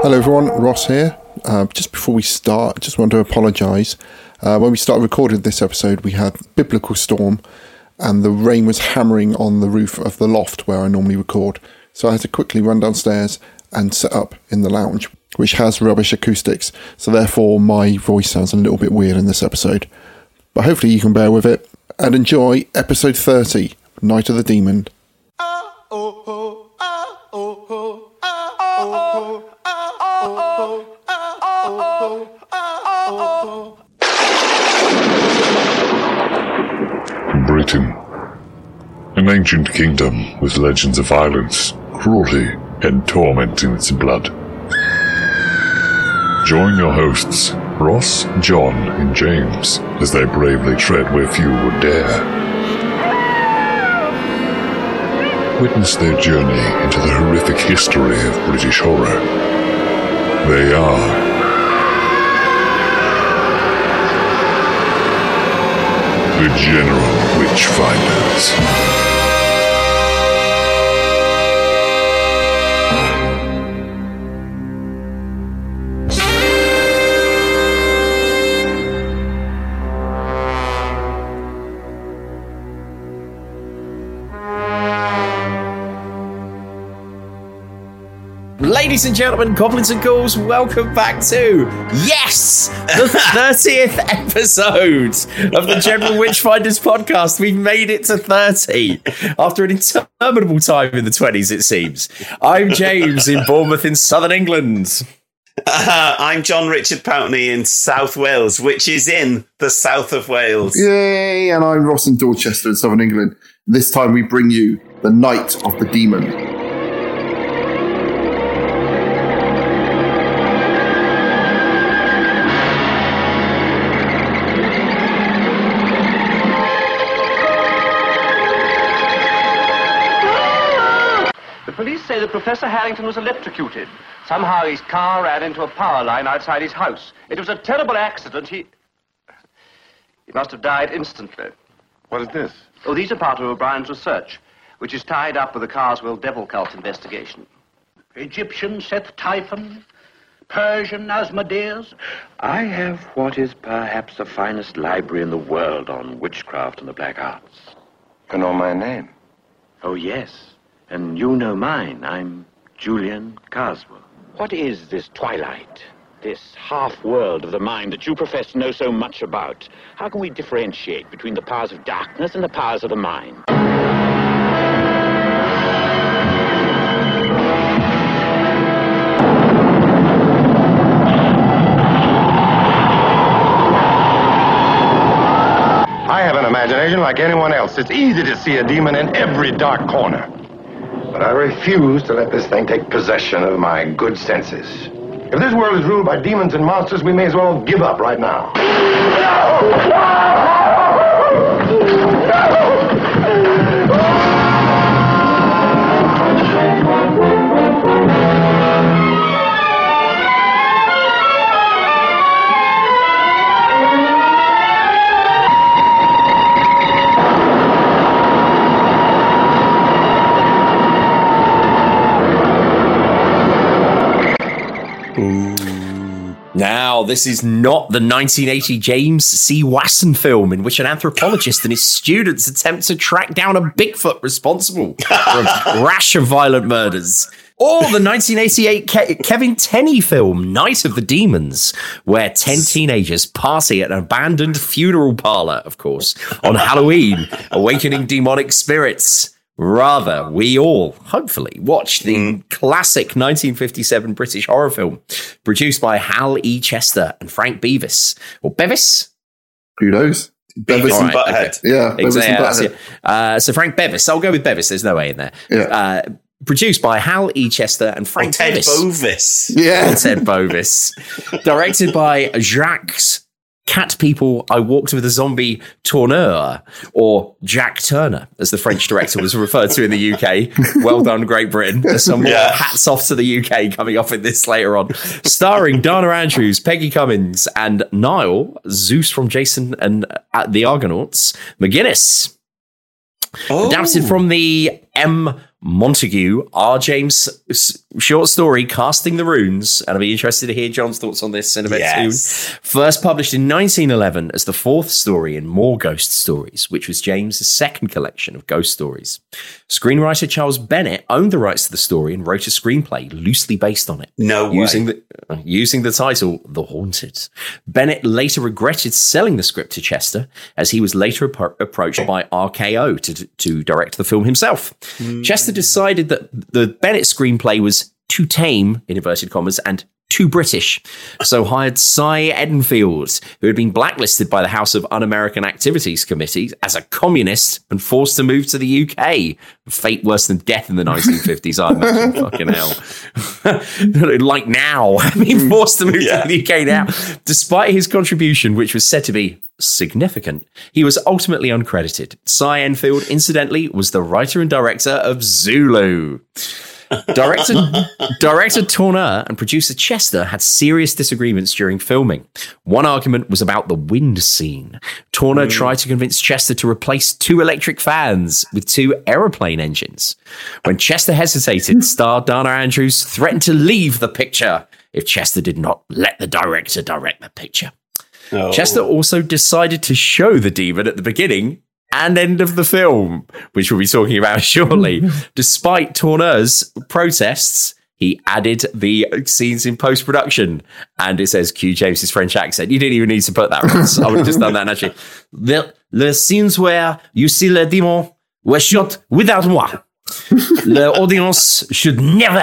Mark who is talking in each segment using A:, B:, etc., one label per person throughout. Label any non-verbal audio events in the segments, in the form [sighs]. A: Hello everyone, Ross here. Uh, just before we start, just want to apologise. Uh, when we started recording this episode, we had biblical storm, and the rain was hammering on the roof of the loft where I normally record. So I had to quickly run downstairs and set up in the lounge, which has rubbish acoustics. So therefore, my voice sounds a little bit weird in this episode. But hopefully, you can bear with it and enjoy episode thirty, Night of the Demon.
B: Britain. An ancient kingdom with legends of violence, cruelty, and torment in its blood. Join your hosts, Ross, John, and James, as they bravely tread where few would dare. Witness their journey into the horrific history of British horror. They are the General Witchfinders.
C: Ladies and gentlemen, goblins and ghouls, welcome back to yes, the thirtieth episode of the General Witchfinders podcast. We've made it to thirty after an interminable time in the twenties, it seems. I'm James in Bournemouth in Southern England.
D: Uh, I'm John Richard Pountney in South Wales, which is in the south of Wales.
A: Yay! And I'm Ross in Dorchester in Southern England. This time we bring you the Night of the Demon.
E: The police say that Professor Harrington was electrocuted. Somehow his car ran into a power line outside his house. It was a terrible accident. He. He must have died instantly.
F: What is this?
E: Oh, these are part of O'Brien's research, which is tied up with the Carswell devil cult investigation.
G: Egyptian Seth Typhon, Persian Asmodeus.
H: I have what is perhaps the finest library in the world on witchcraft and the black arts.
F: You know my name.
H: Oh, yes. And you know mine. I'm Julian Carswell. What is this twilight? This half world of the mind that you profess to know so much about? How can we differentiate between the powers of darkness and the powers of the mind?
F: I have an imagination like anyone else. It's easy to see a demon in every dark corner. But I refuse to let this thing take possession of my good senses. If this world is ruled by demons and monsters, we may as well give up right now.
C: Now, this is not the 1980 James C. Wasson film in which an anthropologist and his students attempt to track down a Bigfoot responsible for a rash of violent murders. Or the 1988 Ke- Kevin Tenney film, Night of the Demons, where 10 teenagers party at an abandoned funeral parlor, of course, on Halloween, awakening demonic spirits. Rather, we all, hopefully, watch the
I: Hmm.
C: classic 1957 British horror film produced by Hal E. Chester and Frank Beavis. Or Bevis?
I: Who knows?
D: Beavis and Butthead.
I: Yeah, Beavis
C: exactly.
I: and
C: that's
I: Butthead.
C: it. Uh, so Frank Bevis. I'll go with Bevis. There's no way in there.
I: Yeah.
C: Uh, produced by Hal E. Chester and Frank
D: Ted
C: Bevis.
D: Bovis.
I: Yeah.
C: Ted Bovis. Directed by Jacques Cat People, I Walked with a Zombie Tourneur, or Jack Turner, as the French director was referred to in the UK. Well done, Great Britain. There's some more
D: Yeah.
C: hats off to the UK coming off in this later on. Starring Dana Andrews, Peggy Cummins, and Niall, Zeus from Jason and uh, the Argonauts, McGuinness. Adapted from the M. Montague, R. James s- short story, Casting the Runes. And I'll be interested to hear John's thoughts on this in a bit
D: Yes.
C: soon. First published in 1911 as the fourth story in More Ghost Stories, which was James's second collection of ghost stories. Screenwriter Charles Bennett owned the rights to the story and wrote a screenplay loosely based on it
D: No way.
C: using the uh, using the title The Haunted. Bennett later regretted selling the script to Chester as he was later appro- approached by RKO to to direct the film himself. Chester decided that the Bennett screenplay was too tame in inverted commas and too British, so hired Cy Edenfield, who had been blacklisted by the House of Un-American Activities Committee as a communist and forced to move to the UK. Fate worse than death in the 1950s, I imagine. Fucking hell. [laughs] like now. [laughs] I mean, forced to move
D: Yeah.
C: to the UK now. Despite his contribution, which was said to be significant, he was ultimately uncredited. Cy Enfield, incidentally, was the writer and director of Zulu. Director, director Tourneur and producer Chester had serious disagreements during filming. One argument was about the wind scene. Tourneur tried to convince Chester to replace two electric fans with two aeroplane engines. When Chester hesitated, star Dana Andrews threatened to leave the picture if Chester did not let the director direct the picture.
D: Oh.
C: Chester also decided to show the demon at the beginning and end of the film, which we'll be talking about [laughs] shortly. Despite Tourneur's protests, he added the scenes in post production, and it says Q James's French accent. You didn't even need to put that. Ross. I would have just done that naturally. The, the scenes where you see le demon were shot without moi. the audience should never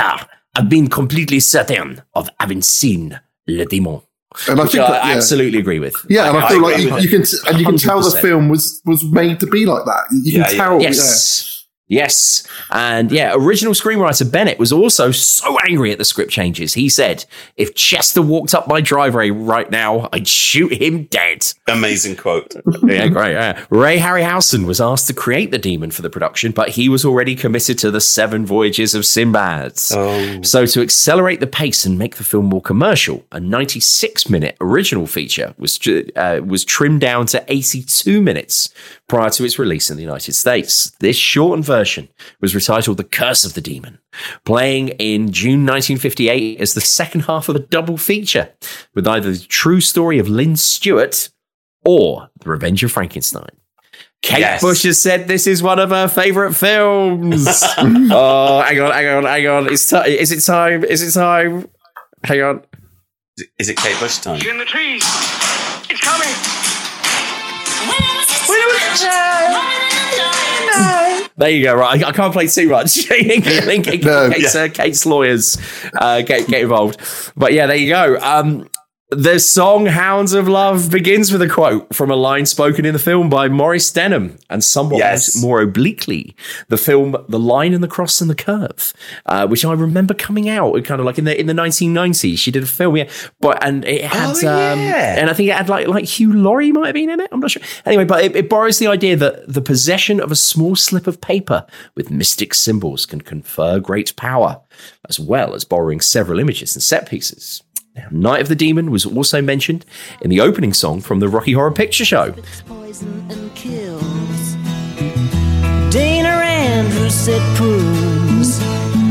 C: have been completely certain of having seen le demon.
I: And I
C: Which
I: think that-
C: I
I: yeah.
C: absolutely agree with.
I: Yeah, and I, feel like you,
C: agree
I: you
C: with
I: can, and you can tell the
C: 100%.
I: film was was made to be like that. You can
D: Yeah, yeah.
I: tell.
C: Yes. Yes. And yeah, original screenwriter Bennett was also so angry at the script changes. He said, if Chester walked up my driveway right now, I'd shoot him dead.
D: Amazing quote.
C: [laughs] yeah, great. Yeah. Ray Harryhausen was asked to create the demon for the production, but he was already committed to the seven voyages of Sinbad.
D: Oh.
C: So, to accelerate the pace and make the film more commercial, a 96 minute original feature was, tr- uh, was trimmed down to 82 minutes prior to its release in the United States. This shortened version was retitled The Curse of the Demon, playing in June 1958 as the second half of a double feature with either the true story of Lynn Stewart or The Revenge of Frankenstein. Kate
D: Yes.
C: Bush has said this is one of her favorite
D: [laughs]
C: films. oh, hang on, hang on, hang on. It's ti is it time? Is it time? Hang on.
D: Is it Kate Bush time?
F: In the trees. It's coming.
C: There you go. Right, I, I can't play too much [laughs] in case,
I: No.
C: uh, Kate's lawyers uh, get get involved. But yeah, there you go. Um, the song "Hounds of Love" begins with a quote from a line spoken in the film by Maurice Denham, and somewhat
D: Yes.
C: more obliquely, the film "The Line and the Cross and the Curve," uh, which I remember coming out kind of like in the in the 1990s. She did a film, yeah, but and it had,
D: Oh,
C: um,
D: yeah.
C: and I think it had like like Hugh Laurie might have been in it. I'm not sure. Anyway, but it, it borrows the idea that the possession of a small slip of paper with mystic symbols can confer great power, as well as borrowing several images and set pieces. Now, Night of the Demon was also mentioned in the opening song from the Rocky Horror Picture Show.
J: poison and kills. Dana Andrews it proves,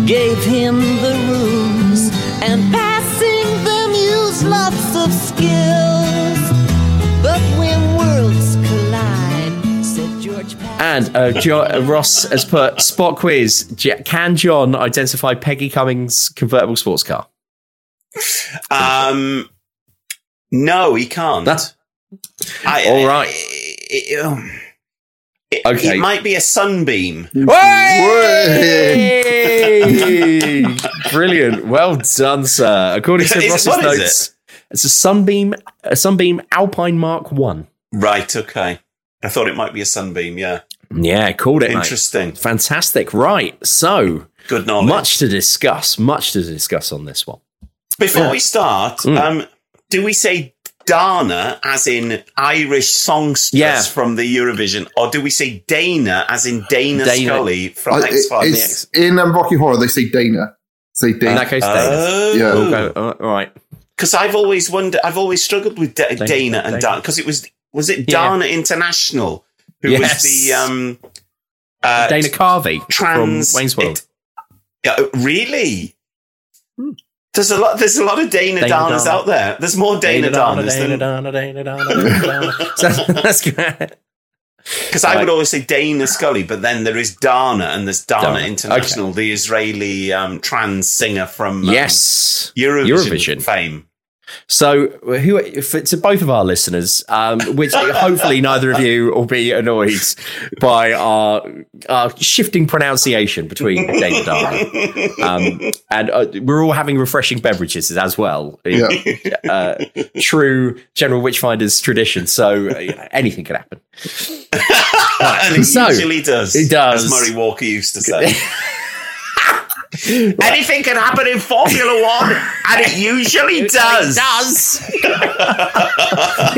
J: gave him the ruse, and passing of skills. But when worlds collide, said George Patton.
C: And uh, jo- uh, Ross has put spot quiz. J- can John identify Peggy Cummings' convertible sports car?
D: Um, no, he can't. I, All right. It, it-
C: Okay.
D: it might be a sunbeam.
C: Way! Brilliant. Well done, sir. According to
D: Is it-
C: Ross's
D: what is
C: notes, it's a Sunbeam a Sunbeam Alpine Mark 1.
D: Right, okay. I thought it might be a sunbeam, yeah.
C: Yeah, called it. mate.
D: Interesting.
C: Fantastic. Right. So,
D: good knowledge.
C: Much to discuss, much to discuss on this one.
D: Before
C: Yeah. Mm.
D: we start, um, do we say Dana as in Irish songstress
C: Yeah.
D: from the Eurovision, or do we say Dana as in Dana,
A: Dana.
D: Scully from
A: Uh,
D: X
A: it-
D: Files?
A: it's- in um, Rocky Horror, they say Dana. Say Dana.
D: In that case, Dana. Oh.
A: Yeah.
D: We'll go-
C: all right.
D: Because I've always wondered, I've always struggled with D- Dana,
C: Dana.
D: and Dana because it was was it
C: Yeah.
D: Dana International who
C: Yes.
D: was the um, uh,
C: Dana Carvey
D: trans
C: from Wayne's World.
D: Yeah, oh, really? There's a lot. There's a lot of Dana,
C: Dana
D: Danas
C: Dana.
D: out there. There's more Dana,
C: Dana
D: Danas
C: Dana
D: than
C: Dana Dana Dana
D: [laughs]
C: Dana. So, That's great.
D: Because I would always say Dana Scully, but then there is Dana, and there's Dana,
C: Dana,
D: International, the Israeli um, trans singer from um,
C: Yes.
D: Eurovision,
C: Eurovision.
D: fame.
C: So, who for, to both of our listeners, um, which hopefully neither of you will be annoyed by our, our shifting pronunciation between Dana Dana, um, and uh, we're all having refreshing beverages as well.
A: Yeah.
C: Uh, true General Witchfinders tradition. So, uh, anything could happen.
D: [laughs] and it
C: So,
D: usually does.
C: it does.
D: as Murray Walker used
C: [laughs]
D: to say. [laughs] Anything can happen in Formula One, and it usually does.
C: does. He,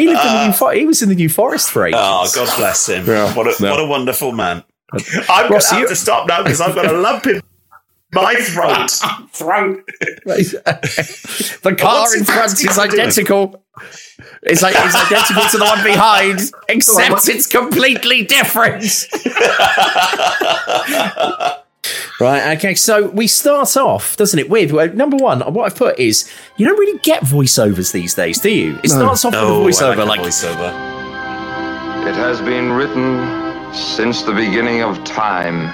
C: lived in the new fo- he was in the New Forest for ages.
D: Oh, God bless him. What, a, what a wonderful man.
A: Uh,
D: I'm going
C: Ross,
D: to have
C: you-
D: to stop now because I've got
C: [laughs]
D: a lump in my throat. [laughs] throat.
C: The car
D: What's
C: in
D: it
C: front
D: actually
C: is
D: doing?
C: identical. It's like it's identical to the one behind, except it's completely
D: [laughs]
C: different. right. Okay. So we start off, doesn't it? With well, number one, what I've put is you don't really get voiceovers these days, do you? It starts off
D: No, Oh, I
C: with a voiceover,
D: like a
C: like
D: voiceover.
K: It has been written since the beginning of time,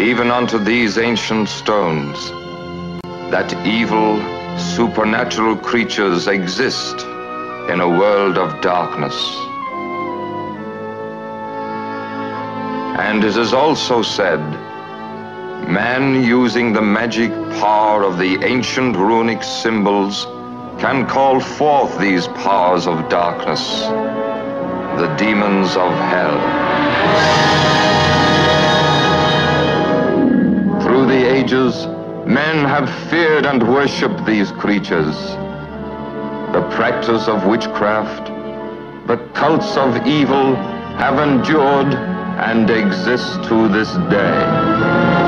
K: even unto these ancient stones, that evil, supernatural creatures exist in a world of darkness. And it is also said man, using the magic power of the ancient runic symbols, can call forth these powers of darkness the demons of hell. Through the ages, men have feared and worshipped these creatures. The practice of witchcraft, the cults of evil have endured and exist to this day.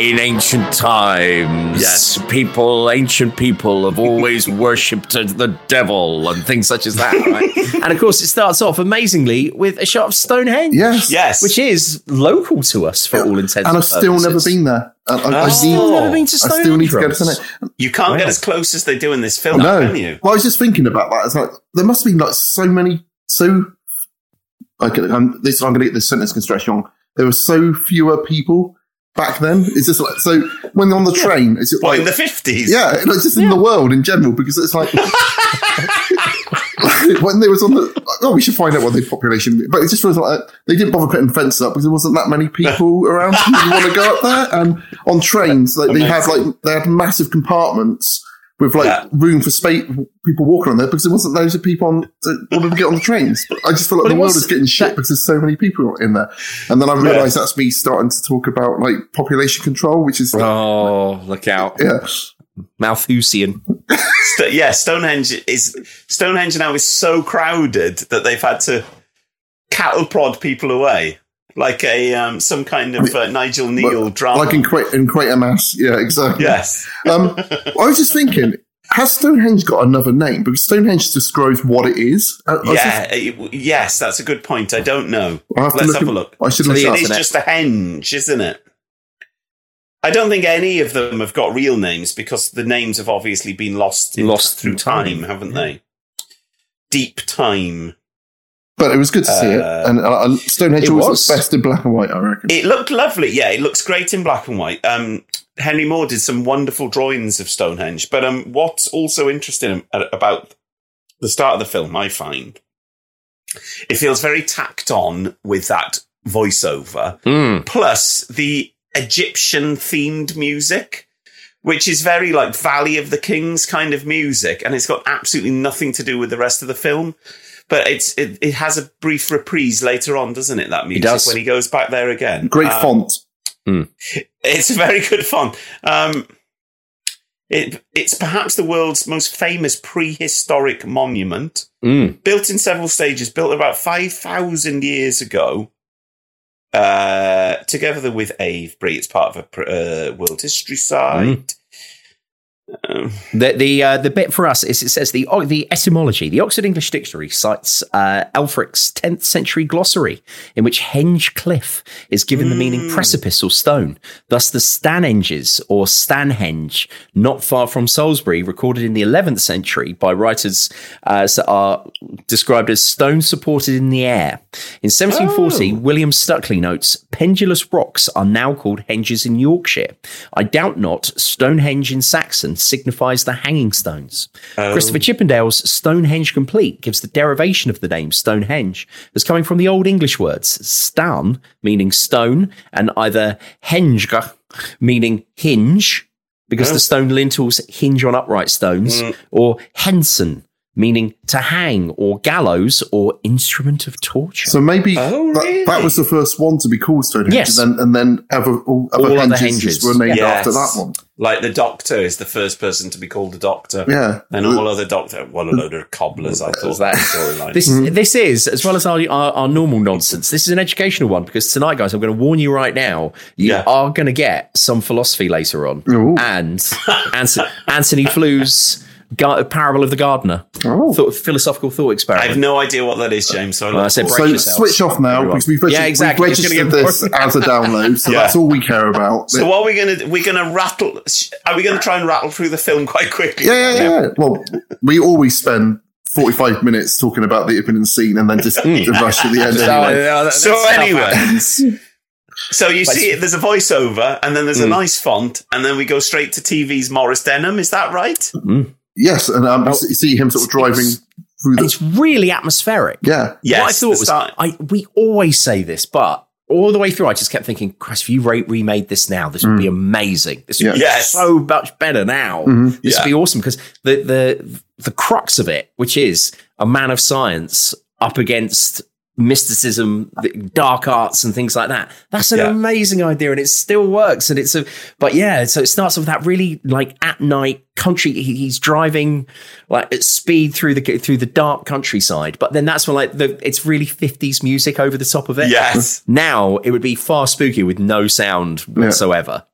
C: In ancient times,
D: Yes.
C: people, ancient people have always [laughs] worshipped the devil and things such as that. Right? [laughs] and of course, it starts off amazingly with a shot of Stonehenge.
A: Yes.
D: Yes.
C: Which is local to us for all intents and,
A: and I've still never been there. And I, I,
D: Oh.
A: need,
D: Still never been to
A: I still need to go to
C: Stonehenge.
A: Stonehenge.
D: You can't get as close as they do in this film,
A: no.
D: can you?
A: Well, I was just thinking about that. It's like there must be like so many so. Okay, I'm, this I'm going to get this sentence construction wrong. There were so fewer people back then. It's just like so when on the train. It's just
D: Well,
A: like
D: in the 50s.
A: yeah, like just in the world in general because it's
D: [laughs]
A: like. when they was on the oh we should find out what the population but it just was like they didn't bother putting fences up because there wasn't that many
D: [laughs]
A: people around who would want to go up there and on trains like, they had like they had massive compartments with like room for space people walking on there because there wasn't loads of people on that wanted to get on the trains But I just feel like
C: But it
A: the world
C: was-
A: is getting shit because there's so many people in there and then I realised that's me starting to talk about like population control which is like,
C: Oh, look out.
A: yeah
C: Malthusian.
D: St- yeah, Stonehenge is Stonehenge now is so crowded that they've had to cattle prod people away, like a um, some kind of uh, Nigel Neal drama.
A: Like in quite in quite a mass. Yeah, exactly.
D: Yes.
A: Um, I was just thinking, has Stonehenge got another name? Because Stonehenge describes what it is. Uh, I, I was
D: yeah,
A: just-
D: it- yes, that's a good point. I don't know.
A: I'll have to
D: Let's
A: look
D: have a
A: at-
D: look.
A: I should
D: So
A: look it
D: it
A: up,
D: is
A: isn't it?
D: just a henge, isn't it? I don't think any of them have got real names because the names have obviously been lost in-
C: Lost
D: through
C: through time,
D: time, haven't they? Deep time.
A: But it was good to see it,
D: Uh,
A: and uh, Stonehenge
D: it
A: always
D: was.
A: looks best in black and white, I reckon.
D: It looked lovely. Yeah, it looks great in black and white. Um, Henry Moore did some wonderful drawings of Stonehenge. But um, what's also interesting a- about the start of the film, I find, it feels very tacked on with that voiceover.
C: Mm.
D: Plus the Egyptian themed music, which is very like Valley of the Kings kind of music, and it's got absolutely nothing to do with the rest of the film. But it's it, it has a brief reprise later on, doesn't it? That music
C: does.
D: when he goes back there again.
A: Great
C: Uh,
D: Um,
A: font.
C: Hmm.
D: It's a very good font. Um, it, it's perhaps the world's most famous prehistoric monument
C: Mm.
D: built in several stages, built about 5,000 years ago, uh, together with Avebury. It's part of a pr- uh, World History
A: Mm.
D: Site.
C: The the uh, the bit for us is it says the the etymology. The Oxford English Dictionary cites uh, Alfric's 10th century glossary, in which henge cliff is given the meaning precipice or stone. Thus, the Stanhenges or Stanhenge, not far from Salisbury, recorded in the 11th century by writers uh, that are described as stone supported in the air. In 1740, William Stuckley notes pendulous rocks are now called henges in Yorkshire. I doubt not Stonehenge in Saxon signifies the hanging stones. Christopher Chippendale's Stonehenge Complete gives the derivation of the name Stonehenge as coming from the Old English words stan, meaning stone, and either henge, meaning hinge, because the stone lintels hinge on upright stones, or henson, meaning to hang, or gallows, or instrument of torture.
A: So maybe that, that was the first one to be called Stonehenge,
C: Yes.
A: and then, and then other, all other
C: All other
A: henges,
C: henges.
A: were named
D: Yes.
A: after that one.
D: Like the doctor is the first person to be called a doctor.
A: Yeah.
D: And all other doctor, well, a load of cobblers, I thought.
C: that-
D: That
C: [laughs]
D: storyline.
C: This this is as well as our, our our normal nonsense. This is an educational one because tonight, guys, I'm going to warn you right now. You
D: Yeah.
C: are going to get some philosophy later on,
A: Ooh.
D: [laughs]
C: and Anthony, Anthony Flew's Gar- parable of the gardener,
D: Oh.
C: thought, philosophical thought
D: I have
C: experiment.
D: no idea what that is, James. So I,
C: Well, I
D: look
C: said
D: forward-
A: So
C: Brace yourselves,
A: switch off now
C: everyone.
A: because we've registered,
C: Yeah, exactly.
A: we've
C: It's gonna
A: registered
C: get
A: this
C: boring.
A: as a download, so
D: [laughs] Yeah.
A: that's all we care about.
D: So what are we gonna? We're gonna rattle. sh- Are we gonna try and rattle through the film quite quickly?
A: yeah, yeah, yeah, Well, we always spend forty-five minutes talking about the opening scene and then just the
C: Hmm.
A: rush at the
C: [laughs]
A: end. Anyway.
D: Hmm.
C: uh,
D: So anyway, so you see, it, there's a voiceover, and then there's
C: Hmm.
D: a nice font, and then we go straight to TV's Morris Denham. Is that right?
A: Yes, and um, you s- you see him sort of driving through the
C: Oh. it's really atmospheric.
A: yeah.
D: Yes.
C: what I thought
D: the
C: was,
D: start-
C: I we always say this, but all the way through, I just kept thinking, Christ, if you re- remade this now, this would be amazing. This would
A: Yeah.
C: be
D: Mm. Yes. Mm-hmm.
C: so much better now. This would be awesome because the the the crux of it, which is a man of science up against mysticism, the dark arts, and things like that. That's an
D: Yeah.
C: amazing idea, and it still works. And it's a, but yeah, so it starts off with that really like at night country. he- He's driving like at speed through the through the dark countryside, but then that's when like the it's really fifties music over the top of it.
D: Yes.
C: Now it would be far spooky with no sound whatsoever,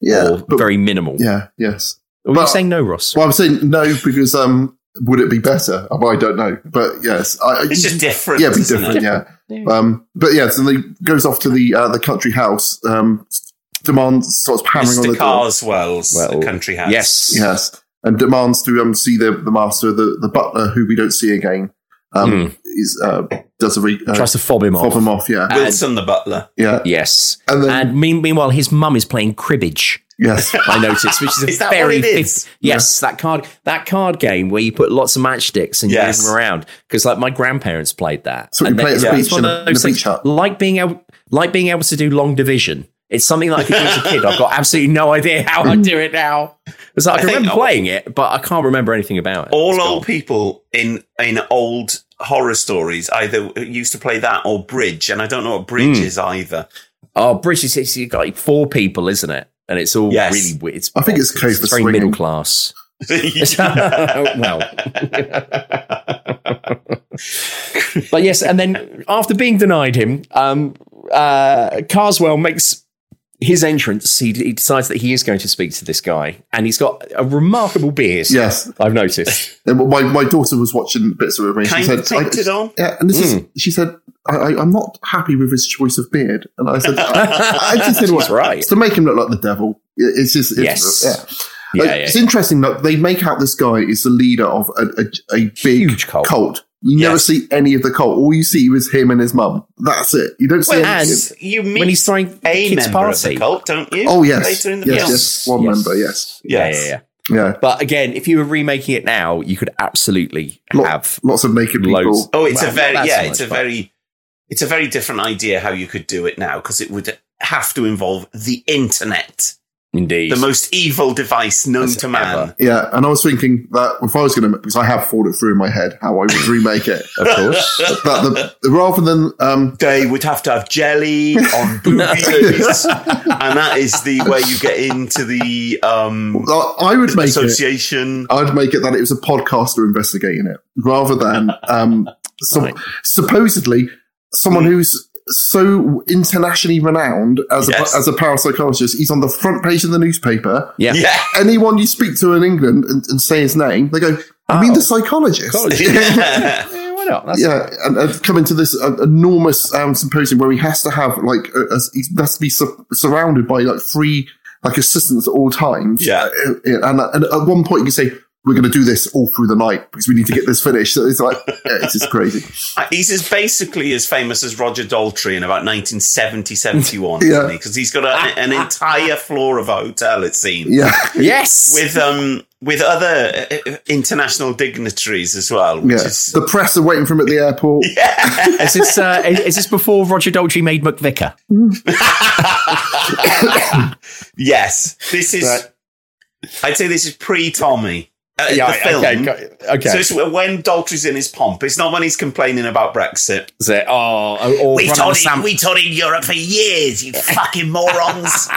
A: Yeah,
C: or
A: but-
C: very minimal.
A: yeah, yes.
C: Were you
A: but-
C: saying no, Ross?
A: Well, I'm saying no because um, would it be better? Um, I don't know, but yes, I,
D: It's
A: [laughs]
D: just different.
A: yeah, it'd be
D: isn't
A: different,
D: it? [laughs]
A: yeah. Um, but yeah, so he goes off to the uh, the country house. Um, demands starts hammering on
D: Mr.
A: the door.
D: Carswell's
C: Well,
D: country house.
C: Yes.
A: Yes, and demands to um see the the master, the, the butler, who we don't see again. Um,
C: Mm.
A: is uh, does a re- uh,
C: Tries to fob him off.
A: fob him off. Yeah,
D: Wilson the butler.
A: yeah,
C: Yes.
A: and then
C: And mean, meanwhile, his mum is playing cribbage.
A: yes,
C: I noticed, which is a
D: [laughs] Is that
C: very
D: what it is?
C: fif- yes, that card that card game where you put lots of matchsticks and
D: Yes.
C: you move them around because like my grandparents played that.
A: So you
C: And
A: play
C: then-
A: at the beach
C: it's one
A: in a-
C: of those
A: in a beach
C: things,
A: hut.
C: like being able like being able to do long division. It's something that I could do as a kid. I've got absolutely no idea how I do it now. It's like I, can
D: think
C: remember
D: all-
C: playing it, but I can't remember anything about it.
D: All
C: It's
D: old
C: gone.
D: people in in old horror stories either used to play that or bridge, and I don't know what bridge is either.
C: Hmm. Oh, British, it's you've got like four people, isn't it? And it's all
D: Yes.
C: really weird. It's,
A: I think it's code for
C: very
A: swinging. [laughs]
C: middle class. [laughs] well. [laughs] but yes, and then after being denied him, um, uh, Carswell makes his entrance. He, he decides that he is going to speak to this guy, and he's got a remarkable beard.
A: yes. [laughs]
C: I've noticed.
A: And my my daughter was watching bits of it. And she
D: Kind
A: said,
D: of painted
A: I-
D: on.
A: Yeah, and this
C: Hmm.
A: is she said, I, I, "I'm not happy with his choice of beard," and I said, "I, I just said,
C: [laughs] She's
A: well,
C: right.
A: it's to make him look like the devil." It's just it's,
C: Yes.
A: yeah.
C: Yeah,
A: Uh,
C: yeah,
A: it's
C: yeah.
A: interesting. Look, they make out this guy is the leader of a, a, a big cult. You never see any of the cult. All you see is him and his mum. That's it. You don't see
D: Well,
A: any
D: and you meet
A: he's throwing
D: a
A: kids
D: member of
A: party.
D: the cult, don't you?
A: Oh yes,
D: Later in the
A: yes,
D: film.
A: yes, one member. Yes,
C: Yeah, yeah, yeah.
A: Yeah.
C: But again, if you were remaking it now, you could absolutely have
A: lots of naked
C: loads.
D: Oh, it's
C: Well,
D: a very
C: not that
D: yeah,
C: so
D: it's
C: much,
D: a very it's a very different idea how you could do it now because it would have to involve the internet,
C: indeed,
D: the most evil device known to man. [laughs]
A: Yeah, and I was thinking that if I was going to, because I have thought it through in my head how I would remake it.
D: Of
A: [laughs]
D: course.
A: But the, rather than. Um,
D: they would have to have
A: [laughs]
D: jelly on boobies. and that is the way you get into the um,
A: I would make it-
D: association.
A: I'd make it that it was a podcaster investigating it rather than
C: [laughs]
A: um, some, supposedly someone
C: Hmm.
A: who's so internationally renowned as
C: Yes.
A: a, as a parapsychologist. He's on the front page of the newspaper.
C: Yeah. Yeah.
A: Anyone you speak to in England and, and say his name, they go, "You mean
C: Oh.
A: the psychologist?" [laughs]
C: [laughs] Yeah, why not? That's-
A: yeah, and, and coming to this uh, enormous um, symposium where he has to have like a, a, he has to be sur- surrounded by like three like assistants at all times.
D: Yeah.
A: Uh, and, and at one point you can say we're going to do this all through the night because we need to get this finished. So
C: [laughs]
A: it's like yeah, it's just crazy.
D: Uh, He's as basically as famous as Roger Daltrey in about 1970, 71,
A: [laughs] Yeah.
D: Because he's got
C: Ah,
D: a, an entire floor of a hotel, it seems.
A: Yeah.
C: [laughs] Yes.
D: With um with other uh, uh, international dignitaries as well. Which
A: Yeah,
C: [laughs]
A: the press are waiting for him at the airport.
C: is this uh, is, is this before Roger Daltrey made
A: [laughs]
C: McVicker?
D: is, yes. This is. I'd say this is pre Tommy. Uh,
C: Yeah,
D: the
C: okay,
D: film.
C: go- okay.
D: So it's when Daltrey's in his pomp. It's not when he's complaining about Brexit.
C: Is it? Oh, or
D: we
C: Ronald
D: told
C: Sam-
D: him, we told him Europe for
C: [laughs]
D: years. You fucking morons.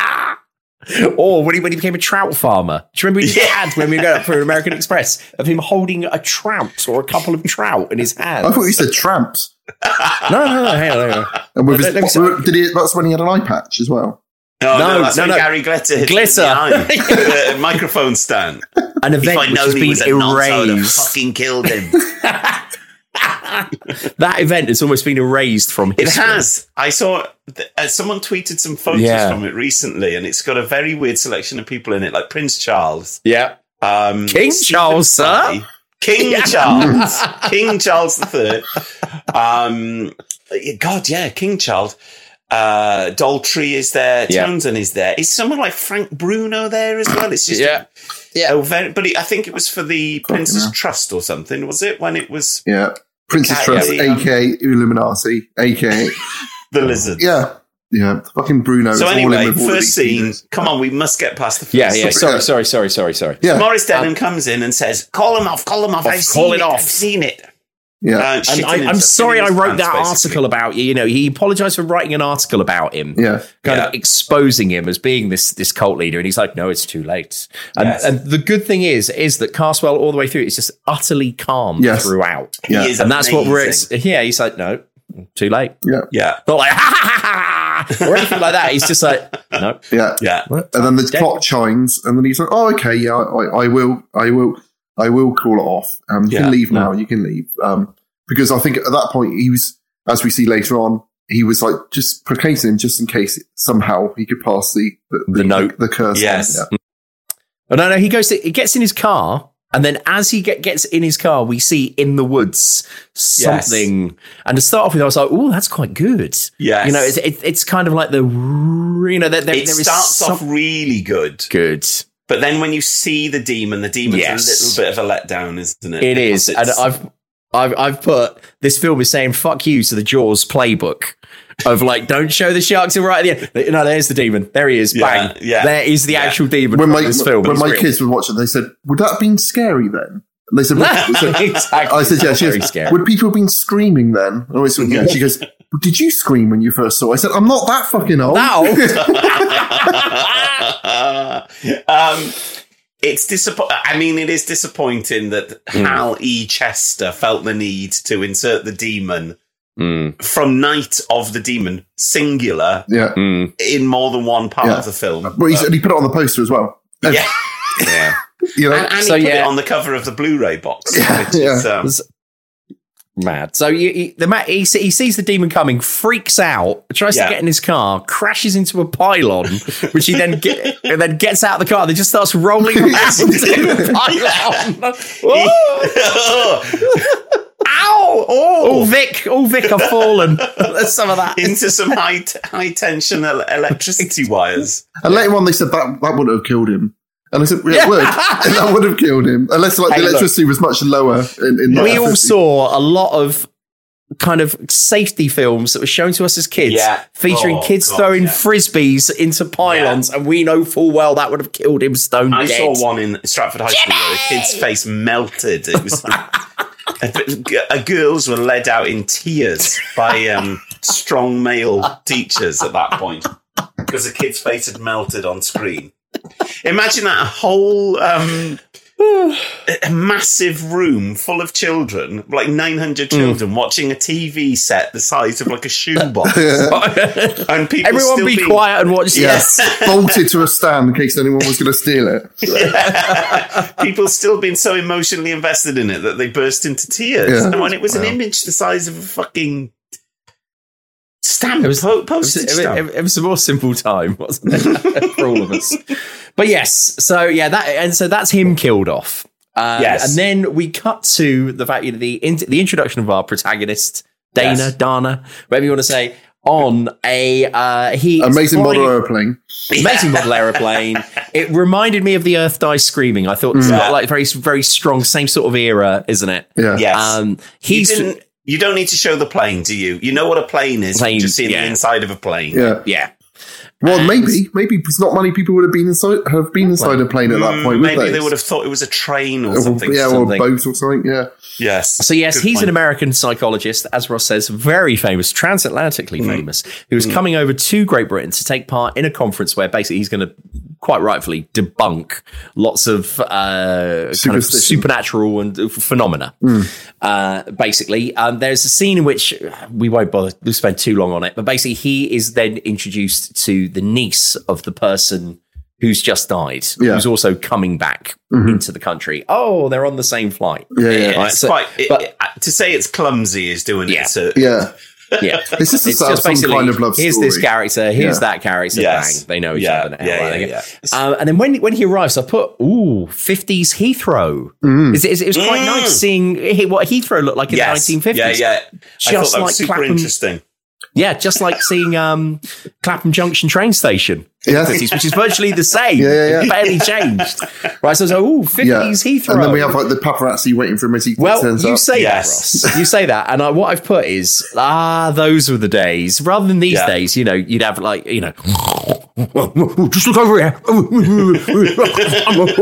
C: Or when he, when he became a trout farmer. Do you remember his ad when we were going up for American Express of him holding a trout or a couple of trout in his
A: [laughs]
C: hand?
A: I thought he said tramps.
C: [laughs] no, no, no, hang on, hang on.
A: And with
C: Let- let me
A: his,
C: see.
A: did he, that's when he had an eye patch as well.
D: No, Oh, no,
C: No,
D: that's
C: no,
D: when
C: no.
D: Gary Glitter hit
C: Glitter.
D: him in the eye. The [laughs] microphone stand.
C: An
D: If
C: event
D: I'd
C: which
D: known
C: has
D: he
C: been
D: was a nonce, I would have
C: erased.
D: fucking killed him.
C: That event has almost been erased from
D: It
C: history.
D: has. I saw th- uh, someone tweeted some photos
C: Yeah.
D: from it recently, and it's got a very weird selection of people in it, like Prince Charles,
C: Yeah.
D: um,
C: King Charles, sir.
D: King
C: Yeah. [laughs]
D: Charles, King Charles the Third. Um, yeah, God, yeah, King Charles. Uh, Daltrey is there.
C: Yeah.
D: Townsend is there. Is someone like Frank Bruno there as well? It's just
C: Yeah.
D: yeah. very, but it, I think it was for the Prince's
A: hell.
D: Trust or something. Was it when it was
A: Yeah, Princess
D: Cat-
A: Trust,
D: yeah, the, um,
A: aka Illuminati, aka
D: [laughs] the lizard?
A: yeah, yeah, fucking Bruno.
D: so
A: is all in
D: anyway,
A: with all of
D: first
A: these
D: scene. Come on, we must get past the. First
C: Yeah, yeah.
D: scene.
C: Sorry, sorry, sorry, sorry, sorry.
D: So Morris Denham comes in and says, "Call him off, call him off.
C: Off,
D: I've
C: call
D: seen
C: it
D: it,
C: off."
D: I've seen it."
A: Yeah,
D: Uh,
C: and
D: shitting
C: I, I'm
D: himself,
C: sorry
D: shitting
C: I
D: his
C: wrote
D: pants,
C: that
D: basically.
C: article about you. You know, he apologized for writing an article about him.
A: Yeah.
C: Kind of exposing him as being this this cult leader. And he's like, no, it's too late. And,
D: Yes.
C: and the good thing is, is that Carswell all the way through is just utterly calm
A: Yes.
C: throughout.
A: He Yeah. is
C: and that's what we're ex-
D: amazing.
C: yeah, he's like, no, too late.
A: Yeah.
D: Yeah.
C: Not like [laughs] ha ha ha ha ha or anything like that. He's just like, no.
A: Yeah,
D: yeah.
A: And then the clock chimes, and then he's like, "Oh, okay, yeah, I, I will, I will, I will call it off. Um, you
D: Yeah.
A: can leave now. You can leave." Um, because I think at that point he was, as we see later on, he was like just placating him just in case somehow he could pass the the, the
C: note.
A: the curse. on.
D: Yes. [laughs]
A: Yeah.
C: Oh, no, no, he goes to, he gets in his car. And then as he get, gets in his car, we see in the woods
D: Yes.
C: something. And to start off with, I was like, oh, that's quite good.
D: Yes.
C: You know, it's, it, it's kind of like the, you know, that there,
D: it
C: there is
D: starts
C: some-
D: off really good,
C: good.
D: but then when you see the demon, the demon's
C: Yes.
D: a little bit of a letdown, isn't it?
C: It is. And
D: Because it's-
C: I've, I've, I've put this film is saying fuck you to the Jaws playbook of like, don't show the sharks are right at the end. No, there's the demon. There he is.
D: Yeah,
C: Bang.
D: yeah.
C: there is the actual demon
A: When
C: from
A: my
C: this film.
A: when
C: It's
A: my
C: real.
A: kids were watching, they said, "Would that have been scary then?" And they said,
C: [laughs]
A: "Well," so-
C: Exactly.
A: I said, yeah,
C: It's
A: she
C: very
A: goes,
C: scary.
A: would people have been screaming then? I always went, yeah. She goes, "Well, did you scream when you first saw it? I said, I'm not that fucking old.
C: That
A: [laughs]
C: old?
D: [laughs] um, it's disappointing. I mean, it is disappointing that
C: Hmm.
D: Hal E. Chester felt the need to insert the demon
C: Hmm.
D: from Night of the Demon, singular,
A: yeah.
C: Hmm.
D: in more than one part
A: Yeah.
D: of the film.
A: Well, he's, and he put it on the poster as well.
D: Yeah. [laughs]
A: [laughs] You know,
D: And, and
C: So,
D: he put
C: yeah. [laughs]
D: it on the cover of the Blu-ray box. which
A: yeah.
D: is, um,
C: Mad. So you, he, the ma he, se- he sees the demon coming, freaks out, tries
D: Yeah.
C: to get in his car, crashes into a pylon, which he then
D: [laughs]
C: get, and then gets out of the car. Then just starts
J: [laughs]
C: rolling around in the
D: [laughs]
C: pylon.
D: Oh.
C: Ow! Oh, Vic! Oh, Vic! I've
D: [laughs]
C: fallen. There's some of that
D: into some high t- high tension
C: [laughs]
D: el- electricity wires.
A: And later on, they said that that would have killed him. And I said, yeah,
D: Yeah.
A: it
C: [laughs]
A: would. [laughs] that would have killed him. Unless like,
C: Hey,
A: the
C: look.
A: electricity was much lower. In, in
C: we all
A: 1950.
C: saw a lot of kind of safety films that were shown to us as kids
A: Yeah.
C: featuring
A: Oh,
C: kids
A: God,
C: throwing frisbees into pylons and we know full well that would have killed him stone
D: I
C: dead.
D: saw one in Stratford High School where a kid's face melted. It was uh, girls were led out in tears by um, strong male teachers at that point because a kid's face had melted on screen. Imagine that a whole um, a massive room full of children, like 900
C: Hmm.
D: children, watching a TV set the size of like
C: [laughs]
D: a shoebox. and people
C: Everyone
D: still
C: be
D: being-
C: quiet and watch
D: Yeah. [laughs]
C: this.
A: bolted to a stand in case anyone was going to steal it.
C: [laughs]
D: people still been so emotionally invested in it that they burst into tears.
A: Yeah.
D: And when it was an
A: Wow.
D: image the size of a fucking stamp, po-
C: It was,
D: postage
C: it,
D: stamp.
C: was- it was a more simple time, wasn't it, for all of us? But yes, so yeah, that and so that's him killed off. Um,
D: Yes.
C: and then we cut to the fact you know, the in, the introduction of our protagonist Dana
A: Yes.
C: Dana, whatever you want to say, on a uh, he is
A: Amazing model
C: flying-
A: airplane.
C: Amazing model aeroplane. It reminded me of the Earth Dies Screaming. I thought it's
D: Mm.
C: got like very, very strong, same sort of era, isn't it?
D: Yes.
C: Um,
D: you,
C: he's
D: didn't, you don't need to show the plane, do you? You know what a plane is. Plane, just seeing the inside of a plane.
A: Yeah.
C: Yeah.
A: Well, maybe, maybe because not many people would have been inside have been inside a plane at that
D: Mm,
A: point.
D: Maybe
A: would
D: they would have thought it was a train or
A: Or-
D: something.
A: yeah,
D: something.
A: or a boat or something. Yeah.
D: Yes.
C: So yes,
D: Good
C: he's
D: point.
C: an American psychologist, as Ross says, very famous, transatlantically
D: Mm.
C: famous, who is coming over to Great Britain to take part in a conference where basically he's going to quite rightfully debunk lots of uh, kind of
A: Superstition.
C: supernatural and uh, phenomena. Uh, basically, um, there's a scene in which uh, we won't bother to spend too long on it, but basically he is then introduced to the niece of the person who's just died,
A: Yeah.
C: who's also coming back
A: Mhm.
C: into the country. Oh, they're on the same flight.
D: Yeah,
C: Right,
D: it's
C: so-
D: quite, it-
C: but-
D: it- uh, to say it's clumsy is doing it. So, [laughs]
A: Yeah.
C: [laughs] yeah,
A: [laughs] It's just the start of some
C: basically,
A: kind of love
C: Here's this
A: story.
C: character. Here's
A: Yeah.
C: that character.
D: Yes.
C: Bang. They know each
D: Yeah,
C: other now.
D: yeah,
C: right?
D: yeah,
C: Okay. Um, and then when when he arrives, I put ooh fifties Heathrow.
D: Mm.
C: Is it, is it was quite
D: Mm.
C: nice seeing he- what Heathrow looked like in
D: Yes.
C: the 1950s.
D: Yeah, yeah. I thought
C: Just
D: that was
C: like
D: super
C: Clapham-
D: interesting.
C: Yeah, just like seeing um, Clapham Junction train station. in
A: Yeah.
C: the 50s, which is virtually the same.
A: Yeah, yeah, yeah.
C: Barely changed. Right, so it's like, ooh, 50s Heathrow.
A: And then we have like the paparazzi waiting for him as he
C: Well,
A: turns
C: you
A: up.
C: say that, Ross. You say that, and I, what I've put is ah, those were the days. Rather than these days, you know, you'd have like you know, [laughs] just look over here. [laughs] this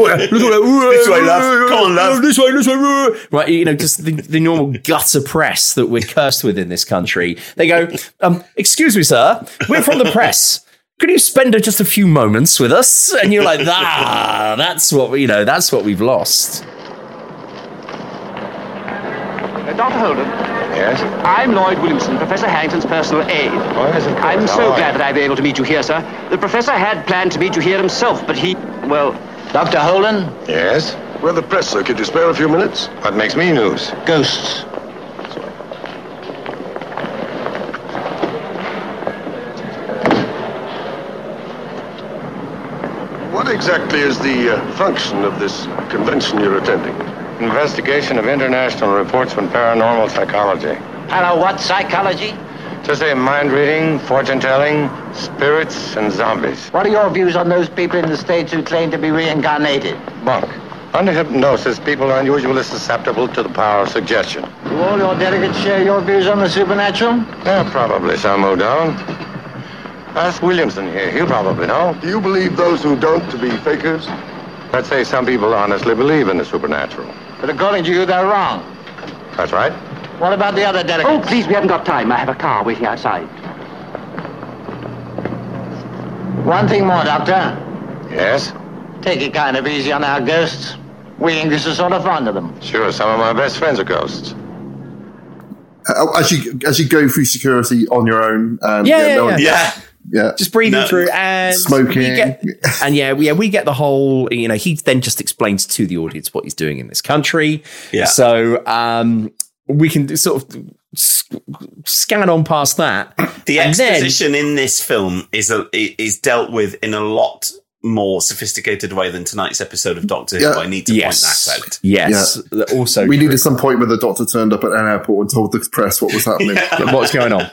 D: way, love. Come on, love.
C: This way, this way. Right, you know, just the, the normal gutter press that we're cursed with in this country. They go, um, excuse me, sir, we're from the press. Could you spend just a few moments with us? And you're like, ah, that's what we, you know, that's what we've lost.
E: Uh, Dr. Holden. Yes? I'm Lloyd Williamson, Professor Harrington's personal aide. Oh, yes, of course. I'm
K: How
E: so
K: are
E: glad
K: you?
E: that I've been able to meet you here, sir. The professor had planned to meet you here himself, but he, well... Dr. Holden?
K: Yes? Well, the press, sir. Could you spare a few minutes? What makes me news? Ghosts. What exactly is the uh, function of this convention you're attending? Investigation of international reports from paranormal psychology.
F: Hello, what psychology?
K: To say mind reading, fortune telling, spirits, and zombies.
F: What are your views on those people in the States who claim to be reincarnated?
K: Bunk. Under hypnosis, people are unusually susceptible to the power of suggestion.
F: Do all your delegates share your views on the supernatural?
K: Yeah, probably some who don't. Ask Williamson here. He'll probably know. Do you believe those who don't to be fakers? Let's say some people honestly believe in the supernatural.
F: But according to you, they're wrong.
K: That's right.
F: What about the other delegates?
E: Oh, please, we haven't got time. I have a car waiting outside.
F: One thing more, Doctor.
K: Yes?
F: Take it kind of easy on our ghosts. We English are sort of fond of them.
K: Sure, some of my best friends are ghosts.
A: Uh, as you as you go through security on your own. Um,
C: Yeah, yeah,
A: no one-
C: yeah.
A: yeah.
C: just breathing through and
A: Smoking.
C: we get- and yeah, we- yeah, we get the whole. You know, he then just explains to the audience what he's doing in this country.
D: Yeah.
C: So um, we can sort of sc- scan on past that.
D: The
C: And then-
D: exposition in this film is a, i- is dealt with in a lot more sophisticated way than tonight's episode of Doctor Who.
A: Yeah.
D: I need to
A: Yes.
D: point that out.
C: Yes. Also,
A: we needed some point where the doctor turned up at an airport and told the press
D: [laughs]
A: what was happening.
C: Yeah, [laughs] what's going on?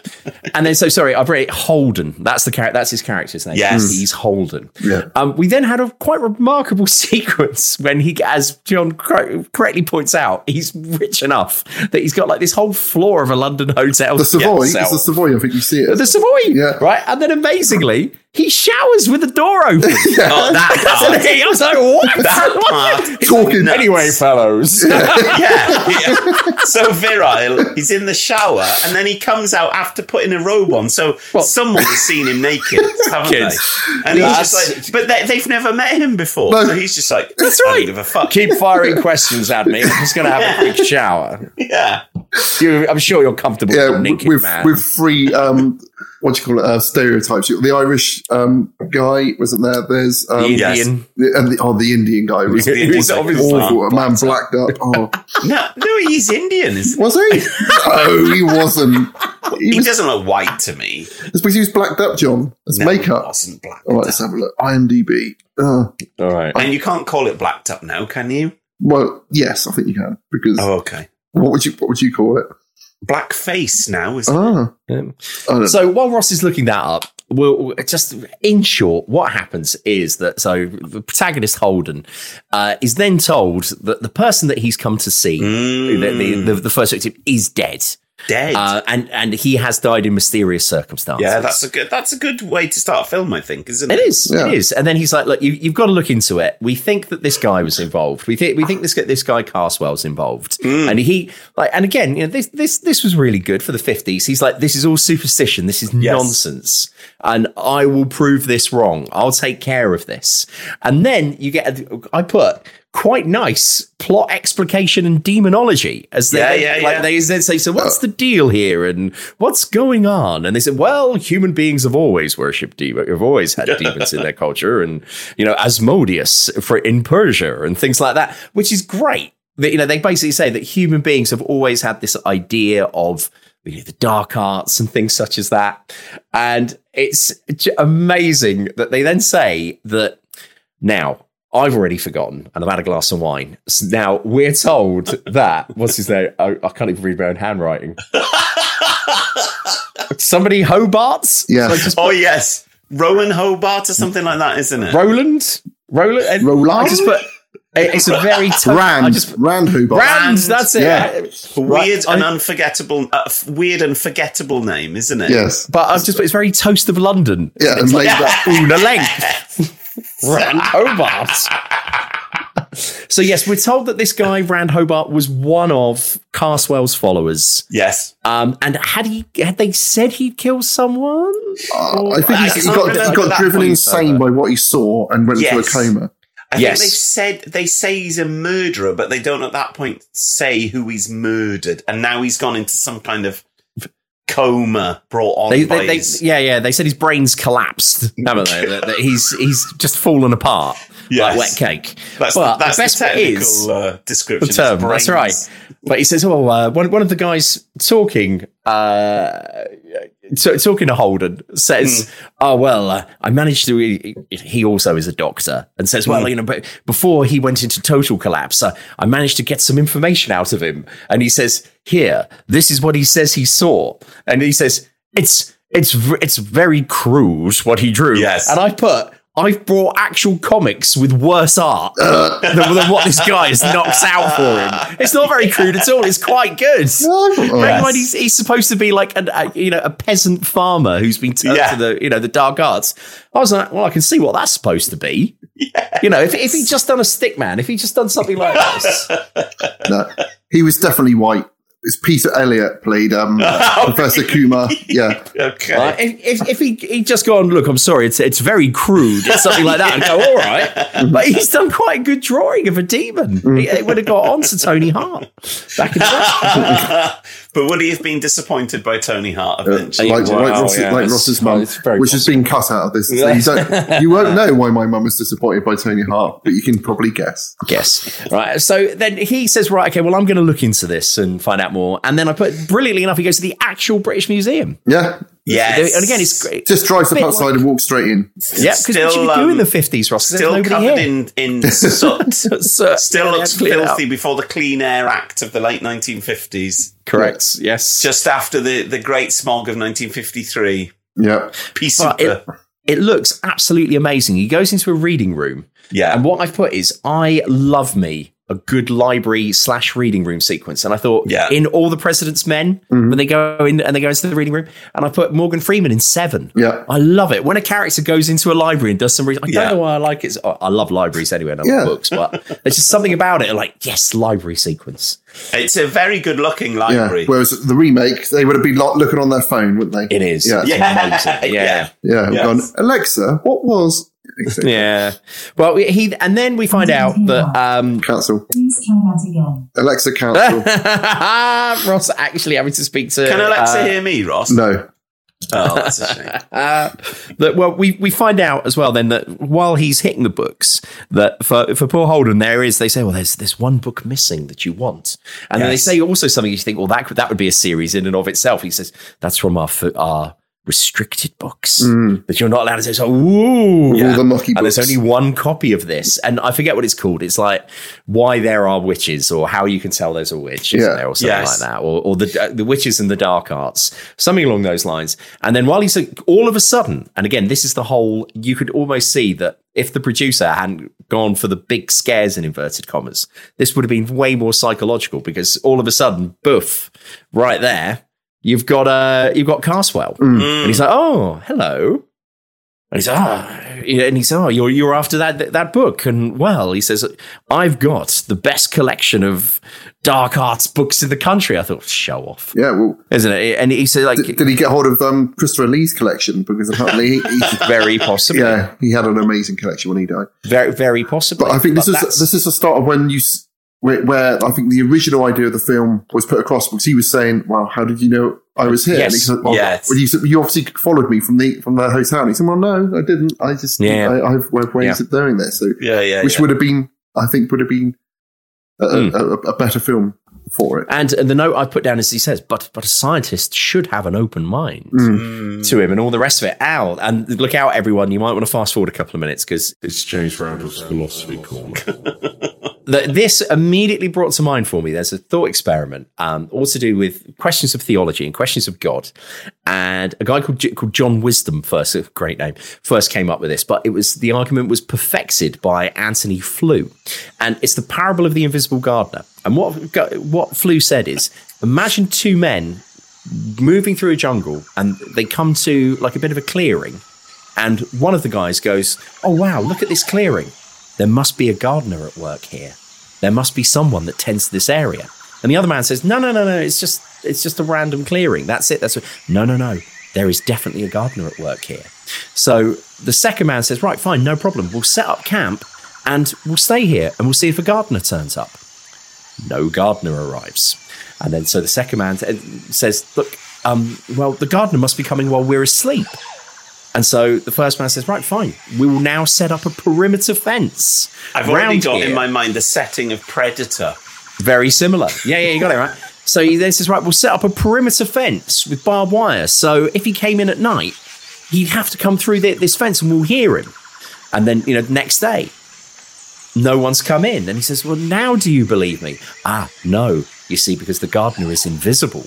C: And then, so sorry, I've read it. Holden. That's the character. That's his character's name.
A: Yes.
C: he's Holden.
A: Yeah.
C: Um, we then had a quite remarkable [laughs] sequence when he, as John cor- correctly points out, he's rich enough that he's got like this whole floor of a London hotel.
A: The
C: to
A: Savoy, it's
C: himself.
A: the Savoy. I think you see it.
C: The Savoy, right? And then amazingly, he showers with the
A: [laughs]
C: door open.
A: Oh, that
C: That's
A: part.
C: the thing. I was
A: [laughs]
C: like, what?
D: That part.
C: He's like, anyway, fellows.
D: [laughs] yeah, yeah. So virile. He's in the shower and then he comes out after putting a robe on. So someone has seen him
C: [laughs]
D: naked,
C: Naked.
D: haven't they? And he's
A: [laughs]
C: That's-
D: just like, but they, they've never met him before.
C: No.
D: So he's just like,
C: That's
D: I
C: right.
D: don't give a fuck.
C: Keep firing questions at me. I'm just going to have a
D: [laughs]
C: quick shower.
D: Yeah.
C: You, I'm sure you're comfortable with
A: Yeah,
C: a naked
A: with
C: man.
A: with free um, what do you call it uh, stereotypes. You- The Irish um, guy wasn't there. There's um,
C: The Indian.
A: the- and the, oh the Indian guy
C: [laughs]
A: was
C: He was obviously
A: awful. A man blacked up. Oh,
D: No, no, he's Indian. Isn't
A: was he?
D: [laughs]
A: no, he wasn't.
D: he? He doesn't look white to me.
A: It's because he was blacked up, John. It's makeup.
D: wasn't blacked
A: All right, let's have a look. IMDb. Uh,
C: All right.
D: And you can't call it blacked up now, can you?
A: well, yes, I think you can because.
D: Oh, okay.
A: What would you What would you call it?
D: Black face now is.
A: Ah.
C: Um,
D: Oh,
C: So while Ross is looking that up, we'll we'll- just in short, what happens is that so the protagonist Holden uh, is then told that the person that he's come to see, the, the, the, the first victim, is dead.
D: Mm. Dead.
C: Uh, and and he has died in mysterious circumstances.
D: Yeah, that's a good. That's a good way to start a film, I think, isn't it?
C: It is. It is. And then he's like, "Look, you, you've got to look into it. We think that this guy was involved. We think we think this guy- this guy Carswell's involved."
D: Mm.
C: And he like, and again, you know, this this this was really good for the fifties. He's like, "This is all superstition. This is nonsense, and I will prove this wrong. I'll take care of this." And then you get, a, I put quite nice plot explication and demonology as they
D: Yeah,
C: they-
D: yeah,
C: like
D: yeah.
C: they then say so what's the deal here and what's going on and they said well human beings have always worshipped demons have always had demons in their culture and you know asmodeus for in persia and things like that which is great that you know they basically say that human beings have always had this idea of you know, the dark arts and things such as that and it's j- amazing that they then say that now, I've already forgotten, and I've had a glass of wine. S- Now we're told that [laughs] what's his name? I, I can't even read my own handwriting. Somebody Hobart's,
A: Yeah.
D: oh yes, Rowan Hobart or something like that, isn't it?
C: Roland, Roland, Roland. I just put. it- It's a very t- I
A: Rand.
C: just
A: Rand Hobart.
C: Rand, that's it.
A: Yeah.
D: Weird and unforgettable, uh, f- weird and forgettable name, isn't it?
C: but I've just put it's very toast of London.
A: Yeah, and
C: it's like [laughs]
A: made
C: that.
A: that-
C: Una Rand Hobart. so yes, we're told that this guy Rand Hobart was one of Carswell's followers.
D: Yes.
C: Um, and had he had they said he'd kill someone?
A: Uh, I
C: Or-
A: think he's, he got, he got driven insane by what he saw and went into a
D: Yes.
A: coma.
D: [laughs] I
C: Yes.
D: think they said they say he's a murderer, but they don't at that point say who he's murdered, and now he's gone into some kind of coma brought on
C: They,
D: by
C: they, they,
D: his-
C: yeah, yeah. They said his brain's collapsed, haven't they? [laughs] that, that he's he's just fallen apart like
D: Yes.
C: wet cake.
D: That's,
C: but
D: that's
C: the best
D: the
C: bit
D: technical
C: is
D: uh, description.
C: the term.
D: It's
C: That's right.
D: brains.
C: But he says, "Oh, uh, one one of the guys talking, uh, so, talking to Holden says,
D: Hmm.
C: oh well, uh, I managed to.' He, he also is a doctor, and says, well,
D: Mm.
C: you know, but before he went into total collapse, uh, I managed to get some information out of him, and he says, here, this is what he says he saw, and he says, it's it's v- it's very crude what he drew,
D: Yes.
C: and I put." I've brought actual comics with worse
D: [laughs]
C: art than, than what this guy has knocked out for him. It's not very crude at all. It's quite good. Bear in mind, he's, he's supposed to be like an, a you know a peasant farmer who's been turned
D: Yeah.
C: to the you know the dark arts. I was like, well, I can see what that's supposed to be. You know, if if he just done a stick man, if he just done something like this,
A: No, he was definitely white. It's Peter Elliot played
D: [laughs]
A: um, Professor Kumar. Yeah,
D: Oh, Okay.
C: right? if, if if he he just gone, look, I'm sorry, it's it's very crude, it's something like that, and go, all right, but he's done quite a good
D: [laughs]
C: drawing of a demon. It would have got on to Tony Hart back in the day.
D: but But would he have been disappointed by Tony Hart
C: Uh,
D: eventually?
A: Uh, like,
D: Wow,
A: like, Ross,
D: yeah.
A: like Ross's mum, which has been cut out of this. So
D: Yeah.
A: you,
C: [laughs]
A: don't, you won't know why my mum was disappointed by Tony Hart, but you can probably guess.
C: Yes. Right. So then he says, right, okay, well, I'm going to look into this and find out more. And then I put, brilliantly enough, he goes to the actual British Museum.
A: Yeah.
C: Yes. And again, it's great.
A: Just drives up
C: Bit
A: outside and walks straight in.
C: Yeah, because what should we
D: Still,
C: do in
D: um,
C: the 50s, Ross? There's
D: Still
C: nobody here.
D: covered in,
C: [laughs]
D: in soot. Still looks
C: cleared
D: filthy
C: out.
D: before the Clean Air Act of the late 1950s.
C: Correct. Yes.
D: Just after the, the Great Smog of 1953.
A: Yeah.
D: Piece
C: But
D: of
C: it, it looks absolutely amazing. He goes into a reading room.
D: Yeah.
C: And what I've put is, I love me a good library slash reading room sequence. And I thought,
D: Yeah.
C: in All the President's Men,
A: Mm-hmm.
C: when they go in and they go into the reading room, and I put Morgan Freeman in Seven.
A: Yeah.
C: I love it. When a character goes into a library and does some reading, I
A: Yeah.
C: don't know why I like it. I I love libraries anyway, and I love
A: Yeah.
C: books, but there's just something about it. Like, yes, library sequence.
D: It's a very good looking library.
A: Yeah. Whereas the remake, they would have been lo- looking on their phone, wouldn't they?
C: It is.
A: [laughs] Yeah.
C: It's amazing. Yeah.
A: Yeah,
C: Yes.
A: gone, Alexa, what was. [laughs]
C: yeah. Well, we- he and then we find out that um,
A: cancel.
L: Please try that again.
A: Alexa cancel.
C: [laughs] Ross actually having to speak to.
D: Can Alexa
C: uh,
D: hear me, Ross?
A: No.
D: Oh, that's a shame.
C: Uh, [laughs] that well, we we find out as well then that while he's hitting the books, that for for poor Holden there is they say well there's there's one book missing that you want, and then they
D: Yes.
C: say also something you think well that could, that would be a series in and of itself. He says that's from our fo- our restricted books
A: Mm.
C: that you're not allowed to say. So ooh,
A: All the mucky
C: and there's
A: books.
C: only one copy of this, and I forget what it's called. It's like why there are witches or how you can tell there's a witch, isn't
A: Yeah.
C: there, or something
A: Yes.
C: like that that, or, or the uh, the witches and the dark arts, something along those lines. And then while he's all of a sudden, and again, this is the whole. You could almost see that if the producer hadn't gone for the big scares in inverted commas, this would have been way more psychological because all of a sudden, boof, right there, you've got uh, you've got Carswell,
A: Mm.
C: and he's like, oh, hello. And he's ah, and he's oh, you're you're after that that- that book, and well, he says, I've got the best collection of dark arts books in the country. I thought, show off,
A: Yeah, well,
C: isn't it? And he said, like,
A: did, did he get hold of um, Christopher Lee's collection? Because apparently he, he's
C: [laughs] very possibly.
A: Yeah, he had an amazing collection when he died.
C: Very, very possibly.
A: But I think this
C: But
A: is
C: that's-
A: this is the start of when you s- where, where I think the original idea of the film was put across because he was saying, "Well, how did you know I was here?" And he
C: Yes.
A: said, well,
C: Yes.
A: well, you, said, you obviously followed me from the from the hotel." And he said, "Well, no, I didn't. I just
C: Yeah.
A: I, I've I've ways
C: Yeah.
A: of doing this." So
D: Yeah, yeah,
A: which
D: yeah.
A: would have been I think would have been a, a-
C: Mm.
A: a, a better film for it.
C: and, and the note I've put down is he says, but but a scientist should have an open mind
A: Mm.
C: to him and all the rest of it. Ow. And look out, everyone, you might want to fast forward a couple of minutes because
M: It's James Randall's philosophy corner.
C: that this immediately brought to mind for me. There's a thought experiment, um, all to do with questions of theology and questions of God. And a guy called, called John Wisdom, first a great name, first came up with this. But it was the argument was perfected by Anthony Flew, and it's the parable of the invisible gardener. And what what Flew said is, imagine two men moving through a jungle, and they come to like a bit of a clearing. And one of the guys goes, Oh, wow, look at this clearing. There must be a gardener at work here. There must be someone that tends this area. And the other man says, No, no, no, no, it's just it's just a random clearing. That's it. That's it. No, no, no. There is definitely a gardener at work here. So the second man says, Right, fine, no problem. We'll set up camp and we'll stay here and we'll see if a gardener turns up no gardener arrives. And then so the second man t- says, Look, um, well, the gardener must be coming while we're asleep. And so the first man says, Right, fine. We will now set up a perimeter fence.
D: I've already
C: round
D: got
C: here."
D: in my mind the setting of Predator.
C: Very similar. Yeah, yeah, you got it right. So he then says, Right, we'll set up a perimeter fence with barbed wire. So if he came in at night, he'd have to come through thi- this fence and we'll hear him. And then, you know, next day, no one's come in. And he says, Well, now do you believe me? Ah, no, you see, because the gardener is invisible.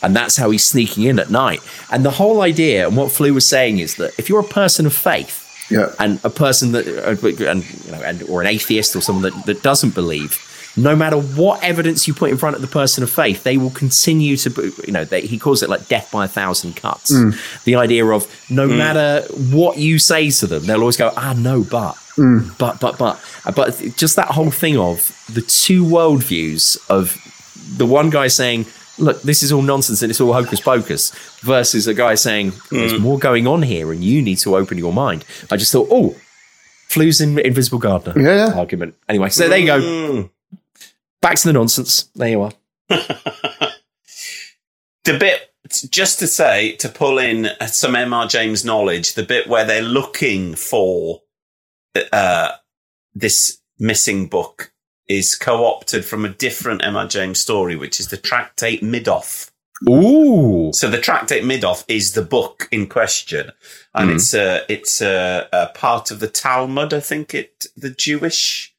C: And that's how he's sneaking in at night. And the whole idea, and what Flew was saying, is that if you're a person of faith,
A: Yeah.
C: and a person that, uh, and, you know, and, or an atheist or someone that, that doesn't believe, no matter what evidence you put in front of the person of faith, they will continue to, be- you know, they, he calls it like death by a thousand cuts.
A: Mm.
C: The idea of no
A: Mm.
C: matter what you say to them, they'll always go, ah, no, but
A: Mm.
C: but but but but just that whole thing of the two worldviews of the one guy saying look this is all nonsense and it's all hocus pocus versus a guy saying there's more going on here and you need to open your mind i just thought oh flu's in invisible gardener
A: Yeah, yeah.
C: argument anyway so there you go back to the nonsense there you are
D: the bit just to say to pull in some Mr. James knowledge, the bit where they're looking for uh, this missing book is co-opted from a different Mr. James story, which is the tractate Midoff.
C: Ooh.
D: So the tractate Midoff is the book in question, and
C: Mhm.
D: it's a it's a, a part of the Talmud, I think it the Jewish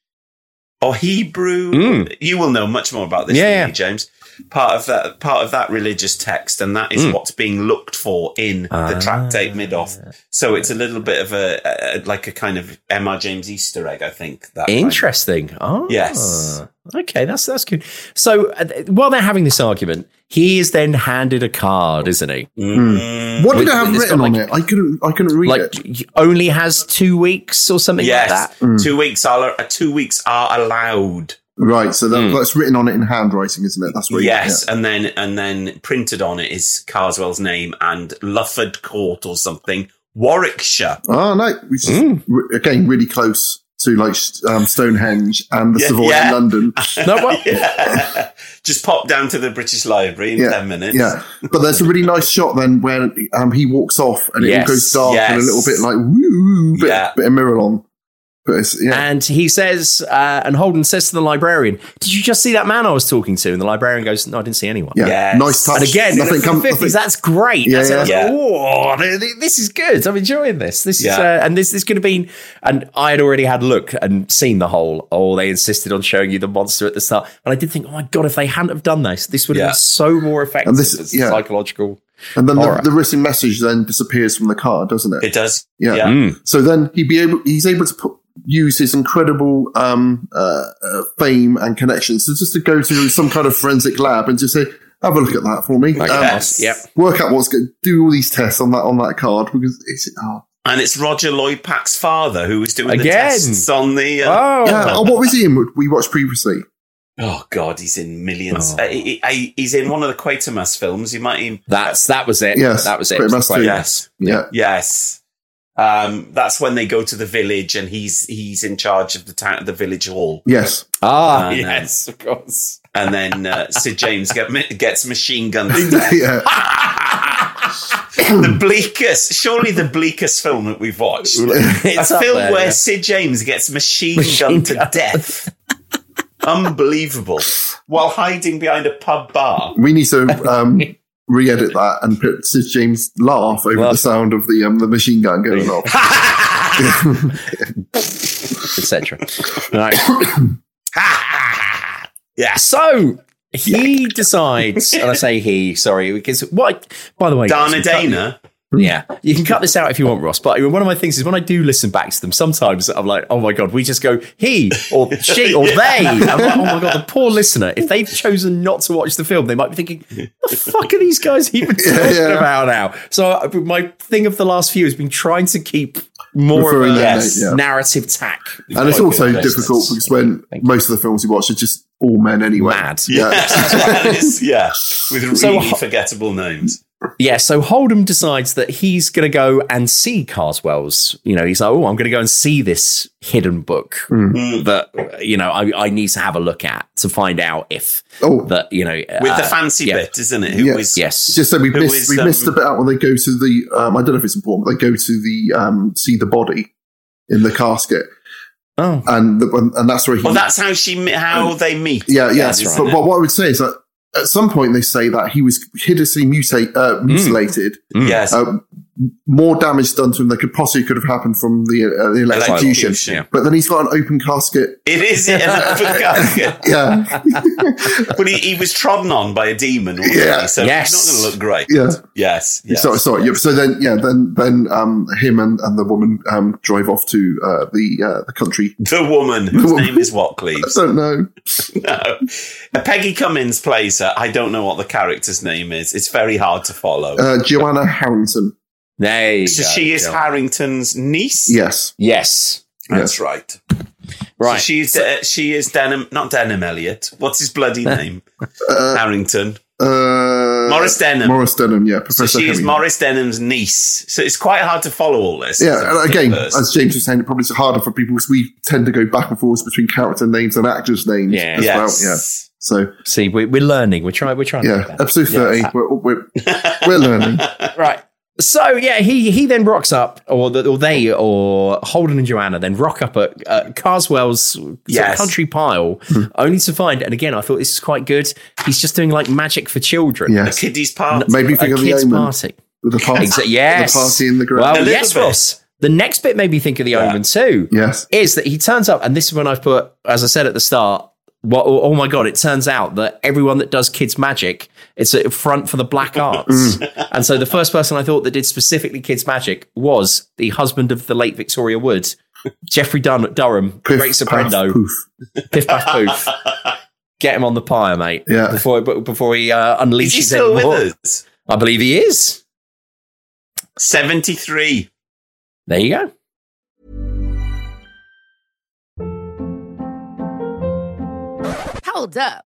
D: or Hebrew.
C: Mm.
D: You will know much more about this
C: Yeah,
D: than
C: yeah.
D: me, James. Part of that part of that religious text, and that is
C: Mm.
D: what's being looked for in the
C: Ah.
D: tractate Midoff. So it's a little bit of a, a like a kind of Mr. James Easter egg, I think. That might-
C: Interesting. Oh,
D: Yes.
C: Okay, that's that's good. So uh, th- while they're having this argument, he is then handed a card, isn't he?
D: Mm.
A: Hmm. What
C: With-
A: did I have
C: it's got
A: written on
C: like-
A: it? I couldn't. I couldn't read
C: Like
A: it.
C: y- only has two weeks or something
D: Yes,
C: like that. Mm.
D: two weeks are uh, two weeks are allowed. Mm.
A: Right. So that, that's written on it in handwriting, isn't it? That's what. you-
D: Yes,
A: yeah.
D: and then and then printed on it is Carswell's name and Lufford Court or something, Warwickshire.
A: Oh no! Which is
D: Mm.
A: re- again really close to like s- um, Stonehenge and the
D: Yeah,
A: Savoy
D: [laughs] yeah.
A: in London.
D: Yeah. Just pop down to the British Library in
A: Yeah,
D: ten minutes.
A: Yeah, but there's a really nice shot then where um, he walks off and it all
C: Yes,
A: goes dark and a little
C: yes.
A: bit like woo, bit, bit of mirror on. But it's, yeah,
C: And he says, uh, and Holden says to the librarian, "Did you just see that man I was talking to?" And the librarian goes, "No, I didn't see anyone."
A: Yeah. Yes. Nice touch.
C: And again,
A: Nothing
C: nothing
A: come-
C: comes. Fifties.
A: nothing-
C: That's great.
A: Yeah,
C: that's, that's-
A: yeah.
C: oh, th- th- this is good. I'm enjoying this. This is,
A: Yeah.
C: uh, and this this could have been. And I had already had a look and seen the whole. Oh, they insisted on showing you the monster at the start, and I did think, oh my god, if they hadn't have done this, this would have
A: Yeah.
C: been so more effective.
A: And this-
C: as
A: yeah.
C: psychological.
A: and then the,
C: horror.
A: the written message then disappears from the card, doesn't it?
D: It does.
A: Yeah.
D: Yeah. Mm.
A: So then he be able, he's able to put, use his incredible um, uh, uh, fame and connections to just to go to some kind of forensic lab and just say, "Have a look at that for me."
C: Oh
A: Um,
D: Yes. Yep.
A: Work out what's going. Do all these tests on that on that card because it's oh,
D: And it's Roger Lloyd Pack's father who was doing the
A: Again.
D: tests on the. Uh,
A: yeah. Oh, what was he in? what We watched previously.
D: Oh God, he's in millions.
C: Oh.
D: Uh, he- he- he's in one of the Quatermass films. You might even
C: That's that was it.
A: Yes,
C: that was it.
A: Great Master Chief.
D: Yes,
A: Yeah.
D: yes. Um, that's when they go to the village, and he's he's in charge of the town, the village hall.
A: Yes.
C: Ah,
D: And, uh,
C: yes, of course.
D: And then uh, Sir James get, gets machine gunned.
A: yeah.
D: the bleakest, surely the bleakest film that we've watched.
C: It's
D: a
C: up
D: film
C: there,
D: where
C: yeah.
D: Sir James gets machine,
C: Machine
D: gunned to death. Unbelievable. While hiding behind a pub
C: [laughs]
D: bar.
A: We need to um, re-edit that and put Sir James laugh over the sound of the um, the machine gun going off. [laughs]
C: etc. Right. [coughs] yeah. So he decides, and I say he, sorry, because what? By the way, guys, you
D: Dana
C: cut- Mm.
D: Dana.
C: Yeah, you can cut this out if you want, Ross. But one of my things is when I do listen back to them, sometimes I'm like, oh my god, we just go he or [laughs] she or they. I'm like, oh my god, the poor listener. If they've chosen not to watch the film, they might be thinking, the fuck are these guys even [laughs] talking
A: yeah.
C: about now? So uh, my thing of the last few has been trying to keep more
A: Referring
C: of a
A: their name, yeah.
C: narrative tack,
A: And it's also difficult because when most of the films we watch are just all men anyway.
C: Mad.
A: Yeah.
D: [laughs] Yes, yeah. With really
C: So-
D: forgettable names.
C: Yeah, so Holdem decides that he's going to go and see Carswell's. You know, he's like, oh, I'm going to go and see this hidden book
A: Mm.
C: that, you know, I, I need to have a look at to find out if that, you know. uh,
D: With the fancy bit, isn't it? Who
A: Oh. Yeah.
D: was-
C: yes.
A: Just so we
D: Who
A: missed
D: is,
A: we
D: um,
A: missed a bit out when they go to the um, I don't know if it's important, but they go to the um, see the body in the casket.
C: Oh.
A: And the, and that's where he
D: Well, that's how she me- how they meet.
A: Yeah, yeah.
D: That's
A: But,
D: right.
A: but what I would say is that at some point they say that he was hideously mutate, uh, mutilated.
D: Mm. Yes.
A: Uh, more damage done to him than could possibly could have happened from the, uh, the electrocution.
D: Electrocution, yeah.
A: But then he's got an open casket.
D: It is it is an open
A: [laughs]
D: casket.
A: Yeah.
D: [laughs] but he, he was trodden on by a demon, wasn't
A: Yeah.
D: he? So
A: Yes.
D: he's not going to look great.
A: Yeah.
D: Yes. yes.
A: Sorry, sorry. Yeah, so then, yeah, then, then, um, him and, and the woman um, drive off to uh, the uh, the country.
D: The woman whose name is what, Cleves?
A: I don't know.
D: [laughs] no. Peggy Cummins plays her. I don't know what the character's name is. It's very hard to follow.
A: Uh, Joanna Harrington.
D: so she is Harrington's niece?
A: Yes.
C: Yes.
D: That's right.
C: Right.
D: So she's uh, she is Denham, not Denham Elliot. What's his bloody name? Harrington.
A: Uh,
D: Morris Denham.
A: Morris Denham. Yeah,
D: So
A: Professor.
D: she is
A: Hemingway.
D: Morris Denham's niece. So it's quite hard to follow all this. as a
A: Yeah, and again,
D: person.
A: as James was saying, it probably is harder for people because we tend to go back and forth between character names and actors' names as
D: Yes.
A: well. Yeah. So
C: see, we, we're learning. We're trying. We're trying. to
A: yeah,
C: get better.
A: episode thirty.
C: Yeah.
A: We're, we're, [laughs] we're learning.
C: right. So yeah, he he then rocks up, or the, or they, or Holden and Joanna then rock up at uh, Carswell's sort of
A: Yes.
C: country pile,
A: Hmm.
C: only to find. And again, I thought this is quite good. He's just doing like magic for children.
A: Yes. A
D: kiddies party.
A: Made me think
C: a
A: of the
C: kids
A: Omen.
C: party.
A: With
C: [laughs]
A: the party,
C: Exa- yes.
A: the party in the
C: Well,
A: ground.
C: yes, Ross. The next bit made me think of the Omen too.
A: Yes.
C: is that he turns up, and this is when I've put, as I said at the start, what? Oh, oh my god! It turns out that everyone that does kids magic, it's a front for the
D: [laughs]
C: black
D: Mm.
C: arts. and so the first person I thought that did specifically kids magic was the husband of the late Victoria Wood, Jeffrey Dun- Durham,
A: Piff,
C: great
A: paff, [laughs]
C: soprano,
A: poof.
C: piff paff poof. Get him on the pyre, mate.
A: Yeah.
C: Before b- before he uh, unleashes
D: Is he
C: any
D: still with
C: more.
D: us?
C: I believe he is.
D: 73.
C: There you go.
L: Hold up.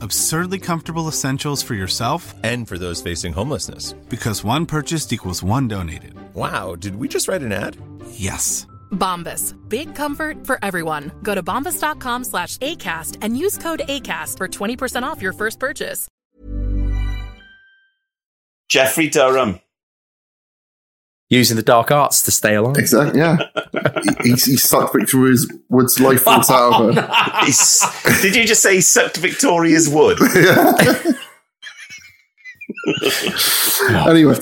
N: Absurdly comfortable essentials for yourself and for those facing homelessness. Because one purchased equals one donated. Wow, did we just write an ad? Yes.
O: Bombas. Big comfort for everyone. Go to bombas.com slash ACAST and use code ACAST for 20% off your first purchase.
D: Jeffrey Durham.
C: Using the dark arts to stay alive.
A: Exactly.
C: [laughs]
A: Yeah. he, he sucked Victoria's Wood's life force
D: [laughs]
A: out uh, of her.
D: Oh, Nice. Did you just say he sucked
A: [laughs]
D: Victoria's wood? [laughs]
A: anyway,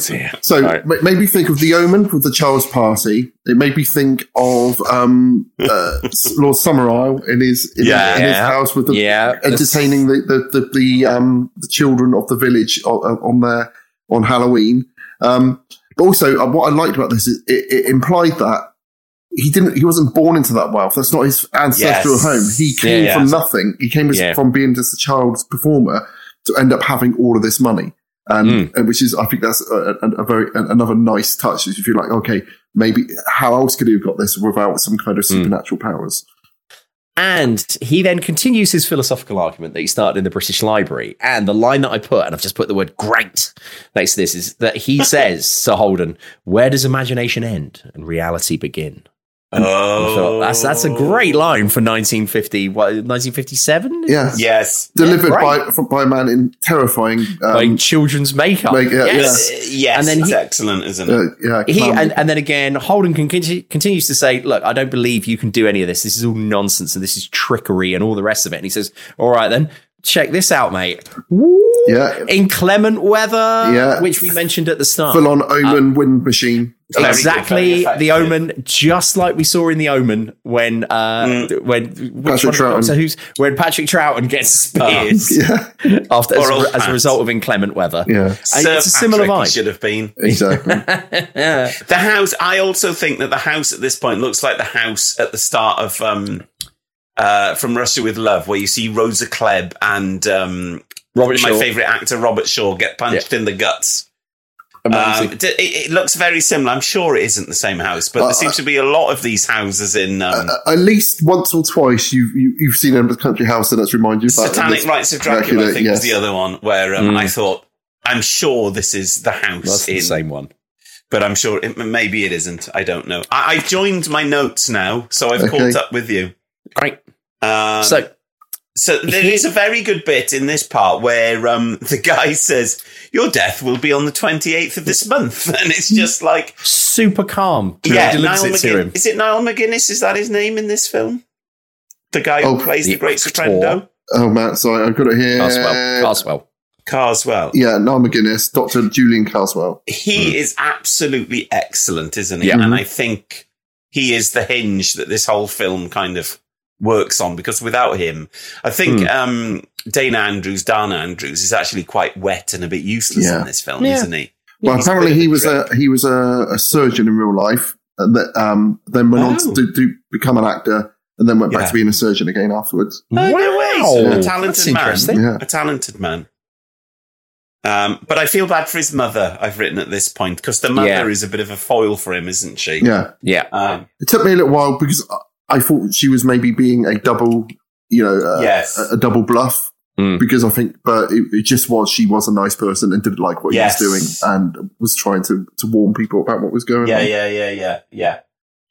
A: so ma- made me think of The Omen with the Charles Party. It made me think of um, uh, S- Lord Summerisle in his in,
C: Yeah.
A: his, in his
C: Yeah.
A: house with the
C: Yeah.
A: entertaining the the, the, the um the children of the village on, on their on Halloween. Um, but also, uh, what I liked about this is it, it implied that he didn't he wasn't born into that wealth. That's not his ancestral
C: Yes.
A: home. He came
C: Yeah,
A: from
C: yeah.
A: nothing. He came as,
C: Yeah.
A: from being just a child's performer to end up having all of this money, and,
C: Hmm.
A: and which is I think that's a, a, a very a- another nice touch. Is you feel like okay, maybe how else could he have got this without some kind
C: Hmm.
A: of supernatural powers?
C: And he then continues his philosophical argument that he started in the British Library. And the line that I put, and I've just put the word great next to this, is that
A: [laughs]
C: he says, Sir Holden, where does imagination end and reality begin? And I thought, that's, that's a great line for 1950, what, 1957?
A: Yes. Delivered by from, by a man in terrifying um,
C: By children's makeup.
A: Make- yeah,
C: yes.
A: yeah.
D: Yes,
C: And then
D: it's
C: he-
D: excellent, isn't it?
A: Uh, yeah,
C: he
A: clown.
C: and, and then again, Holden con- conti- continues to say, "Look, I don't believe you can do any of this. This is all nonsense, and this is trickery, and all the rest of it." And he says, "All right, then, check this out, mate.
A: yeah,
C: Inclement weather,
A: Yeah.
C: which we mentioned at the start,
A: full on omen wind machine.
C: Uh, exactly the omen, just like we saw in the omen when uh,
D: Mm.
C: when which
A: Patrick
C: one of the-
A: Troughton.
C: so who's when Patrick Troughton gets speared
A: [laughs]
C: after as,
D: Ah. Or old
C: a- as
D: Pat.
C: a result of inclement weather.
A: Yeah,
C: And it's a similar
D: Patrick, he
C: vibe.
D: Should have been
A: exactly.
D: [laughs] the house. I also think that the house at this point looks like the house at the start of um, uh, uh, from Russia with Love, where you see Rosa Klebb and um,
C: Robert
D: my
C: Shaw.
D: favorite actor Robert Shaw get punched in the guts.
C: Amazing.
D: Um, d- it, it looks very similar. I'm sure it isn't the same house, but
A: Uh,
D: there seems to be a lot of these houses in um,
A: At least once or twice you've you, you've seen a country house and that's reminded you of that.
D: Satanic
A: It's
D: Rites of Dracula. I think
A: yes.
D: was the other one where um,
A: Mm.
D: I thought, I'm sure this is the house.
C: That's the
D: in-
C: same one.
D: but I'm sure it, maybe it isn't. I don't know. I, I've joined my notes now, so I've
C: Okay.
D: caught up with you.
C: Great.
D: Um,
C: So-
D: so there is a very good bit in this part where um, [laughs] the guy says, "Your death will be on the 28th of this month," [laughs] and it's just like,
C: Super calm.
D: yeah,
C: delivers
D: Niall
C: it to
D: McGuin-
C: him.
D: Is it Niall McGuinness? Is that his name in this film? The guy who
A: Oh,
D: plays the,
A: the
D: Great Soprano,
A: Oh, Matt, sorry, I've got it here.
D: Carswell,
C: Carswell.
D: Carswell.
A: Yeah, Niall McGuinness, Dr. Julian Carswell.
D: he is absolutely excellent, isn't he?
A: Yeah.
D: And I think he is the hinge that this whole film kind of works on because without him, I think
C: Mm.
D: um, Dana Andrews, Dana Andrews, is actually quite wet and a bit useless
A: Yeah.
D: in this film,
A: Yeah.
D: isn't he?
A: Well,
D: He's a
A: apparently
D: bit of
A: he was a he was a, a surgeon in real life, and that um, then went on to
D: Oh.
A: do, do, become an actor, and then went back
D: Yeah.
A: to being a surgeon again afterwards.
D: Oh, no way.
A: Yeah.
D: A talented
A: That's
D: man.
A: interesting. Yeah.
D: A talented man. Um, but I feel bad for his mother, I've written at this point, because the mother
A: Yeah.
D: is a bit of a foil for him, isn't she?
A: Yeah.
C: Yeah.
D: Um,
A: It took me a little while because I- I thought she was maybe being a double, you know, uh,
D: Yes.
A: a, a double bluff.
C: Hmm.
A: Because I think, but it, it just was she was a nice person and didn't like what
D: Yes.
A: he was doing and was trying to, to warn people about what was going
D: yeah,
A: on.
D: yeah, yeah, yeah, yeah.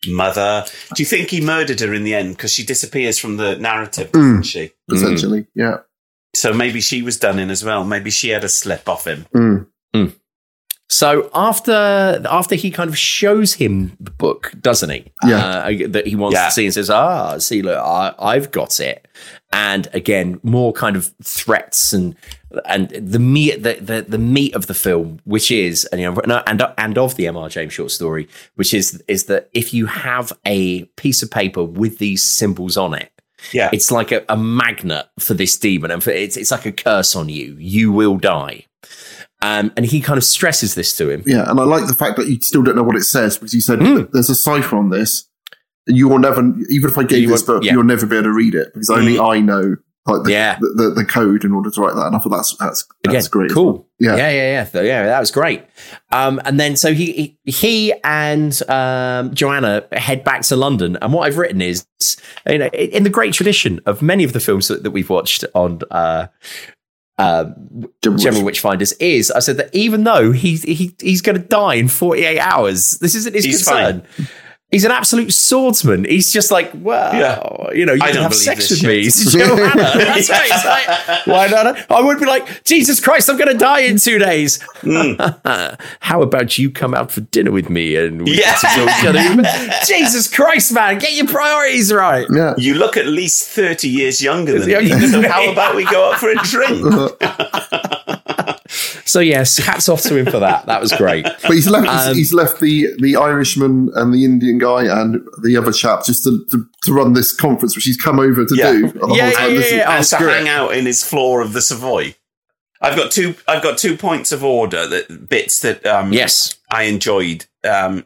D: Mother. Do you think he murdered her in the end? Because she disappears from the narrative,
A: Mm.
D: doesn't she?
A: Essentially, yeah.
D: So maybe she was done in as well. Maybe she had a slip off him.
C: Mm. So after after he kind of shows him the book, doesn't he?
D: Yeah.
C: Uh, that he wants
D: Yeah.
C: to see and says, "Ah, see, look, I, I've got it." And again, more kind of threats and and the meat the, the the meat of the film, which is and you know and and of the Mr. James short story, which is is that if you have a piece of paper with these symbols on it,
D: yeah,
C: it's like a, a magnet for this demon, and for, it's it's like a curse on you. You will die. Um, and he kind of stresses this to him.
A: Yeah, and I like the fact that you still don't know what it says because you said
C: Hmm.
A: there's a cipher on this. and You will never, even if I gave
C: You
A: this
C: won't-
A: book,
C: yeah.
A: you'll never be able to read it because only
C: Mm.
A: I know like the,
C: Yeah.
A: the, the, the code in order to write that. And I thought that's that's, that's
C: Again,
A: great. as
C: cool.
A: well. Yeah.
C: yeah, yeah, yeah, Th- yeah. That was great. Um, and then so he he, he and um, Joanna head back to London. And what I've written is, you know, in in the great tradition of many of the films that, that we've watched on uh, um, General Witchfinders, is I said that even though he, he he's going to die in forty eight hours, this isn't his
D: He's
C: concern. He's an absolute swordsman. He's just like, wow, you know, you can have sex with me, [laughs] Joanna. That's right. It's like, why not? I would be like, Jesus Christ, I'm going to die in two days.
D: Hmm.
C: [laughs] How about you come out for dinner with me and we
D: Yeah. [laughs]
C: Jesus Christ, man, get your priorities right.
A: Yeah.
D: You look at least 30 years younger than
C: Younger
D: me.
C: than
D: So
C: me.
D: how about we go out
A: [laughs]
D: for a drink?
C: So yes, hats off to him for that. That was great.
A: [laughs] But he's left. he's-
C: Um,
A: he's, left the the Irishman and the Indian guy and the other chap just to, to, to run this conference, which he's come over to do. the whole time. This is-
C: Oh,
D: And to hang out in his floor of the Savoy. I've got two. I've got two points of order that bits that um,
C: yes
D: I enjoyed. Um,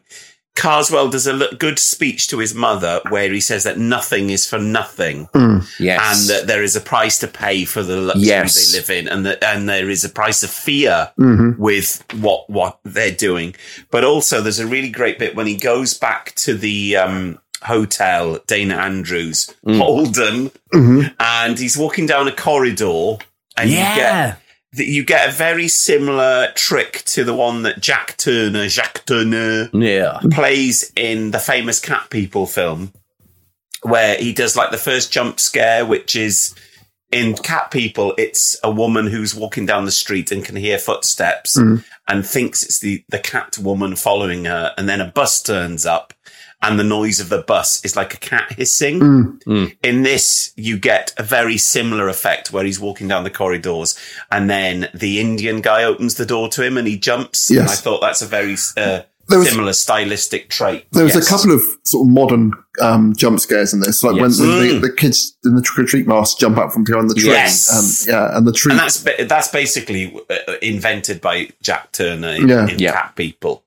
D: Carswell does a lo- good speech to his mother where he says that nothing is for nothing.
A: Mm.
C: Yes.
D: and that there is a price to pay for the luxury
C: Yes.
D: they live in, and that and there is a price of fear
C: Mhm.
D: with what what they're doing. But also, there's a really great bit when he goes back to the um, hotel, Dana Andrews,
C: Mm.
D: Holden,
C: Mm-hmm.
A: Mhm.
D: and he's walking down a corridor, and
C: Yeah.
D: you get. That you get a very similar trick to the one that Jack Turner, Jacques Turner,
C: yeah,
D: plays in the famous Cat People film, where he does like the first jump scare, which is in Cat People, it's a woman who's walking down the street and can hear footsteps
C: Mhm.
D: and thinks it's the, the cat woman following her. And then a bus turns up and the noise of the bus is like a cat hissing.
A: Mm.
D: In this, you get a very similar effect where he's walking down the corridors and then the Indian guy opens the door to him and he jumps. And
A: Yes.
D: I thought that's a very uh,
A: There was-
D: similar stylistic trait.
A: There was
D: Yes.
A: a couple of sort of modern um, jump scares in this, like
D: Yes.
A: when the,
D: Mm.
A: the, the kids in the trick or treat mask jump out from behind the train.
D: Yes.
A: Um, yeah, and the tree.
D: And that's ba- that's basically uh, invented by Jack Turner in,
A: Yeah.
D: in
A: Yeah.
D: Cat People.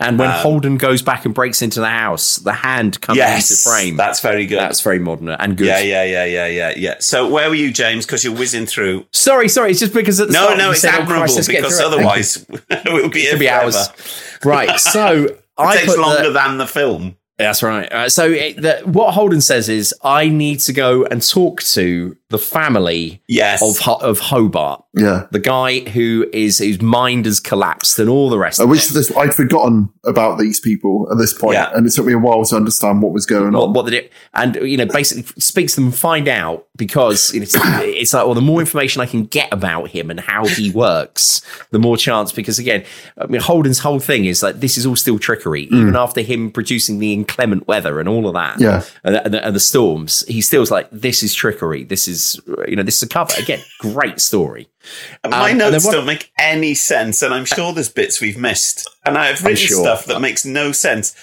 C: And when
D: Um,
C: Holden goes back and breaks into the house, the hand comes
D: Yes,
C: into frame.
D: That's very good.
C: That's very modern and good.
D: Yeah, yeah, yeah, yeah, yeah, yeah. So where were you, James? Because you're whizzing through.
C: Sorry, sorry. It's just because at the
D: no,
C: start
D: no,
C: you
D: it's
C: said, "Oh, Christ,
D: admirable
C: let's get
D: because
C: through it." Thank
D: otherwise [laughs] it would be,
C: It could be hours.
D: [laughs]
C: Right. So it I
D: takes
C: put the-
D: longer than the film.
C: That's right. Uh, so it, the, what Holden says is, I need to go and talk to the family
D: Yes.
C: of Ho- of Hobart.
A: Yeah.
C: the guy who is whose mind has collapsed and all the rest.
A: I
C: of
A: wish
C: it.
A: this I'd forgotten about these people at this point, and it took me a while to understand what was going
C: what,
A: on.
C: what the di- and you know basically speaks to them and find out because it's, it's like well the more information I can get about him and how he works the more chance because again I mean Holden's whole thing is like this is all still trickery even after him producing the inclement weather and all of that
A: Yeah.
C: and, and, the, and the storms he still's like this is trickery this is you know this is a cover again great story
D: [laughs] My
C: Um, and then
D: notes
C: what-
D: don't make any sense, and I'm sure there's bits we've missed. And I have
C: I'm
D: written
C: sure.
D: stuff that makes no sense.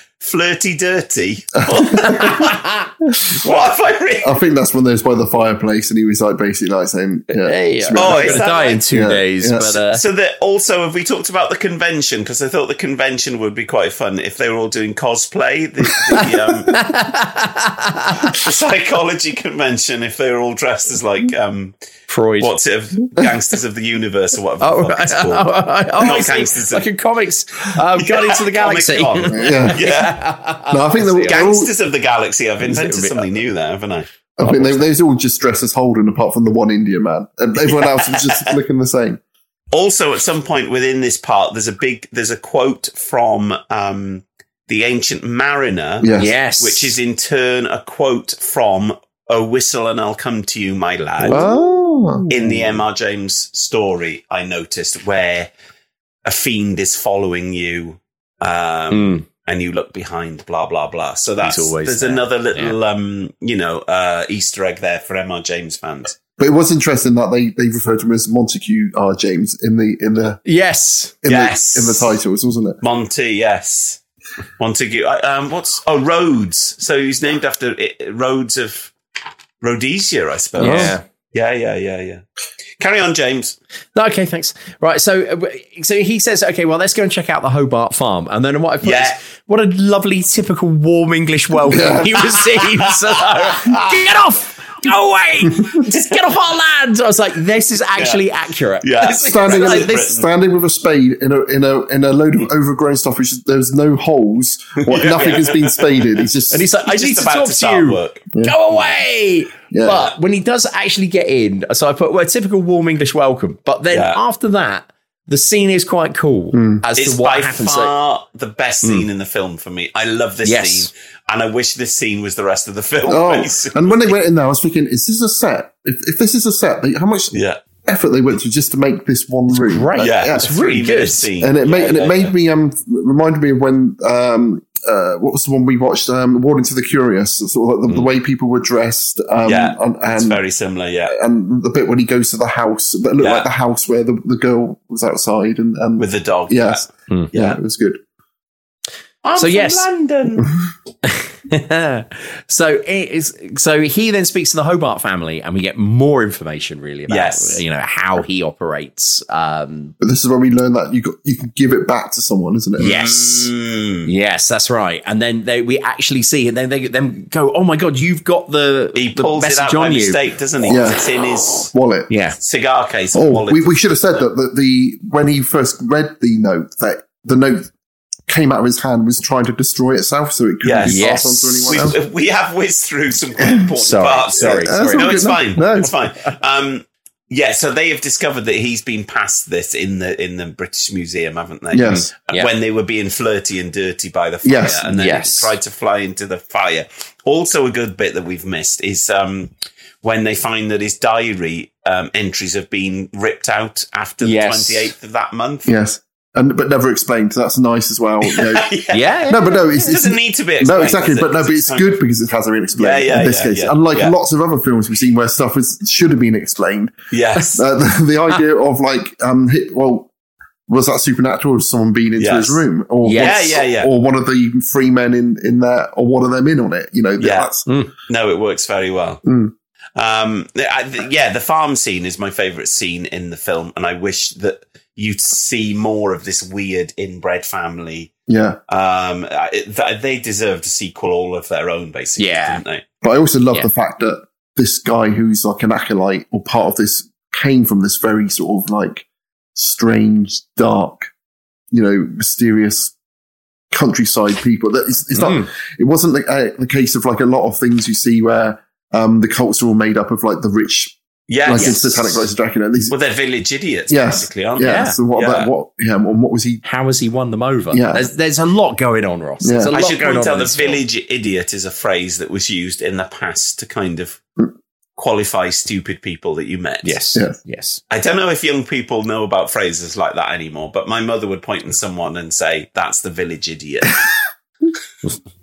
C: [laughs]
D: Flirty dirty. [laughs] what have I written?
A: I think that's when they was by the fireplace, and he was like basically like saying, "Yeah, it's really-
D: Oh, is that right?
A: Yeah, yeah.
C: uh,
D: so that also have we talked about the convention? Because I thought the convention would be quite fun if they were all doing cosplay.
C: [laughs]
D: The, the, um, the psychology convention if they were all dressed as like um,
C: Freud.
D: What's it? Gangsters of the Universe or whatever. the
C: Oh,
D: fuck it's
C: right.
D: called.
C: Oh, right. Oh, I
D: Not
C: see.
D: gangsters.
C: Like in comics.
D: [laughs]
C: Um, Guardians of the Galaxy.
A: Yeah.
C: [laughs]
A: No, I think they were-
D: Gangsters of the Galaxy. I've invented something new there, haven't I?
A: I think they, they was all just dressed as Holden, apart from the one Indian man. And Everyone else was just [laughs] looking the same.
D: Also, at some point within this part, there's a big, there's a quote from um, the Ancient Mariner,
A: Yes. Yes.
D: which is in turn a quote from "A Whistle and I'll Come to You, My Lad."
A: Oh.
D: In the M.R. James story, I noticed where a fiend is following you, um, and you look behind, blah blah blah. So that's
C: Mm. always
D: there's
C: there.
D: another little, um, you know, uh, Easter egg there for M.R. James fans.
A: But it was interesting that they, they referred to him as Montague R. James in the in the
C: Yes,
A: in
D: yes,
A: the in the titles, wasn't it?
D: Monty, yes. Montague. I- Um, what's oh Rhodes? So he's named after uh, Rhodes of Rhodesia, I suppose.
C: Yeah.
D: yeah, yeah, yeah, yeah. Carry on, James.
C: No, okay, thanks. Right, so uh, w- so he says, okay, well, let's go and check out the Hobart farm, and then what I put
D: Yeah.
C: is, what a lovely, typical warm English welcome
D: Yeah.
C: he receives. So, get off, go away, just get off our land. I was like, this is actually accurate. This is
A: [laughs] standing
C: [laughs] like
A: in a-
C: this-
A: standing with a spade in a in a in a load of overgrown stuff, which is, there's no holes, or
C: Yeah.
A: nothing has been spaded. He's just
C: and he's like, I need to talk to, you. Go away.
A: Yeah.
C: But when he does actually get in, so I put well, typical warm English welcome. But then after that, the scene is quite cool
A: Hmm.
C: as
D: it's
C: to what
D: by
C: happens. So-
D: far the best scene in the film for me. I love this
C: Yes.
D: scene, and I wish this scene was the rest of the [laughs] film.
A: Oh,
D: basically.
A: and when they went in there, I was thinking, is this a set? If, if this is a set, they, how much
D: yeah.
A: effort they went to just to make this one room?
D: great.
A: Like,
D: Yeah, it's a three-minute scene.
A: And it made
D: Yeah,
A: and it
D: yeah,
A: made
D: yeah.
A: me um reminded me of when um uh what was the one we watched um Warning to the Curious, sort of like the, the way people were dressed. Um,
D: Mm. yeah,
A: and,
D: it's
A: and
D: very similar. Yeah,
A: and the bit when he goes to the house that looked
D: Yeah.
A: like the house where the, the girl was outside and, and
D: with the dog.
A: Yes.
D: yeah.
A: Yeah. it was good.
D: I'm
C: So,
D: from
C: yes. [laughs]
D: London.
C: [laughs] so it is so he then speaks to the Hobart family and we get more information really about
A: Yes.
C: you know how he operates um
A: But this is where we learn that you got you can give it back to someone, isn't it?
C: Yes.
D: Mm.
C: Yes, that's right. And then they, we actually see, and then they them go, "Oh my god, you've got the, the
D: Pulls it out
C: message
D: by
C: on you."
D: mistake, doesn't he?
A: Yeah.
D: It's in his
A: Wallet.
C: Yeah.
D: cigar case. and
A: Oh,
D: wallet.
A: we, we should have said that the, the when he first read the note, that the note came out of his hand was trying to destroy itself, so it couldn't be passed on to anyone
D: we,
A: else.
D: we have whizzed through some quite important
A: Sorry,
D: parts.
A: sorry, That's sorry. all
D: No,
A: good,
D: it's
A: no.
D: fine.
A: No,
D: it's fine. Um, yeah, so they have discovered that he's been past this in the in the British Museum, haven't they?
A: Yes.
D: Uh, When they were being flirty and dirty by the fire,
A: Yes,
D: and then
A: yes.
D: tried to fly into the fire. Also, a good bit that we've missed is um, when they find that his diary um, entries have been ripped out after
A: Yes.
D: the twenty eighth of that month.
A: Yes. And, but never explained. so That's nice as well. you know.
D: [laughs] Yeah. Yeah.
A: No, but no, it's,
D: It
A: it's-
D: doesn't need to be
A: No,
D: explained,
A: exactly.
D: does it?
A: But no, but it's
D: It's-
A: good because it hasn't been explained
D: Yeah, yeah,
A: in this
D: yeah,
A: case.
D: yeah,
A: Unlike
D: yeah.
A: lots of other films we've seen where stuff was, should have been explained.
D: Yes.
A: [laughs] Uh, the, the idea of like, um, hit, well, was that supernatural? Or someone being into
D: Yes.
A: his room, or
D: Yeah,
A: one-
D: yeah, yeah.
A: or one of the three men in in there, or one of them in on it? You know,
D: Yeah. Mm.
A: that's
D: No, it works very well.
A: Mm.
D: Um, th- I, th- yeah, the farm scene is my favorite scene in the film, and I wish that you'd see more of this weird inbred family
A: Yeah.
D: Um, I- th- they deserve to sequel all of their own, basically, yeah. didn't they?
A: But I also love
D: Yeah.
A: the fact that this guy who's like an acolyte or part of this came from this very sort of like strange, dark, you know, mysterious countryside people. That it's, it's
D: Mm.
A: not, it wasn't the, uh, the case of like a lot of things you see where um, the cults are all made up of like the rich,
D: Yeah,
A: like
D: yes.
A: in Satanic Rise of Dracula. These,
D: Well, they're village idiots,
A: yes,
D: basically, aren't
A: yeah.
D: they?
A: So what about what? Yeah, and what was he?
C: How has he won them over?
A: Yeah.
C: There's, there's a lot going on, Ross. There's a
D: I
C: lot
D: should
C: going
D: point
C: on
D: out
C: in
D: the
C: this film.
D: village idiot is a phrase that was used in the past to kind of
A: Mm.
D: qualify stupid people that you met.
C: Yes. Yeah. Yes.
D: I don't know if young people know about phrases like that anymore, but my mother would point at someone and say, That's the village idiot.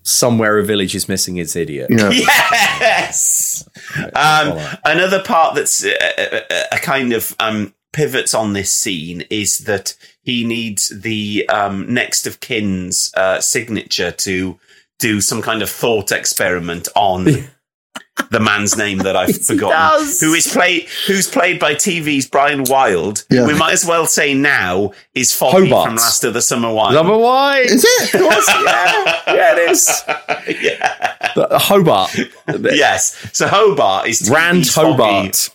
C: Somewhere a village is missing its idiot.
D: Yes. [laughs] Um, another part that's uh, a, a kind of um, pivots on this scene is that he needs the um, next of kin's uh, signature to do some kind of thought experiment on
C: [laughs]
D: the man's name that I've forgotten,
C: does.
D: who is played who's played by TV's Brian Wilde.
C: Yeah.
D: We might as well say now is Foggy
C: Hobart.
D: from Last of the Summer Wine.
C: Number one. Is
A: it?
D: [laughs]
C: yeah. yeah, it is. The- Hobart.
D: yes. So Hobart is TV's
C: Rand Hobart.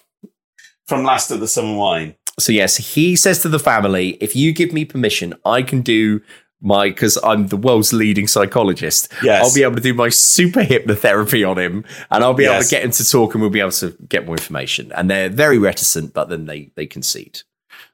D: from Last of the Summer Wine.
C: So yes, he says to the family, "If you give me permission, I can do my because I'm the world's leading psychologist.
D: Yes.
C: I'll be able to do my super hypnotherapy on him, and I'll be able
D: Yes.
C: to get him to talk, and we'll be able to get more information." And they're very reticent, but then they they concede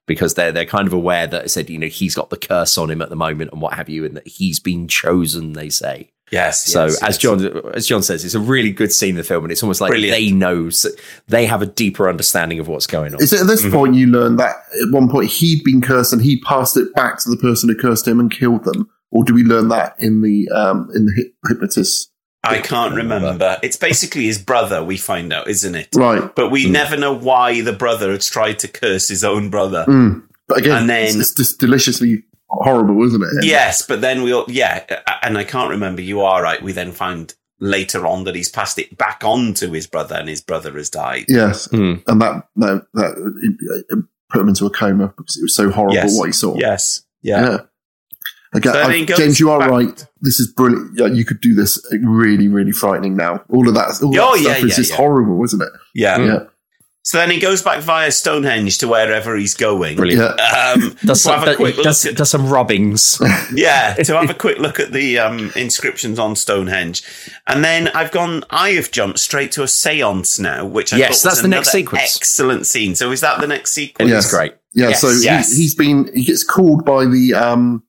C: because they're they're kind of aware that I said you know he's got the curse on him at the moment and what have you, and that he's been chosen. They say.
D: Yes.
C: So as John as John says, it's a really good scene in the film, and it's almost like
D: Brilliant.
C: they know s- they have a deeper understanding of what's going on.
A: Is it at this
D: Mm-hmm.
C: Mhm.
A: point you learn that at one point he'd been cursed and he passed it back to the person who cursed him and killed them, or do we learn that in the um, in the hy- hypnotist?
D: I can't remember. It's basically his brother, we find out, isn't it?
A: Right.
D: But we never know why the brother has tried to curse his own brother.
A: Mm. But again,
D: And then-
A: it's, it's just deliciously horrible, isn't it?
D: Yes, but then we'll, yeah, a- and I can't remember. You are right. We then find later on that he's passed it back on to his brother and his brother has died.
A: Yes, and that that, that it, it put him into a coma because it was so horrible
D: Yes.
A: what he saw.
D: Yes, yeah.
A: Again,
D: So I
A: I-
D: think it
A: James,
D: goes
A: you are
D: back-
A: right. This is brilliant. Yeah, you could do this. Really, really frightening. Now, all of that, all that
D: Oh,
A: stuff
D: yeah,
A: is
D: yeah,
A: just
D: yeah.
A: horrible, isn't it?
D: Yeah.
A: yeah.
D: So then he goes back via Stonehenge to wherever he's going.
C: Brilliant.
D: Um,
C: does,
D: to
C: some,
D: have a quick
C: does, does some
D: [laughs]
C: rubbings.
D: yeah, to have a quick look at the um, inscriptions on Stonehenge. And then I've gone, I have jumped straight to a seance now, which I
C: Yes,
D: thought was
C: that's the next
D: another
C: sequence.
D: Excellent scene. So is that the next sequence?
A: Yes. Yeah, so He, he's been he gets called by the um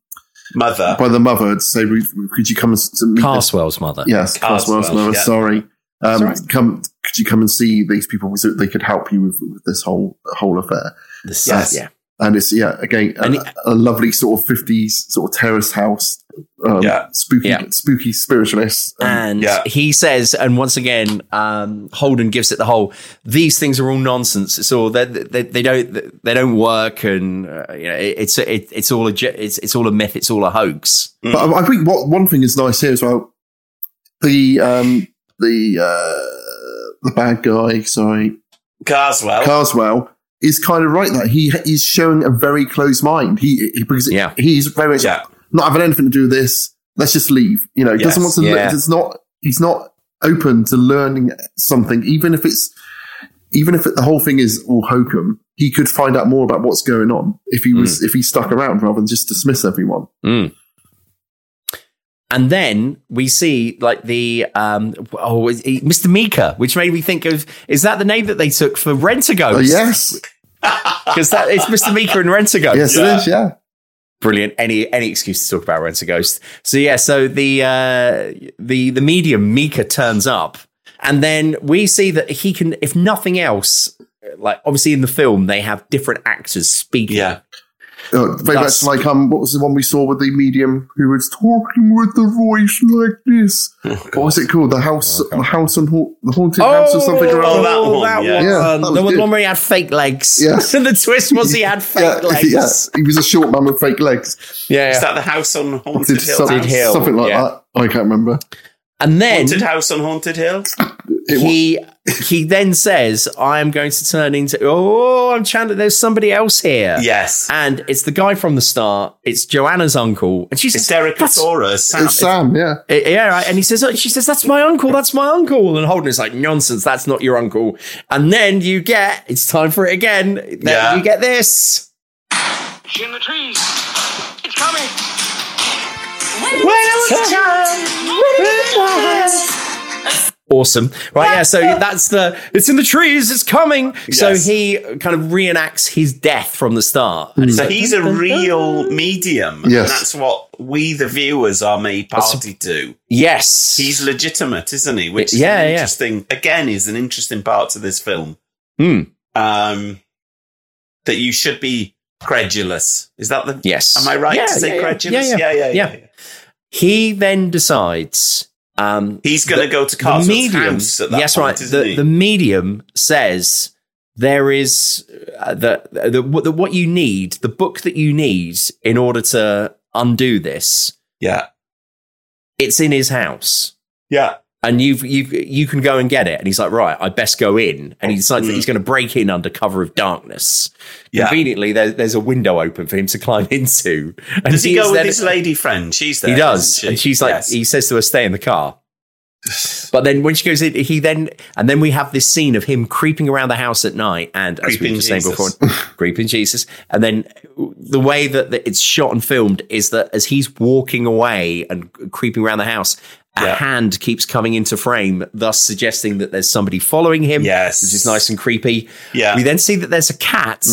D: mother
A: by the mother to say, "We- we- "Could you come and s- to meet
C: Carswell's mother?"
A: Yes,
C: Carswell's,
A: Carswell's mother.
C: yeah.
A: Sorry,
C: That's
A: um,
C: all right.
A: come. Could you come and see these people so that they could help you with, with this whole whole affair?"
C: This-
A: Uh,
C: yeah.
A: and it's yeah again a, a lovely sort of fifties sort of terrace house, um,
C: Yeah.
A: spooky
C: Yeah.
A: spooky spiritualist.
C: And he says, and once again, um, Holden gives it the whole. These things are all nonsense. It's all they, they, they don't they don't work, and uh, you know it, it's it, it's all a ge- it's it's all a myth. It's all a hoax.
A: But I, I think what one thing is nice here as well, the um the uh the bad guy. Sorry,
D: Carswell.
A: Carswell is kind of right that he he's showing a very closed mind. He, he because he's very much not having anything to do with this. Let's just leave. You know, he doesn't want
C: Yes.
A: to.
C: Yeah.
A: Yeah. It's not. He's not open to learning something, even if it's even if the whole thing is all hokum. He could find out more about what's going on if he was
C: Mm.
A: if he stuck around rather than just dismiss everyone.
C: Mm. And then we see like the um oh is it Mr. Mika, which made me think of is that the name that they took for Rent a Ghost?
A: Oh,
C: [laughs]
A: yes.
C: Because that it's Mr. Mika and Rent a Ghost.
A: Yes, it is. Yeah.
C: Brilliant. Any any excuse to talk about Rent a Ghost. So yeah, so the uh the the medium Mika turns up and then we see that he can if nothing else like obviously in the film they have different actors speaking. Yeah.
A: Uh, very
C: That's-
A: much like um, what was the one we saw with the medium who was talking with the voice like this?
D: Oh,
A: what was it called? The house, the house on haunt, the haunted house or something?
D: Oh,
A: or other?
C: Oh, one.
A: that
C: Um, the
A: was
C: one
A: good.
C: where he had fake legs.
A: Yes.
C: and [laughs] the twist was he had fake
A: Yeah,
C: legs.
A: yeah. he was a short man with fake legs.
C: Yeah,
D: Is that the house on Haunted
A: Did
D: Hill?
A: some-
D: House?
A: something like that. I can't remember.
C: And then
D: Haunted House on Haunted Hill?
C: he he then says, "I am going to turn into oh, I'm Chandler. There's somebody else here."
D: Yes,
C: and it's the guy from the start. It's Joanna's uncle, and she's
D: Hystericosaurus. Sam.
A: It's Sam, yeah,
C: Uh, yeah, right. And he says, oh, she says, "That's my uncle. That's my uncle." And Holden is like, "Nonsense. That's not your uncle." And then you get it's time for it again. Then
D: Yeah.
C: you get this.
J: It's in the trees. It's coming.
C: When I was a Awesome. Right, yeah, so that's the it's in the trees, it's coming. So he kind of reenacts his death from the start. And it's
D: Mm. So
C: like,
D: he's a real medium.
C: Yes.
D: Um, And that's what we, the viewers, are made party to.
C: Yes.
D: He's legitimate, isn't he? Which
C: Yeah,
D: is an
C: yeah.
D: interesting, again, is an interesting part to this film.
C: Hmm.
D: Um, that you should be credulous. Is that the.
C: Yes.
D: Am I right
C: Yeah,
D: to say
C: yeah, yeah.
D: credulous?
C: Yeah, yeah.
D: yeah. yeah,
C: Yeah. He then decides um,
D: he's going to go to Carswell's house at that
C: yes,
D: point,
C: right.
D: isn't
C: The,
D: he?
C: the medium says there is uh, the, the, what- the what you need, the book that you need in order to undo this.
D: Yeah,
C: it's in his house.
D: Yeah.
C: And you've you you can go and get it, and he's like, right, I best go in, and he decides that he's going to break in under cover of darkness.
D: Mm. Yeah.
C: Conveniently, there, there's a window open for him to climb [laughs] into. And
D: Does he
C: is
D: go with
C: then-
D: his lady friend? She's there.
C: he does,
D: isn't she?
C: and she's like,
D: Yes.
C: he says to her, "Stay in the
D: [sighs]
C: car." But then when she goes in, he then and then we have this scene of him creeping around the house at night, and as we
D: Creeping
C: were saying before,
D: [laughs] Jesus.
C: creeping Jesus. And then the way that, that it's shot and filmed is that as he's walking away and creeping around the house. A hand keeps coming into frame, thus suggesting that there's somebody following him. Yes, which is nice and creepy.
D: Yeah, Mm-hmm.
C: we then see that there's a cat,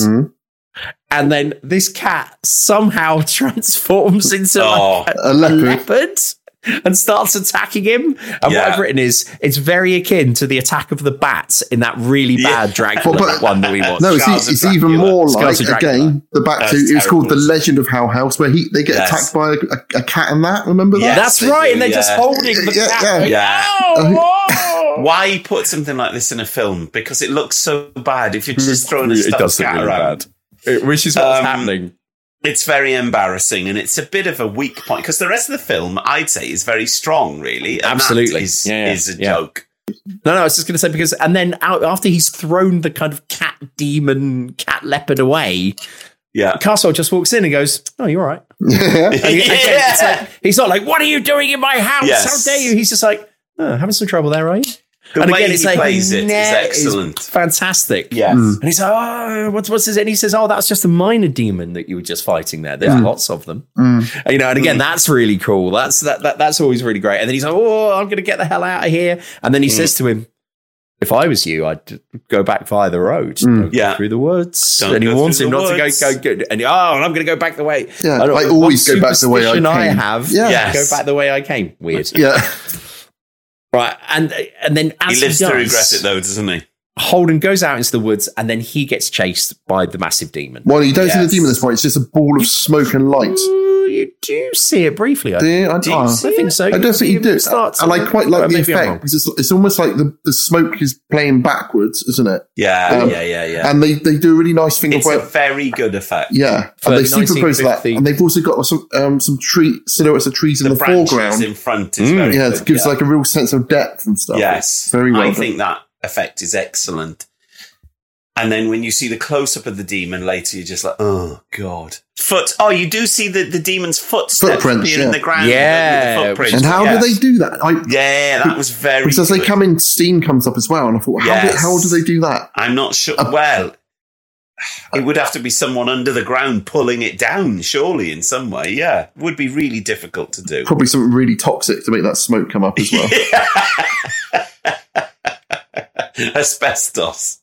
C: and then this cat somehow [laughs] transforms into
D: Oh.
C: like a,
D: A
C: a
D: leopard.
C: leopard. and starts attacking him. And
D: Yeah.
C: what I've written is it's very akin to the attack of the bats in that really bad Dracula
A: But- but-
C: one that [laughs] we watched.
A: No, it's, e- it's even more like
C: Scars of Dracula.
A: again the back
C: That's
A: to it was called the
C: terrible.
A: Legend of Howl House, where he they get
C: Yes.
A: attacked by a, a, a cat and that. Remember that? Uh,
D: Yes,
C: That's
D: they
C: right,
D: do,
C: and they're just
D: yeah.
C: holding the
D: Yeah,
C: cat.
D: yeah.
C: like,
D: Yeah.
C: "Oh,
D: Why put something like this in a film? Because it looks so bad if you're just throwing a
C: It
D: stuffed
C: does look
D: cat
C: really
D: around. Um,
C: which is what's happening.
D: It's very embarrassing, and it's a bit of a weak point because the rest of the film, I'd say, is very strong. Really, and that
C: Absolutely.
D: is,
C: Yeah, yeah,
D: is a
C: yeah.
D: joke.
C: No, no, I was just going to say because, and then out, after he's thrown the kind of cat demon, cat leopard away,
D: yeah,
C: Castle just walks in and goes, "Oh, you're all right." And he- again, it's like- he's not like, "What are you doing in my house?
D: Yes.
C: How dare you?" He's just like, oh, "Having some trouble there, are you?"
D: The way he plays it is
C: "Nah, it's
D: excellent.
C: fantastic.
D: Yes. Mm.
C: and he's like, "Oh, what's what's his?" And he says, "Oh, that's just a minor demon that you were just fighting there. There's
D: Yeah.
C: lots of them." You know, and
A: Hmm.
C: again, that's really cool. That's that, that that's always really great. And then he's like, "Oh, I'm going to get the hell out of here." And then he
A: Hmm.
D: Mm.
C: says to him, "If I was you, I'd go back via the road,
A: Hmm.
C: Don't go
D: Yeah.
C: through the woods."
D: Don't
C: and he
D: go
C: warns
D: through
C: him
D: the
C: not
D: woods.
C: to go go go. And oh, and I'm going to go back the way.
A: Yeah,
C: don't-
A: I
C: what
A: always go back the way I
C: superstition
A: came.
C: have.
A: Yeah.
C: Yeah,
A: Yes.
C: go back the way I came. Weird.
A: [laughs] Yeah.
C: Right, and and then as
D: he lives
C: does,
D: to regret it, though, doesn't he?
C: Holden goes out into the woods, and then he gets chased by the massive demon.
A: Well, you don't see the demon at this point. It's just a ball of smoke and light.
C: You do see it briefly. I,
A: Do you? I,
C: do you
A: oh.
C: see it? I think so.
A: I definitely
C: It
A: do.
C: starts-
A: and I quite like
C: Well,
A: the
C: maybe I'm
A: effect
C: wrong.
A: because it's, it's almost like the, the smoke is playing backwards, isn't it?
D: Yeah,
A: Um,
D: yeah, yeah, yeah.
A: And they, they do a really nice thing of
D: it's a
A: where
D: very good effect.
A: yeah, and they superimpose that, and they've also got some um, some tree silhouettes of trees in the,
D: branches
A: foreground. Mm.
D: in front is very
A: yeah,
D: good,
A: it gives
D: yeah.
A: like a real sense of depth and stuff.
D: Yes,
A: It's very well.
D: I
A: done.
D: think that effect is excellent. And then when you see the close up of the demon later, you're just like, oh god, foot. Oh, you do see the, the demon's footsteps
A: Footprints,
D: appear
A: yeah.
D: in the ground.
A: Yeah,
D: don't you? The footprints,
A: and how
D: yes.
A: do they do that? I,
D: Yeah, that was very.
A: because as they
D: good.
A: come in, steam comes up as well, and I thought, how, do,
D: Yes.
A: how do they do that?
D: I'm not sure.
A: Uh,
D: well, it would have to be someone under the ground pulling it down, surely, in some way. Yeah, would be really difficult to do.
A: Probably something really toxic to make that smoke come up as well.
D: [laughs] asbestos.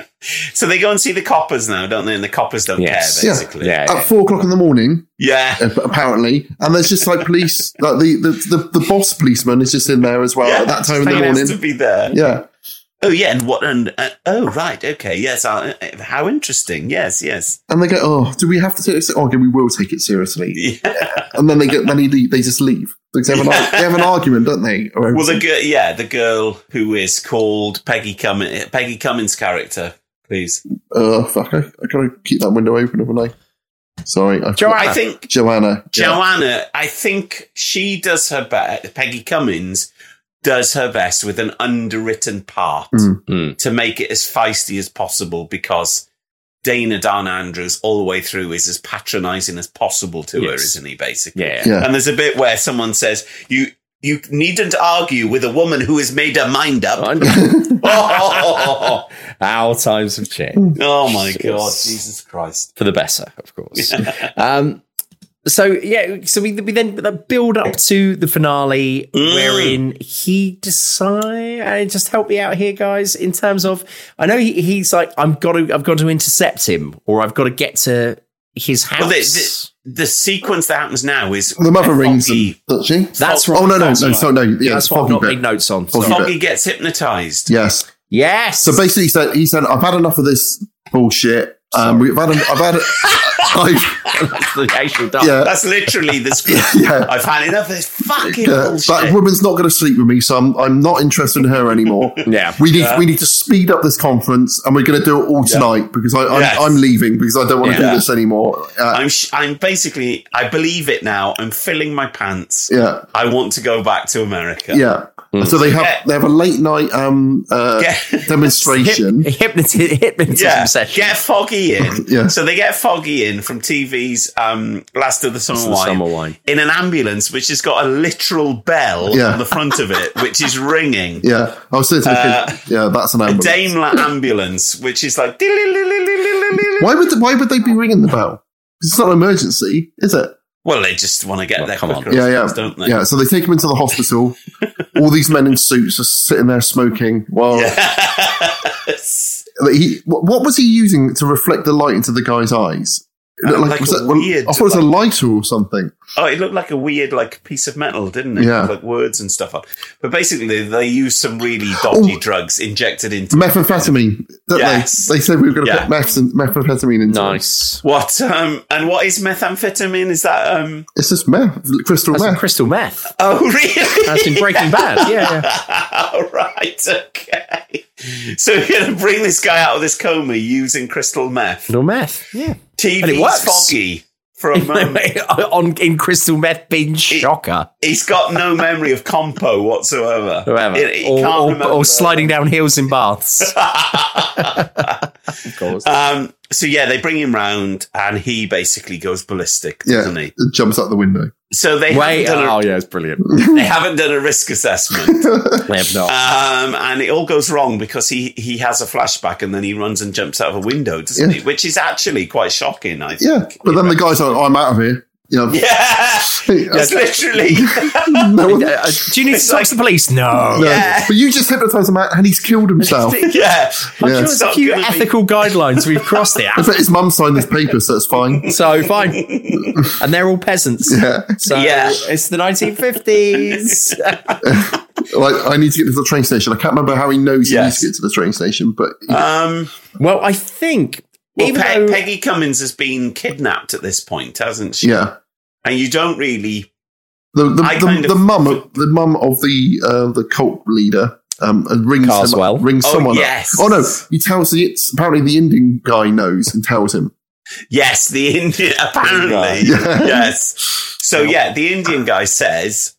D: [laughs] so they go and see the coppers now, don't they? And the coppers [laughs] don't care, basically.
A: Yeah. At four o'clock in the morning,
D: Yeah.
A: ap- apparently, and there's just like police, like the, the, the, the boss policeman is just in there as well
D: Yeah,
A: at that time Oh, in
D: they
A: the
D: have
A: morning.
D: to be there.
A: Yeah,
D: Oh yeah, and what? And uh, oh right, okay, yes. Uh, uh, how interesting. Yes, yes.
A: and they go, "Oh, do we have to take this? Oh, okay, we will take it seriously."
D: Yeah.
A: And then they get, then he, le- they just leave. Because they have an, ar- they have an argument, don't they? Or
D: Well, the girl, yeah, the girl who is called Peggy Cummins, Peggy Cummins' character, please.
A: Oh fuck! I, I gotta keep that window open, haven't I? Sorry, I,
D: Joanna. I think-
A: Joanna. yeah.
D: Joanna, I think she does her best. Peggy Cummins does her best with an underwritten part
A: Mm.
C: Hmm.
D: to make it as feisty as possible because Dana Don Andrews all the way through is as patronizing as possible to her,
C: Yes.
D: isn't he, basically?
C: Yeah. Yeah.
D: And there's a bit where someone says, You you needn't argue with a woman who has made her mind up. [laughs] oh,
C: Our times have changed.
D: Oh my God,
C: Yes.
D: Jesus Christ.
C: for the better, of course. um, so yeah, so we, we then that build up to the finale
A: Mm.
C: wherein he decide and just help me out here, guys. In terms of, I know he, he's like, I'm got to, I've got to intercept him, or I've got to get to his house.
D: Well, the, the, the sequence that happens now is
A: The mother rings them, doesn't she?
D: That's
A: Oh, no, no, no,
D: right.
A: so no. Yeah,
D: That's
A: it's
D: what I've
A: foggy
D: not
A: bit.
D: made
C: notes on.
A: Foggy bit.
D: Foggy gets hypnotized. [laughs]
A: Yes.
C: Yes.
A: So basically, he said, he said I've had enough of this bullshit. Um, we've had, en- I've had,
D: [laughs]
A: I've,
C: That's the actual
A: Yeah.
D: That's
A: [laughs]
D: literally the script. I've had enough of this fucking
A: uh,
D: bullshit.
A: that woman's not going to sleep with me, so I'm, I'm not interested in her anymore.
C: yeah,
A: we need,
D: [laughs] Yeah.
A: we need to speed up this conference, and we're going to do it all tonight because I, I'm,
D: Yes.
A: I'm leaving because I don't want to
D: Yeah.
A: do this anymore.
D: I'm sh- I'm basically I believe it now. I'm filling my pants.
A: Yeah.
D: I want to go back to America.
A: Yeah.
D: Mm.
A: So they have they have a late night um uh,
D: [laughs]
A: demonstration.
C: [laughs] hypnotism, hypnotism
D: Yeah,
C: session.
D: get Foggy in.
A: [laughs] Yeah.
D: So they get Foggy in from TV's um, Last of the Summer,
C: Last of the
D: wine,
C: Summer Wine.
D: in an ambulance which has got a literal bell
A: Yeah.
D: on the front of it, which is ringing.
A: Yeah, I was saying to the
D: Uh,
A: kid, yeah, that's an
D: A
A: ambulance.
D: Daimler ambulance, which is like
A: why would why would they be ringing the bell? 'Cause It's not an emergency, is it?
D: Well, they just want to get there quicker,
A: Yeah, yeah,
D: don't they?
A: yeah. So they take him into the hospital.
D: [laughs]
A: All these men in suits are sitting there smoking. While Like, he, wh- what was he using to reflect the light into the guy's eyes? It looked
D: Uh, like
A: was
D: a
A: that- well,
D: weird,
A: I thought it was a lighter or something.
D: Oh, it looked like a weird like piece of metal, didn't it?
A: Yeah.
D: With, like words and stuff on. But basically, they use some really dodgy
A: Oh.
D: drugs injected into.
A: Methamphetamine. Don't
D: Yes.
A: they? They said we were going to
D: Yeah.
A: put meth and, methamphetamine into.
C: Nice.
D: What um and what is methamphetamine? Is that um
A: It's just meth, crystal
C: That's
A: meth.
C: crystal meth.
D: Oh, really?
C: That's in Breaking Bad. Yeah,
D: [laughs] All right. Okay. So you're going to bring this guy out of this coma using crystal meth.
C: crystal meth. Yeah, And it
D: TV's
C: works.
D: foggy
C: [laughs]
D: for a moment.
C: on in crystal meth being shocker.
D: He's got no memory of compo whatsoever.
C: Whoever,
D: He- he
C: or,
D: can't
C: or-
D: remember.
C: or sliding down hills in baths.
D: Um, so yeah, they bring him round, and he basically goes ballistic,
A: Yeah,
D: doesn't he?
A: it jumps out the window.
D: So they
C: Wait,
D: haven't done
C: oh
D: a,
C: yeah, it's brilliant.
D: [laughs] they haven't done a
A: [laughs]
D: risk assessment,
C: They have not.
D: um, and it all goes wrong because he he has a flashback and then he runs and jumps out of a window, doesn't
A: Yeah.
D: he? Which is actually quite shocking. I think.
A: Yeah, but then the guy's like, "Oh, "I'm out of here." You know,
D: [laughs] Yeah,
A: [laughs]
D: it's
A: Yeah.
D: literally.
A: no one-
C: Uh, do you need to talk to the police? No.
A: no. But you just hypnotise him out, and he's killed himself.
D: [laughs]
C: [laughs] I'm
D: Yeah,
C: sure
A: Yeah.
C: there's a few
D: It's not gonna be-
C: ethical guidelines we've
A: [laughs]
C: crossed there.
A: I bet his mum signed this paper, so it's fine.
C: [laughs] So fine, and they're all peasants.
A: Yeah.
C: So
D: Yeah.
C: it's the
D: [laughs]
C: 1950s.
A: Like, I need to get to the train station. I can't remember how he knows he needs
D: Yes.
A: to get to the train station, but
D: Um,
C: well, I think
D: well,
C: even
D: Pe-
C: though
D: Peggy Cummins has been kidnapped at this point, hasn't she?
A: yeah,
D: and you don't really.
A: the the,
D: I
A: the,
D: kind of-
A: the mum of the mum of the uh, the cult leader um and rings him up-
C: Carswell.
A: rings
D: Oh,
A: someone
D: yes.
A: up. Oh no, he tells the it's apparently the Indian guy knows and tells him.
D: Yes, the [laughs] Indian. Apparently,
A: [laughs] Yeah.
D: yes. So yeah, the Indian guy says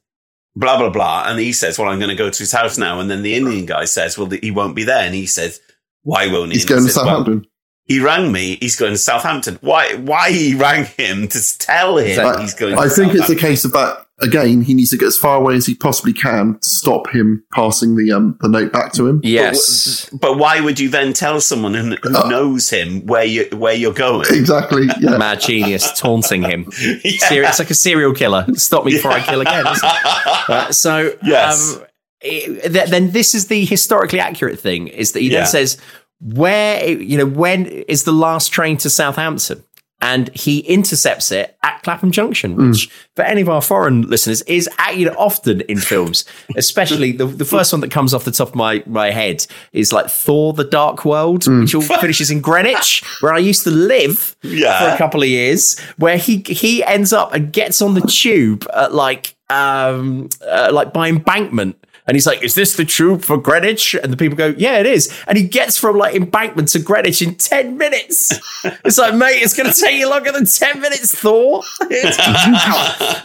D: blah blah blah, and he says, "Well, I'm going to go to his house now." And then the Indian guy says, "Well, th- he won't be there," and he says, "Why won't he?"
A: He's
D: And he
A: going to
D: says, "Well,
A: Southampton.
D: he rang me. He's going to Southampton. Why? Why he rang him to tell him
A: I,
D: he's going?
A: I
D: to
A: think it's a
D: Southampton?
A: case of that again. He needs to get as far away as he possibly can to stop him passing the um the note back to him.
C: yes,
D: But why would you then tell someone who, who knows him where you where you're going?
A: Uh, Exactly. Yeah.
C: mad genius taunting him.
D: [laughs] Yeah.
C: Ser- It's like a serial killer. Stop me before I kill again. isn't it?
D: [laughs]
C: Uh, so
D: Yes.
C: um, it- th- then this is the historically accurate thing is that he
D: Yeah.
C: then says where you know when is the last train to Southampton and he intercepts it at Clapham Junction
D: Hmm.
C: which for any of our foreign listeners is uh, you know, often in
D: [laughs]
C: films especially the, the first one that comes off the top of my, my head is like Thor the Dark World
D: Hmm.
C: which
D: [laughs]
C: all finishes in Greenwich where I used to live
D: Yeah.
C: for a couple of years where he he ends up and gets on the tube at like um uh, like by embankment And he's like, Is this the tube for Greenwich? And the people go, Yeah, it is. And he gets from like embankment to Greenwich in 10 minutes. it's like, Mate, it's going to take you longer than 10 minutes, Thor. [laughs]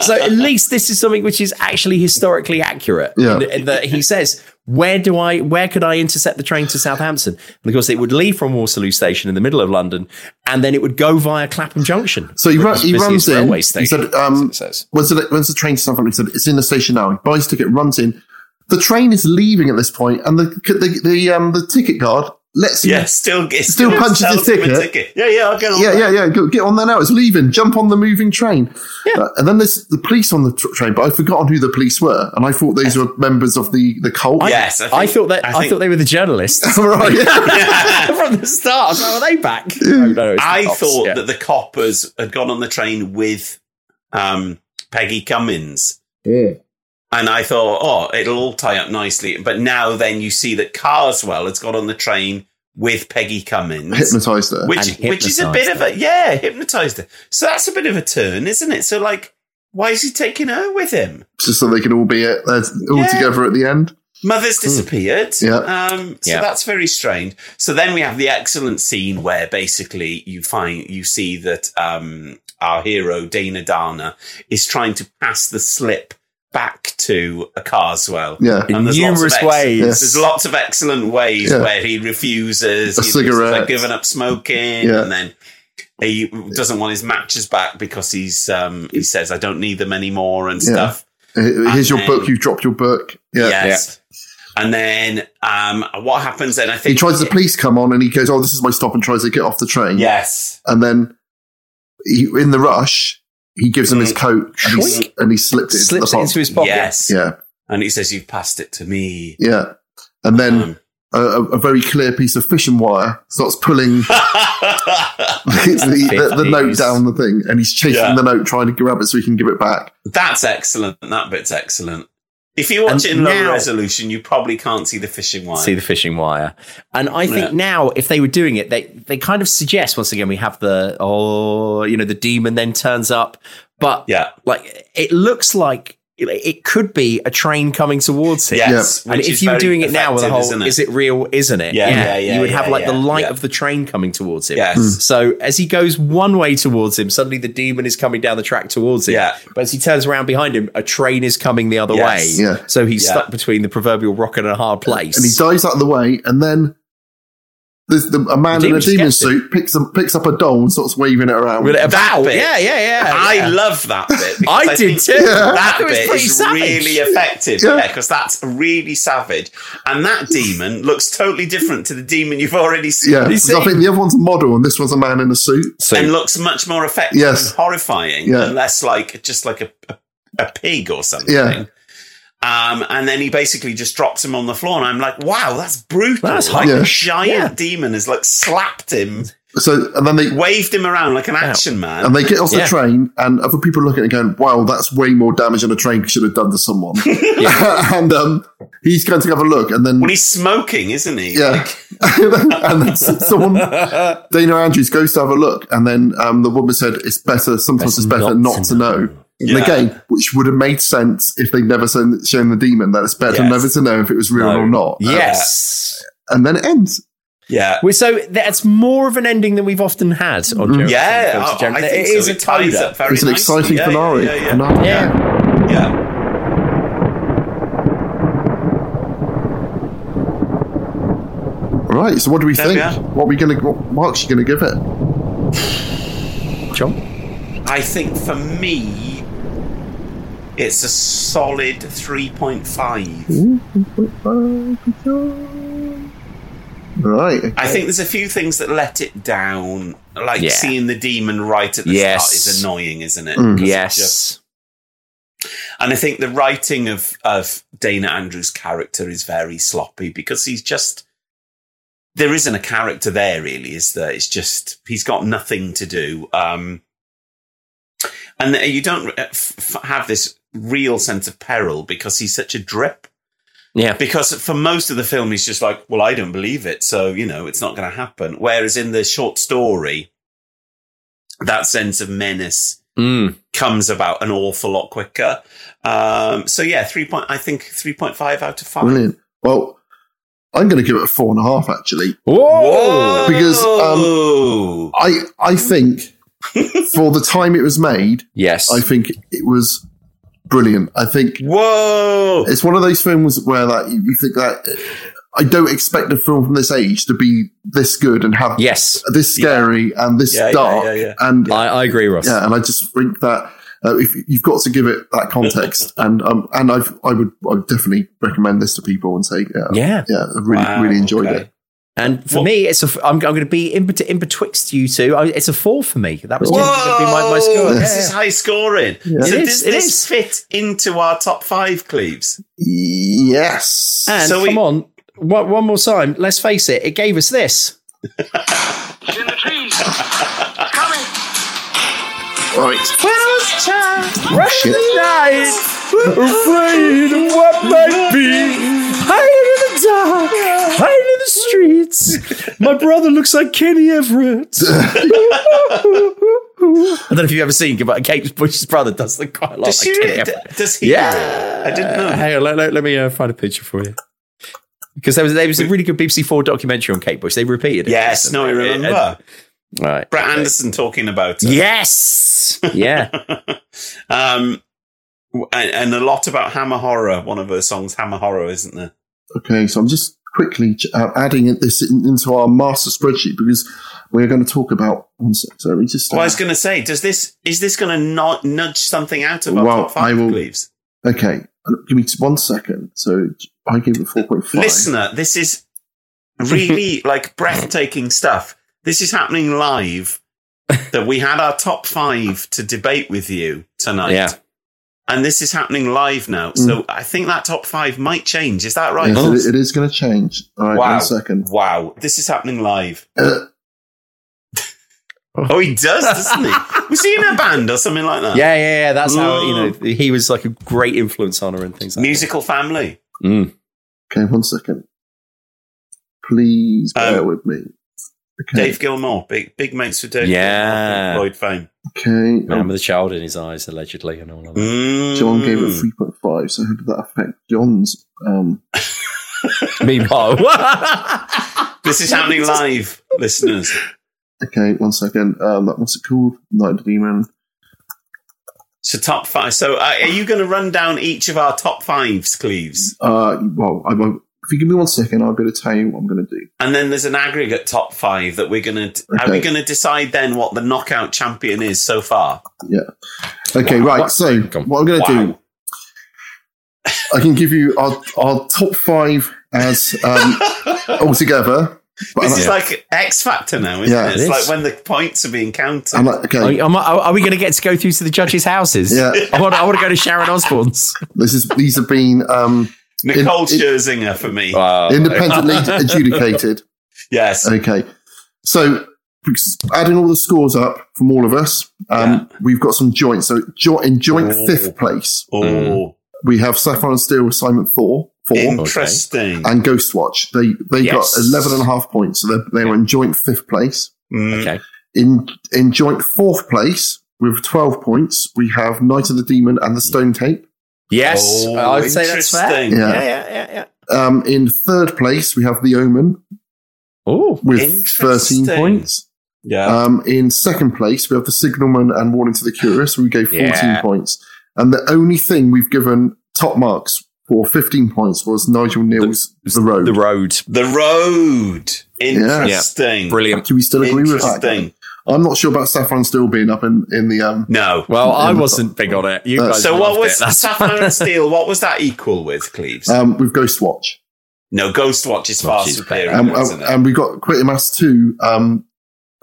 C: so at least this is something which is actually historically accurate.
A: Yeah.
C: And- and that he says, where do I, where could I intercept the train to Southampton? And of course, it would leave from Waterloo Station in the middle of London, and then it would go via Clapham Junction.
A: So he, run,
C: runs.
A: he runs in.
C: Railway
A: He
C: station. [laughs]
A: said, um, when's, the, when's the train to Southampton? He said, it's in the station now. He buys a ticket, runs in. The train is leaving at this point, and the the, the, um, the ticket guard lets him.
D: Yeah, still get
A: Still punches his
D: sells him a
A: ticket.
D: Yeah, yeah, I'll get on
A: Yeah,
D: that.
A: yeah, yeah. Go, get on there now. It's leaving. Jump on the moving train. Yeah. and then there's the police on the tr- train, but I've forgotten who the police were, and I thought these were members of the, the cult.
C: I- I, thought that I, thought they were the journalists.
A: [laughs]
C: [laughs]
A: right.
C: From the start, how are they back?
D: I
C: cops,
D: thought
C: yeah.
D: that the coppers had gone on the train with um, Peggy Cummins. And I thought, oh, it'll all tie up nicely. But now then you see that Carswell has got on the train with Peggy Cummins.
A: Hypnotised her.
D: Which,
A: And
D: which is a bit
A: hypnotised
D: of a, yeah, hypnotised her. So that's a bit of a turn, isn't it? So like, why is he taking her with him?
A: Just so they can all be at, uh, all
D: Yeah.
A: together at the end.
D: Mother's disappeared.
A: Hmm. Yeah.
D: Um, so
A: Yeah.
D: that's very strange. So then we have the excellent scene where basically you find, you see that, um, our hero, Dana Dana, is trying to pass the slip back to a Carswell.
A: Yeah. In
D: there's lots of
A: numerous
D: ex-
A: ways.
D: There's lots of excellent ways
A: Yeah.
D: where he refuses.
A: A
D: he refuses,
A: cigarette.
D: Like giving up smoking.
A: Yeah.
D: And then he doesn't want his matches back because he's, um, he says, I don't need them anymore and stuff.
A: Yeah. Here- Here's your
D: And
A: book.
D: then-
A: You've dropped your book. Yeah.
D: Yes. And then um, what happens then? I think
A: He tries the police come on and he goes, "Oh, this is my stop," and tries to get off the train.
D: Yes.
A: and then he, in the rush, he gives him his coat and he, s- and he slipped it into the pocket.
D: Yes.
A: Yeah,
D: And he says, "You've passed it to me."
A: yeah, [laughs] and then a, a, a very clear piece of fishing wire starts pulling the, the, the note
D: Fifties.
A: down the thing, and he's chasing
D: Yeah.
A: the note, trying to grab it so he can give it back.
D: That's excellent. That bit's excellent. If you watch it in low
C: now-
D: resolution, you probably can't see the fishing wire.
C: see the fishing wire. And I think
D: Yeah.
C: now, if they were doing it, they they kind of suggest once again we have the oh, you know, the demon then turns up, but yeah, like it looks like. it- It could be a train coming towards him.
D: Yes,
C: and
D: which
C: if
D: is
C: you were
D: very
C: doing it now with the
D: effective,
C: whole
D: isn't it?
C: "is it real, isn't it?"
D: Yeah, yeah, yeah,
C: you would have
D: yeah,
C: like the
D: yeah,
C: light
D: yeah.
C: of the train coming towards him.
A: Hmm.
D: Yes. Mm.
C: So as he goes one way towards him, suddenly the demon is coming down the track towards him.
D: Yeah.
C: But as he turns around behind him, a train is coming the other
A: Yes.
C: way.
A: Yeah.
C: So he's
A: Yeah.
C: stuck between the proverbial rock and a hard place.
A: And he dives out of the way, and then there's the, a man
C: The
A: in a
C: demon just
A: demon
C: gets it.
A: suit picks up, picks up a doll and starts waving it around.
C: With it about
D: bit.
C: Yeah, yeah, yeah.
D: I
C: yeah.
D: love that bit. because
C: [laughs] I did
D: think
C: too.
D: That
C: It was
D: bit
C: pretty
D: is
C: savage.
D: really effective.
C: Yeah.
D: Yeah, because that's really savage. And that demon looks totally different to the demon you've already seen.
A: Yeah, 'cause I think the other one's a model, and this one's a man in a suit.
D: and looks much more effective
A: Yes.
D: and horrifying
A: Yeah.
D: and less like just like a, a, a pig or something.
A: Yeah.
D: Um, and then he basically just drops him on the floor, and I'm like, "Wow, that's brutal!"
A: That's
D: like
A: hard.
D: a
A: Yeah.
D: giant demon has like slapped him,
A: So and then they
D: waved him around like an action man,
A: and they get off the train, and other people look at it going, "Wow, that's way more damage than a train should have done to
D: [laughs]
A: someone." [laughs] and um, he's going to have a look, and then
D: Well, he's smoking, isn't he?
A: [laughs] yeah, [laughs] and then s-
D: [laughs]
A: someone Dana Andrews goes to have a look, and then um, the woman said, "It's better. Sometimes it's better not, to know."
D: Yeah.
A: And again, which would have made sense if they'd never shown, shown the demon. That it's better
C: Yes.
A: never to know if it was real
C: No.
A: or not.
C: Yes.
A: and then it ends.
D: Yeah.
C: Well, so that's more of an ending than we've often had on
A: Mm-hmm.
C: Jeremy.
D: Yeah,
C: Jeremy-
D: I- I
C: Jeremy-
D: think
C: it is
D: so.
C: a
D: It ties
C: tie-up.
D: up very It's an nicely. exciting Yeah,
A: finale.
D: yeah, yeah.
A: Finale.
D: Yeah.
A: Right. So, what do we
D: There we
A: think?
D: are.
A: what are we going to? What marks you going to give it? John.
D: I think for me, it's a solid three point five.
A: Right. okay.
D: I think there's a few things that let it down, like
C: Yeah.
D: seeing the demon right at the
C: Yes.
D: start is annoying, isn't it?
C: Mm.
D: 'Cause it
C: Yes.
D: just- and I think the writing of of Dana Andrews' character is very sloppy because he's just there isn't a character there really, is there? It's just he's got nothing to do. Um, and you don't uh, f- f- have this real sense of peril because he's such a drip.
C: Yeah.
D: Because for most of the film, he's just like, well, I don't believe it. So, you know, it's not going to happen. Whereas in the short story, that sense of menace
C: Mm.
D: comes about an awful lot quicker. Um, so yeah, three point. I think three point five out of five.
A: Brilliant. Well, I'm going to give it a four and a half actually.
D: Whoa!
A: Because um, I I
C: [laughs]
A: think for the time it was made,
C: yes,
A: I think it was brilliant. I think
D: whoa,
A: it's one of those films where that you you think that I don't expect a film from this age to be this good and have
C: yes
A: this scary and this
C: Yeah, yeah,
A: dark
C: yeah, yeah.
A: and
C: I, I agree, Ross.
A: yeah, and I just think that uh, if you've got to give it that
C: [laughs]
A: context, and um, and I've, I would I would definitely recommend this to people and say, yeah,
C: Yeah.
A: yeah, I really
C: Wow,
A: really enjoyed
C: okay.
A: it.
C: And for me, it's a. f- I'm, I'm going to be in, bet- in betwixt you two. I, it's a four for me. That was
D: Whoa!
C: going to be my, my score.
D: This is
C: Yeah.
D: high scoring.
C: Yeah.
D: So
C: It is,
D: does
C: it
D: this
C: is.
D: fit into our top five, Cleves?
A: Yes.
C: And
D: So we-
C: come on, one, one more time. Let's face it. It gave us this.
A: Right.
J: Oh,
A: shit.
J: Afraid of what might be.
C: Hide in the dark, hide in the streets. My brother looks like Kenny
A: [laughs]
C: Everett. [laughs] I don't know if you've ever seen, but Kate Bush's brother does look quite a lot
D: Does
C: like
D: she
C: Kenny
D: really-
C: Everett.
D: does he?
C: Yeah,
D: I didn't know.
C: Hang on, let, let- let me uh, find a picture for you. Because there was, there was a really good BBC Four documentary on Kate Bush. They repeated it.
D: Yes, no, I remember.
C: Right.
D: Brett Anderson talking about it.
C: Yes. [laughs] Yeah.
D: [laughs] um, w- and, and a lot about Hammer Horror. One of her songs, Hammer Horror, isn't there?
A: Okay, so I'm just quickly ch- uh, adding it- this in, into our master spreadsheet because we're going to talk about one sec. So we just uh,
D: Well, I was going to say, does this is this going to not nudge something out of our
A: Well,
D: top five,
A: I will-
D: Cleves?
A: okay. uh, Give me one second. So I gave it four point five.
D: Listener, this is
C: [laughs]
D: really like breathtaking stuff. This is happening live. that we had our top five to debate with you tonight.
C: Yeah. Mm.
D: And this is happening live now. So I think that top five might change. Is that right?
A: Yes,
D: Ross?
A: it, it is going to change. All right,
D: Wow.
A: one second.
D: Wow. This is happening live.
C: [laughs]
A: Uh.
D: oh, he does, doesn't he? Was he in a band or something like that?
C: Yeah, yeah, yeah. That's how you
A: Mm,
C: know he was like a great influence on her and things like
D: Musical family.
C: that. Mm.
A: Okay, one second. Please bear with me.
D: Dave Gilmore, big big mates with Dave.
C: Yeah.
D: Lloyd Fame.
A: Okay.
C: Man with a child in his eyes, allegedly, and all of that.
D: Mmm.
A: John gave it three point five. So how did that affect John's? Um,
C: [laughs] Meanwhile,
D: This
A: [laughs]
C: [laughs]
D: is happening live, listeners.
A: okay, one second. Um, that what's it called? Night of the Demon.
D: So top five. So uh, are you going to run down each of our top fives, Cleves?
A: Uh, well, I, won't- if you give me one second, I'll be able to tell you what I'm going to do.
D: And then there's an aggregate top five that we're going to. Are
A: Okay.
D: we going to decide then what the knockout champion is so far?
A: Yeah. Okay.
D: Wow.
A: right.
D: What-
A: So what I'm going to do, I can give you our our top five as
D: [laughs]
A: um, all together. but-
D: This is like X Factor now, isn't
A: Yeah,
D: it?
A: it
D: It's
A: is.
D: like when the points are being counted.
A: I'm like, okay.
C: Are, am I- are we going to get to go through to the judges' houses?
A: Yeah.
C: [laughs] I want. I want to go to Sharon Osbourne's.
A: [laughs] This is these have been um, in-
D: Nicole
A: in-
D: Scherzinger for
C: [laughs]
D: me. [laughs]
A: independently adjudicated.
D: Uh, Yes.
A: Okay. So adding all the scores up from all of us, um, we've got some joint. So jo- in joint
D: Oh.
A: fifth place, mm-hmm.
D: Oh,
A: we have Sapphire and Steel with Simon Thor. Four,
D: interesting.
A: And Ghostwatch. They they
D: Yes.
A: got 11 and a half points. So they, they were in joint fifth place.
D: Okay.
A: In, in joint fourth place with 12 points, we have Knight of the Demon and the Stone Tape.
C: Yes,
A: Oh,
C: I'd say that's fair.
A: interesting. Yeah.
C: yeah, yeah, yeah. yeah.
A: Um, in third place, we have The Omen.
C: Oh,
A: with 13 points.
D: Yeah.
A: Um, in second place, we have The Signalman and Warning to the Curious. We gave 14
C: Yeah.
A: points. And the only thing we've given top marks for 15 points was Nigel Neal's The, Road.
C: The Road.
D: The Road.
A: Yeah.
D: Interesting.
C: Brilliant.
A: Do we still agree with that?
D: Interesting.
A: I'm not sure about Saffron still being up in, in the. Um,
D: No.
C: Well, I
A: in the
C: wasn't big on it. You
A: Uh,
C: guys
D: So what
C: loved
D: was
C: it. That's-
D: Sapphire and Steel? What was that equal with, Cleves?
A: Um, with Ghostwatch.
D: no, Ghostwatch is far
A: is
D: superior,
A: Um,
D: isn't
A: and,
D: it?
A: and we got Quitting Mass 2 um,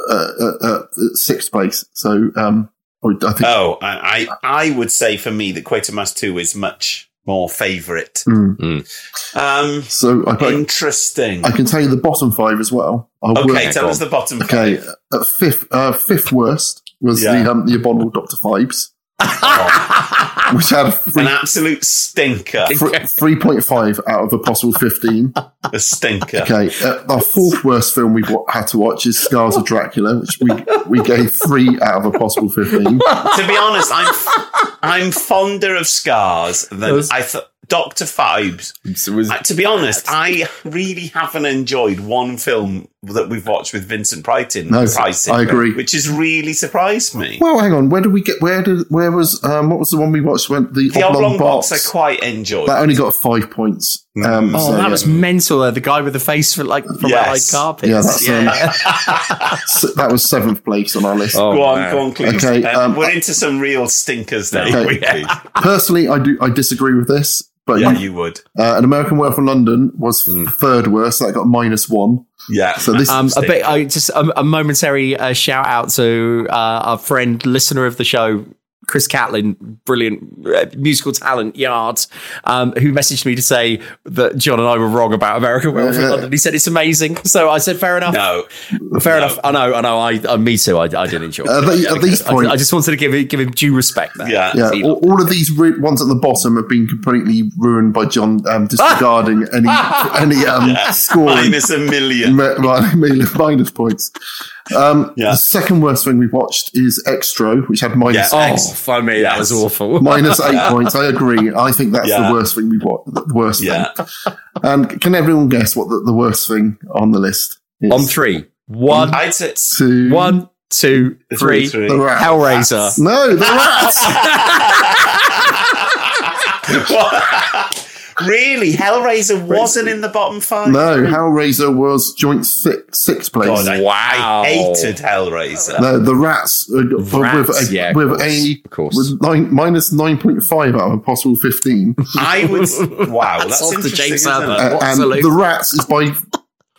A: uh, uh, uh, sixth place. So um, I I think.
D: oh, I, I I would say for me that Quatermass Two is much more favourite.
A: Mm.
D: Hmm. Um,
A: So I put-
D: interesting.
A: I can tell you the bottom five as well. I
D: Okay,
A: will-
D: tell us the bottom
A: Okay, at fifth, uh, fifth worst was
D: Yeah. [laughs]
A: the um, the abominable Doctor Fibes. which had a free,
D: An absolute stinker.
A: three point five out of a possible fifteen.
D: a stinker.
A: Okay, uh, our fourth worst film we've wa- had to watch is Scars of Dracula, which we we gave three out of a possible
D: [laughs]
A: fifteen.
D: [laughs] to be honest, I'm f- I'm fonder of scars than I thought. Doctor Fibes. Uh, to be honest, I really haven't enjoyed one film that we've watched with Vincent Price in.
A: No,
D: Price in,
A: I agree.
D: Which has really surprised me.
A: Well, hang on. Where did we get? Where did? Where was? Um, what was the one we watched? When the,
D: The
A: oblong,
D: Oblong
A: box,
D: Box, I quite enjoyed.
A: that only got five points. Um, so,
C: Oh, that
A: yeah.
C: was mental. uh, The guy with the face for like from
A: Yes.
C: yes. carpet.
A: Yeah, that's, um, [laughs] s- that was seventh place on our list.
C: Oh,
D: go on, go on, please.
A: Okay,
D: Um,
A: um,
D: we're into some real stinkers now. [laughs]
A: Okay. personally, I do. I disagree with this, but
D: yeah, you would.
A: Uh, an American Werewolf in London was third worst. That got minus one.
D: Yeah.
A: So this
C: Mm. um, a bit, I just um, a momentary uh, shout out to uh, our friend, listener of the show, Chris Catlin, brilliant uh, musical talent, yards, um, who messaged me to say that John and I were wrong about American Werewolf in
A: Uh-huh.
D: Yeah.
C: London. He said it's amazing, so I said fair enough.
D: No,
C: fair enough. I know, I know. I, I me too. I, I did enjoy.
A: Uh, At
C: it.
A: the- at these
C: I, I
A: points-
C: just wanted to give it- give him due respect. There.
A: yeah. All, all of these ru- ones at the bottom have been completely ruined by John
D: [laughs]
A: um, disregarding any any um,
D: Yeah.
A: scoring.
D: Minus a million.
A: Mi- mi- [laughs] minus- minus points. Um, The second worst thing we've watched is Extro, which had
C: Yeah.
A: minus
C: Oh, for me, that was
D: Oh.
C: awful.
A: [laughs] minus
C: [laughs]
A: eight points. I agree. I think that's
C: Yeah.
A: the worst thing we've watched. The worst thing. And can everyone guess what the, the worst thing on the list is?
C: On three. One,
D: I'd say
A: two,
C: one, two, three.
A: The rat.
C: Hellraiser.
A: No, the rats.
D: really, Hellraiser wasn't in the bottom five.
A: No, Hellraiser was joint six, sixth place.
D: God, I, I hated Hellraiser.
A: No, the rats, uh, got-
D: Rats,
A: with a,
D: yeah, of
A: with
D: course,
A: a
D: of course.
A: with nine, minus nine point five out of a possible fifteen.
D: [laughs] I
C: [laughs]
D: would. Wow, that's
C: Off to
D: interesting.
C: James
D: isn't it?
C: Abbott.
A: Uh, and the rats is by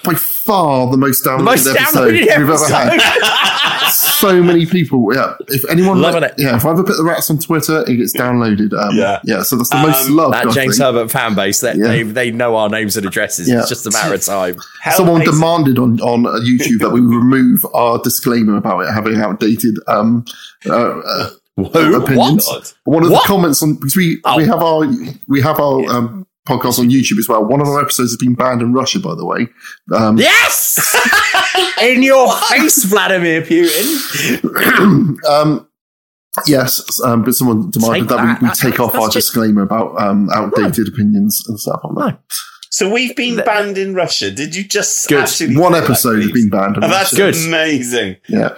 A: by far the most downloaded,
C: most
A: episode
C: downloaded
A: we've ever
D: [laughs]
A: had. [laughs] so many people, yeah. If anyone,
C: Loving it.
A: yeah. If I ever put the rats on Twitter, it gets downloaded. Um, yeah, yeah. So that's the most
C: Um,
A: loved.
C: That
A: I
C: James
A: think.
C: Herbert fan base, that they, they know our names and addresses.
A: Yeah.
C: It's just a matter of time.
A: Someone demanded on on uh, YouTube that we remove our disclaimer about it having outdated um, uh, uh, opinions.
D: What?
A: One of
D: What?
A: the
D: Oh.
A: comments on because we we have our we have our um, podcast on YouTube as well. One of our episodes has been banned in Russia, by the way. Um,
C: yes, [laughs] in your face, Vladimir Putin.
A: [coughs] um, yes, um, but someone demanded
D: Take
A: that,
D: that.
A: we, we
D: That-
A: take off
D: that's
A: our
D: just-
A: disclaimer about um, outdated opinions and stuff on that.
D: So we've been banned in Russia. Did you just actually
A: One
D: say that?
A: episode has been banned. in
D: Oh, that's
A: Russia.
D: amazing.
A: Yeah.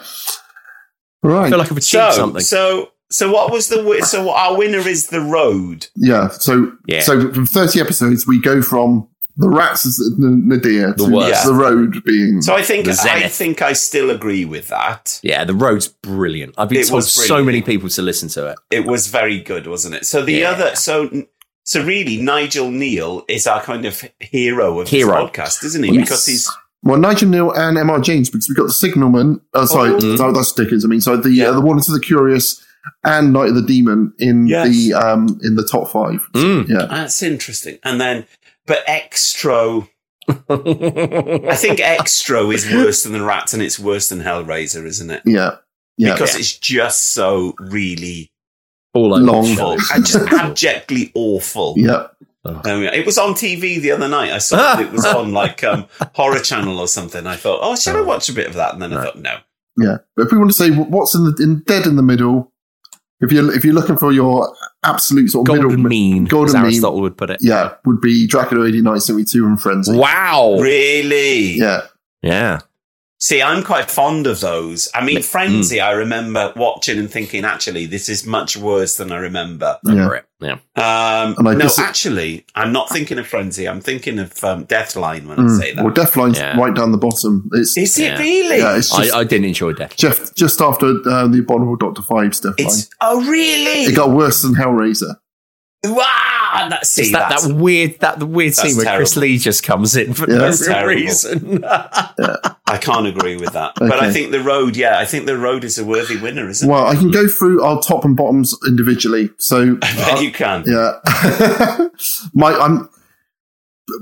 A: Right.
D: so, So, so what was the wi- so our winner is the road.
A: Yeah. So
D: Yeah.
A: so from thirty episodes, we go from the rats as the nadir
D: The
A: to
D: worst.
A: the road being.
D: So I think
C: The zenith.
D: I think I still agree with that.
C: yeah, the road's brilliant. I've been
D: It
C: told
D: was
C: so
D: brilliant.
C: many people to listen to it.
D: It was very good, wasn't it? So the
C: Yeah.
D: other so so really Nigel Neal is our kind of hero of
A: Hero.
D: this podcast, isn't he?
A: Yes.
D: Because he's
A: well, Nigel Neal and Mr. James because we have got the Signalman. Uh, sorry,
D: Mhm.
A: so that's Dickens. I mean, so the uh, the Warning to the Curious and Night of the Demon in the um in the top five.
D: Mm.
A: Yeah.
D: that's interesting. And then but
A: [laughs]
D: Extro I think Extro is worse than the rats and it's worse than Hellraiser, isn't it?
A: Yeah. Yeah.
D: because
A: Yeah.
D: it's just so really
C: all
A: over the Long. shop. [laughs]
D: and just abjectly awful.
A: Yeah.
D: Um, it was on TV the other night. I saw it, it was on like um, Horror Channel or something. I thought, oh, should I watch a bit of that? And then I thought, no.
A: Yeah, but if we want to say wh- what's in the in dead in the middle, if you're if you're looking for your absolute sort of golden middle mean, golden
C: as
A: mean,
C: Aristotle would put it.
A: yeah, would be Dracula eighty nine seventy two and Frenzy.
C: Wow,
D: really?
A: Yeah,
C: yeah.
D: See, I'm quite fond of those. I mean, Frenzy, I remember watching and thinking, actually, this is much worse than I remember.
A: Remember it,
C: Yeah.
D: Um,
A: And I
D: no,
A: dis-
D: actually, I'm not thinking of Frenzy. I'm thinking of um, Deathline when I
A: Mm.
D: say that.
A: Well, Deathline's right down the bottom. It's,
D: Is it Yeah. really?
A: Yeah, it's just,
C: I, I didn't enjoy Death.
A: just, just after uh, the Abominable Doctor Five's Deathline.
D: It's- oh, really?
A: It got worse than Hellraiser.
D: Wow, that's see,
C: It's that,
D: that's-
A: Mm-hmm.
C: that weird that the weird
D: That's
C: scene where Chris
D: terrible.
C: Lee just comes in for
D: Yeah.
C: no
D: That's
C: real
D: terrible.
C: reason. [laughs]
D: I can't agree with that. But I
A: Okay.
D: think the road, yeah, I think the road is a worthy winner, isn't
A: Well, I can go through our top and bottoms individually.
D: [laughs]
A: So uh,
D: it? I bet you can.
A: Yeah. [laughs] my I'm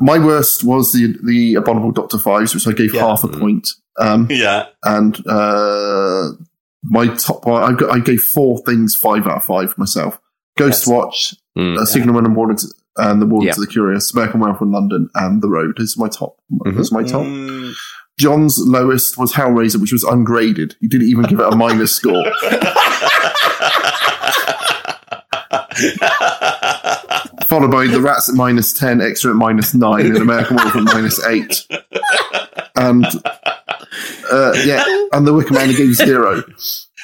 A: my worst was the the
C: Mm-hmm.
A: abominable Doctor Fives, which I gave half a point. Um,
D: yeah.
A: And uh, my top. Well, I go, I go four things five out of five myself. Ghost Watch,
C: Mm.
A: uh, Signalman and Warden, to- and the Warden
C: Yeah.
A: to the Curious, American Wealth in London, and The Road is my top.
C: Mm-hmm.
A: That's
D: Mm.
A: my
J: Mm.
A: top. John's lowest was Hellraiser, which was ungraded. He didn't even give it a minus
C: [laughs]
A: score. Followed by The Rats at minus 10, Extra at minus 9, and American Wolf at minus 8. And, uh, yeah, and The Wicker Man gave zero.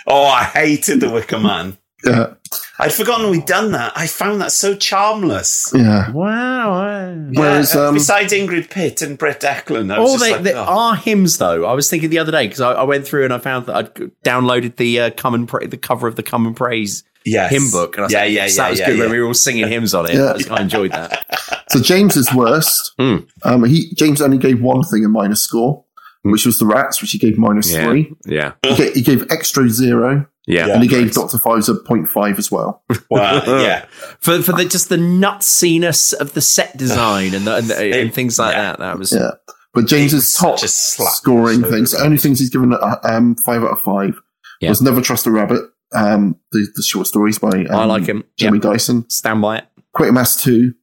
D: Oh, I hated the Wicker Man.
A: Yeah.
D: I'd forgotten we'd done that. I found that so charmless.
A: Yeah. um,
C: Wow.
D: Yeah, uh, besides Ingrid Pitt and Brett Eklund, I was
C: Oh,
D: just
C: they,
D: like,
C: they
D: oh.
C: are hymns though. I was thinking the other day because I, I went through and I found that I'd downloaded the uh, come and pra- the cover of the come and praise
D: Yes.
C: hymn book, and I was
D: Yeah,
C: like,
D: yeah,
C: "Yes,
D: yeah,
C: that was
D: yeah,
C: good when
D: yeah.
C: we were all singing hymns on it.
A: Yeah.
C: I, was- I enjoyed that.
A: So James is worst.
C: Hmm.
A: Um, he James only gave one thing a minus score, which was the rats, which he gave minus
C: Hmm. Yeah.
A: three.
C: [laughs] Yeah,
A: He gave, he gave extra zero.
C: Yeah.
A: and he
C: Yeah,
A: gave Doctor Fives a point five as well.
D: Well, yeah.
C: for for the just the nutsiness of the set design and the, and, the- and things like that. That was
A: Yeah, but James's top scoring things, only things he's given a, um, five out of five
C: Yeah.
A: was Never Trust a Rabbit. Um, the, the short stories by um,
C: I like him.
A: Jimmy Dyson.
C: Stand by it.
A: Quick Mass Two.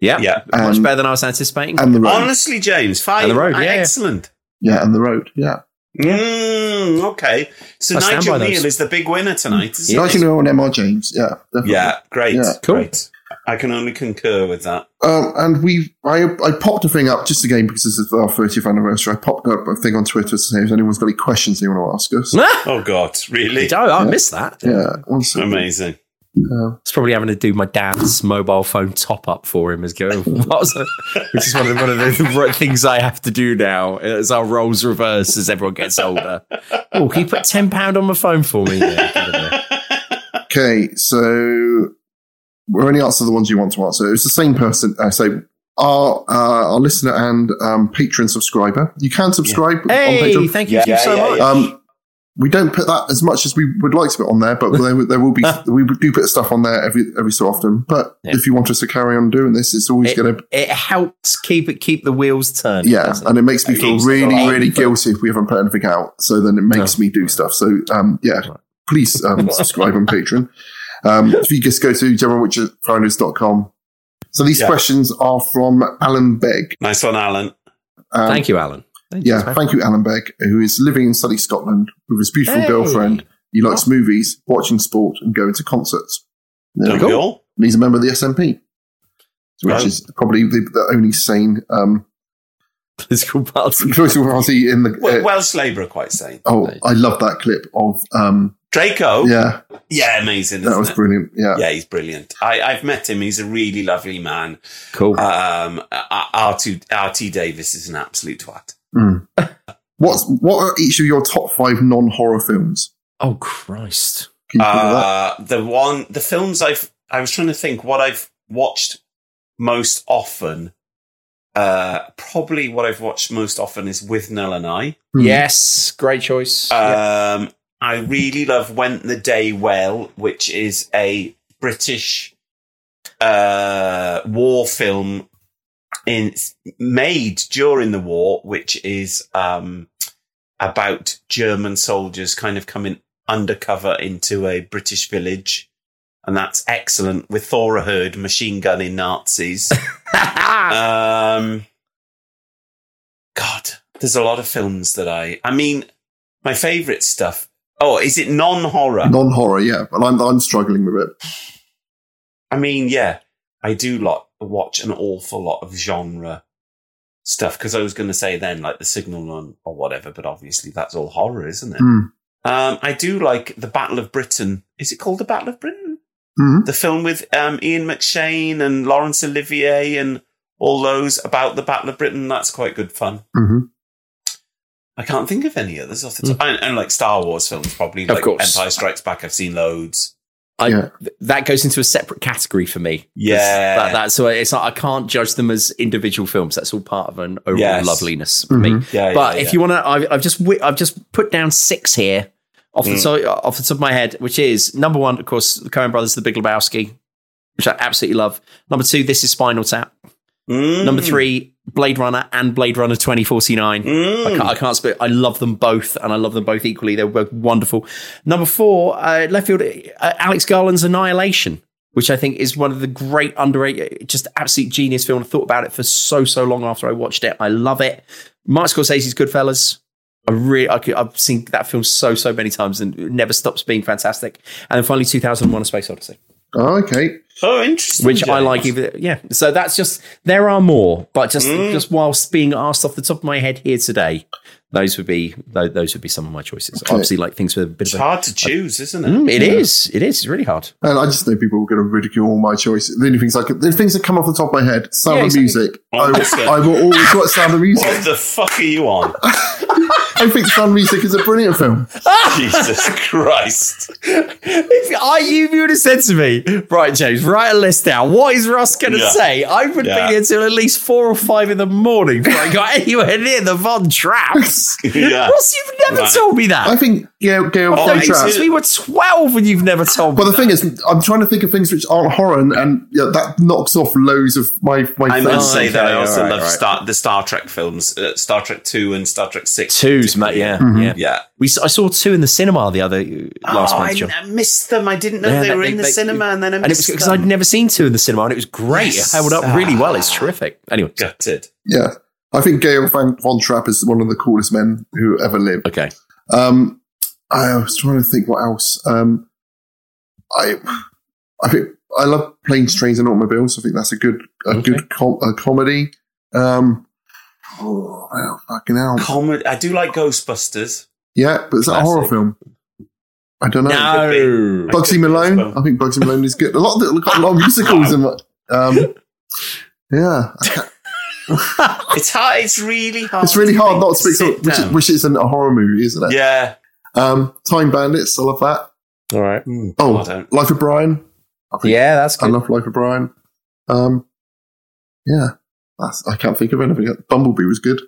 C: yeah, yeah, much
A: And-
C: better than I was anticipating.
A: and the road.
D: Honestly, James, five.
C: And the road,
D: uh,
C: yeah.
D: Excellent.
A: Yeah, and the road. Yeah.
D: Mm, okay. So
A: I stand
D: Nigel
A: by those.
D: Neal is the big winner tonight. isn't
A: Nigel
D: he?
A: Newell and M.R. James. Yeah, definitely.
D: Yeah, great.
A: Yeah.
D: Cool. Great. I can only concur
C: [laughs]
D: with that.
A: Um, and we, I, I popped a thing up just again because this is our 30th anniversary. I popped up a thing on Twitter to say if anyone's got any questions they want to ask
C: [laughs]
A: us.
D: oh God, really?
C: Oh, I
A: Yeah.
C: missed that.
A: Yeah, one second.
D: Amazing.
A: Uh,
C: It's probably having to do my dad's mobile phone top up for him. Is [laughs] going, what's that?" which is one of, one of the [laughs] right things I have to do now as our roles reverse as everyone gets older. Oh, can you put ten pound on my phone for me?
A: okay, so we're only answering the ones you want to answer. It's the same person. Uh, so our uh, our listener and um, Patreon subscriber, you can subscribe.
C: Hey,
A: on Patreon.
C: thank you Yeah, so yeah, much. yeah.
A: Um, we don't put that as much as we would like to put on there, but there, there
C: [laughs]
A: will be we do put stuff on there every every so often. But
C: Yeah.
A: if you want us to carry on doing this, it's always going to
C: It, it helps keep it keep the wheels turning.
A: Yeah,
C: doesn't
A: and it makes me feel
C: keeps
A: really,
C: alive.
A: really guilty if we haven't put anything out. So then it makes me do stuff. So um, yeah, please um, subscribe on Patreon. Um, if you just go to generalwitchfounders.com. So these
D: Yeah.
A: questions are from Alan Begg.
D: Nice one, Alan.
A: Um,
C: Thank you, Alan.
A: yeah, thank you, Alan Begg, who is living in sunny Scotland with his beautiful
C: Hey.
A: girlfriend. He likes movies, watching sport, and going to concerts. There we
D: Don't we
A: go.
D: all?
A: And he's a member of the SNP, which
D: Right.
A: is probably the, the only sane um,
C: political party.
A: political party in the uh,
D: Well, Welsh Labour are quite sane.
A: Oh, I love that clip of um
D: Draco.
A: yeah,
D: Yeah, amazing.
A: that
D: isn't
A: was
D: it?
A: brilliant. Yeah.
D: Yeah, he's brilliant. I, I've met him. He's a really lovely man.
C: Cool.
D: Um, R2, RT Davis is an absolute twat.
A: Mm. What's what are each of your top five non horror films?
C: Oh Christ!
D: Uh, the one, the films I've, I was trying to think what I've watched most often. Uh, probably what I've watched most often is With Nell and I.
C: Yes, great choice.
D: Um, I really love Went the Day Well, which is a British uh, war film in, made during the war, which is um, about German soldiers kind of coming undercover into a British village. And that's excellent with Thora Heard machine gunning Nazis. um, God, there's a lot of films that I. I mean, my favourite stuff. Oh, is it non-horror?
A: Non horror, yeah. But I'm I'm struggling with it.
D: I mean, yeah, I do lot watch an awful lot of genre stuff because I was going to say then like the Signal or, or whatever, but obviously that's all horror, isn't it?
A: Mm.
D: Um, I do like the Battle of Britain. Is it called the Battle of Britain?
A: Mhm.
D: The film with um, Ian McShane and Laurence Olivier and all those about the Battle of Britain. That's quite good fun.
A: Mhm.
D: I can't think of any others off the top. And, and like Star Wars films, probably.
C: Of
D: like
C: course.
D: Empire Strikes Back. I've seen loads.
C: I, th- that goes into a separate category for me. 'Cause
D: Yeah.
C: that, that's why it's not. I can't judge them as individual films. That's all part of an overall
D: Yes.
C: loveliness for
D: Mhm.
C: me.
D: Yeah,
C: but
D: yeah,
C: if
D: yeah.
C: you want to, I've, I've just wi- I've just put down six here off the
D: Mm.
C: so, off the top of my head, which is number one, of course, the Coen Brothers, The Big
A: Mm.
C: Lebowski, which I absolutely love. Number two, This Is Spinal Tap. Number three, Blade Runner and Blade Runner 2049. I
A: Mm.
C: can't, I can't split. I love them both, and I love them both equally. They're both wonderful. Number four, uh, left field, uh, Alex Garland's Annihilation, which I think is one of the great underrated, just absolute genius film. I thought about it for so so long after I watched it. I love it. Martin Scorsese's Goodfellas. I really, I could, I've seen that film so so many times, and it never stops being fantastic. And then finally, 2001: A Space Odyssey.
A: Oh, okay.
D: Oh, interesting.
C: Which I
D: James.
C: like. Either, yeah. So that's just there are more, but just
D: Mm.
C: just whilst being asked off the top of my head here today, those would be tho- those would be some of my choices.
A: Okay.
C: Obviously, like things with a bit
D: It's
C: of a,
D: hard to choose, isn't it?
C: Mm, it
A: Yeah.
C: is. It is. It's really hard. [laughs]
A: And I just know people were going to ridicule all my choices. The only things I could, the things that come off the top of my head, sound
D: Yeah,
A: of
D: exactly.
A: music. I,
D: Honestly.
A: I will always watch sound of music.
D: [laughs] What the fuck are you on?
A: I think sound of music is a brilliant film.
D: [laughs] Jesus Christ.
C: If I you, if you would have said to me, right, James, write a list down. What is Russ going to
D: Yeah.
C: say? I would
D: Yeah.
C: be here till at least four or five in the morning before
D: [laughs]
C: I got anywhere near the Von Traps.
A: Yeah.
C: Russ, you've never
A: Right.
C: told me that.
A: I think yeah, Gail
C: I've
A: Von
C: known you
A: Trapp.
C: since we were twelve, and you've never told me.
A: But the thing is, I'm trying to think of things which aren't horror, and- and yeah, that knocks off loads of my my.
D: I
A: things.
D: must say that I also
C: alright,
D: love
C: alright.
D: Star, the Star Trek films, uh, Star Trek 2 and Star Trek 6.
C: Twos, mate. Yeah,
D: Mhm.
C: yeah,
D: yeah.
C: We s- I saw two in the cinema the other uh, last
D: oh,
C: month.
D: I,
C: John.
D: I missed them. I didn't know
C: Yeah,
D: they,
C: they-
D: were in the
C: they-
D: cinema, and then I
C: and it was
D: missed
C: because
D: them.
C: I'd never seen two in the cinema, and it was great.
D: Yes. Ah.
C: It held up really well. It's terrific. Anyway,
D: [laughs] gutted.
A: Yeah, I think Gail Van, Von Trapp is one of the coolest men who ever lived.
C: Okay.
A: Um, I was trying to think what else. Um, I, I think I love planes, trains, and automobiles. I think that's a good a good com- a comedy. Um, oh, well, fucking hell.
D: Comedy. I do like Ghostbusters.
A: Yeah, but it's a horror film. I don't know.
D: No. It could be.
A: Bugsy Malone. I think Bugsy Malone is good. A lot of, got a lot of musicals in my, um, yeah.
D: It's hard. It's really hard.
A: It's really
D: to
A: hard
D: think-
A: not to speak to,
D: sit
A: which, is,
D: down.
A: which isn't a horror movie, isn't it?
D: Yeah.
A: Um, Time Bandits. I love that.
C: All right. Mm.
D: I
A: Oh,
D: don't-
A: Life of Brian. I think-
C: Yeah, that's
A: I love Life of Brian. Um, yeah. That's, I can't think of anything. Bumblebee was good.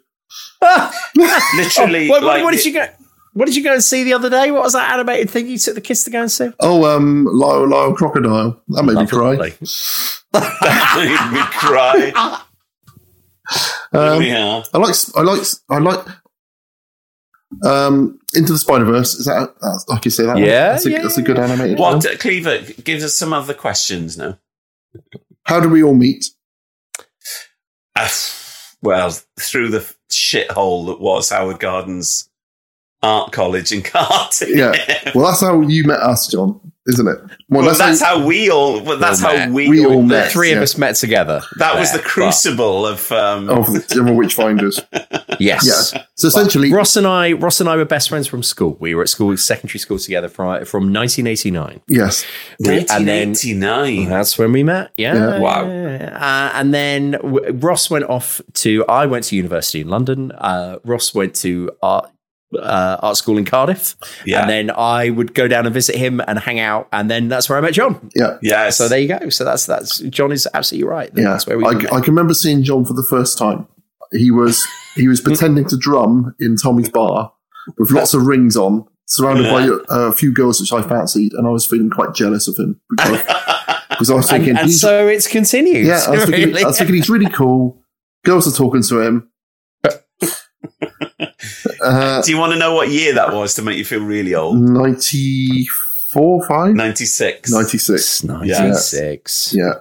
D: Literally,
C: What, what-
D: like
C: what did
D: it-
C: you go? What did you go and see the other day? What was that animated thing you took the kids to go and see?
A: Oh, um, Lyle, Lyle Crocodile. That made me cry.
D: That made me cry.
A: Um,
D: Yeah.
A: I like. I like. I like. Um, Into the Spider Verse. Is that? That's, I can say that. one?
D: Yeah,
A: that's a,
D: yeah,
A: that's a good animated. film.
D: What, uh, Cleaver, give us some other questions now.
A: How do we all meet?
D: Uh, well, through the shithole that was Howard Gardens Art College in Cardiff. [laughs]
A: Yeah. well, that's how you met us, John, isn't it?
D: Well, that's how we all. Well, that's
C: All
D: how
C: met.
D: we,
A: We
D: all
A: all
D: met.
A: met,
C: The three of
A: yeah.
C: us met together.
D: That was
C: there,
D: the crucible of. Um,
A: of the Silver
D: [laughs]
A: Witchfinders.
C: but- yes.
A: Yeah. So essentially,
C: But Ross and I, Ross and I were best friends from school. We were at school, secondary school together from from 1989.
A: yes.
C: And then-
D: 1989.
C: That's when we met. Yeah.
A: Yeah.
D: Wow.
C: Uh, and then w- Ross went off to. I went to university in London. Uh, Ross went to art. Uh, art school in Cardiff,
D: Yeah.
C: and then I would go down and visit him and hang out, and then that's where I met John.
A: Yeah.
D: Yeah.
C: So there you go. So that's that's John is absolutely right.
A: Yeah.
C: That's where we.
A: I,
C: met.
A: I can remember seeing John for the first time. He was he was pretending to drum in Tommy's bar with lots of rings on, surrounded by uh, a few girls which I fancied, and I was feeling quite jealous of him because,
C: [laughs]
A: because I was
C: And-
A: thinking,
C: and,
A: he's-
C: so it's continued.
A: yeah, I
C: [laughs]
A: was, thinking, I was thinking he's really cool. Girls are talking to him. Uh,
D: Do you want to know what year that was to make you feel really old?
A: 94, 5?
D: 96.
A: 96.
C: Ninety-six.
A: Yeah.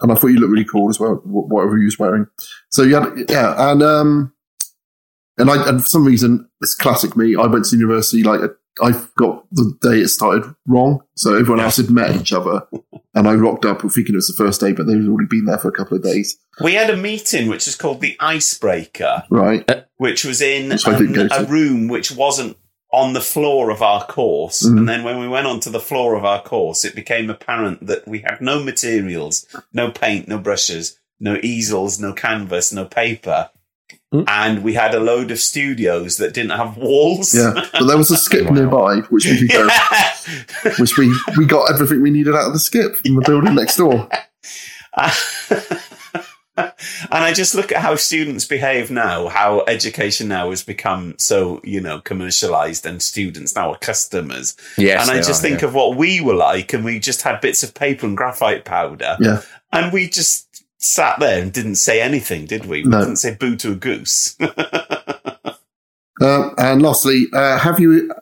A: and I thought you looked really cool as well, wh- whatever you was wearing. So you had, yeah, and um, and I, and for some reason, it's classic me. I went to university like I got the day it started wrong, so everyone else had met each other, and I rocked up thinking it was the first day, but they'd already been there for a couple of days,
D: We had a meeting which is called the Icebreaker,
A: right?
D: which was in
A: Which I didn't go
D: um,
A: to.
D: a room which wasn't on the floor of our course.
A: Mhm.
D: And then when we went onto the floor of our course, it became apparent that we had no materials, no paint, no brushes, no easels, no canvas, no paper.
A: Hmm.
D: And we had a load of studios that didn't have walls. [laughs]
A: Yeah, but there was a skip nearby, which we could go, which we we got everything we needed out of the skip in the building next door.
D: And I just look at how students behave now, how education now has become so, you know, commercialized and students now are customers.
C: Yes,
D: And I
C: they
D: just
C: are,
D: think
C: yeah.
D: of what we were like and we just had bits of paper and graphite powder.
A: Yeah.
D: And we just sat there and didn't say anything, did we? We
A: No.
D: didn't say boo to a goose.
A: Uh, and lastly, uh, have you,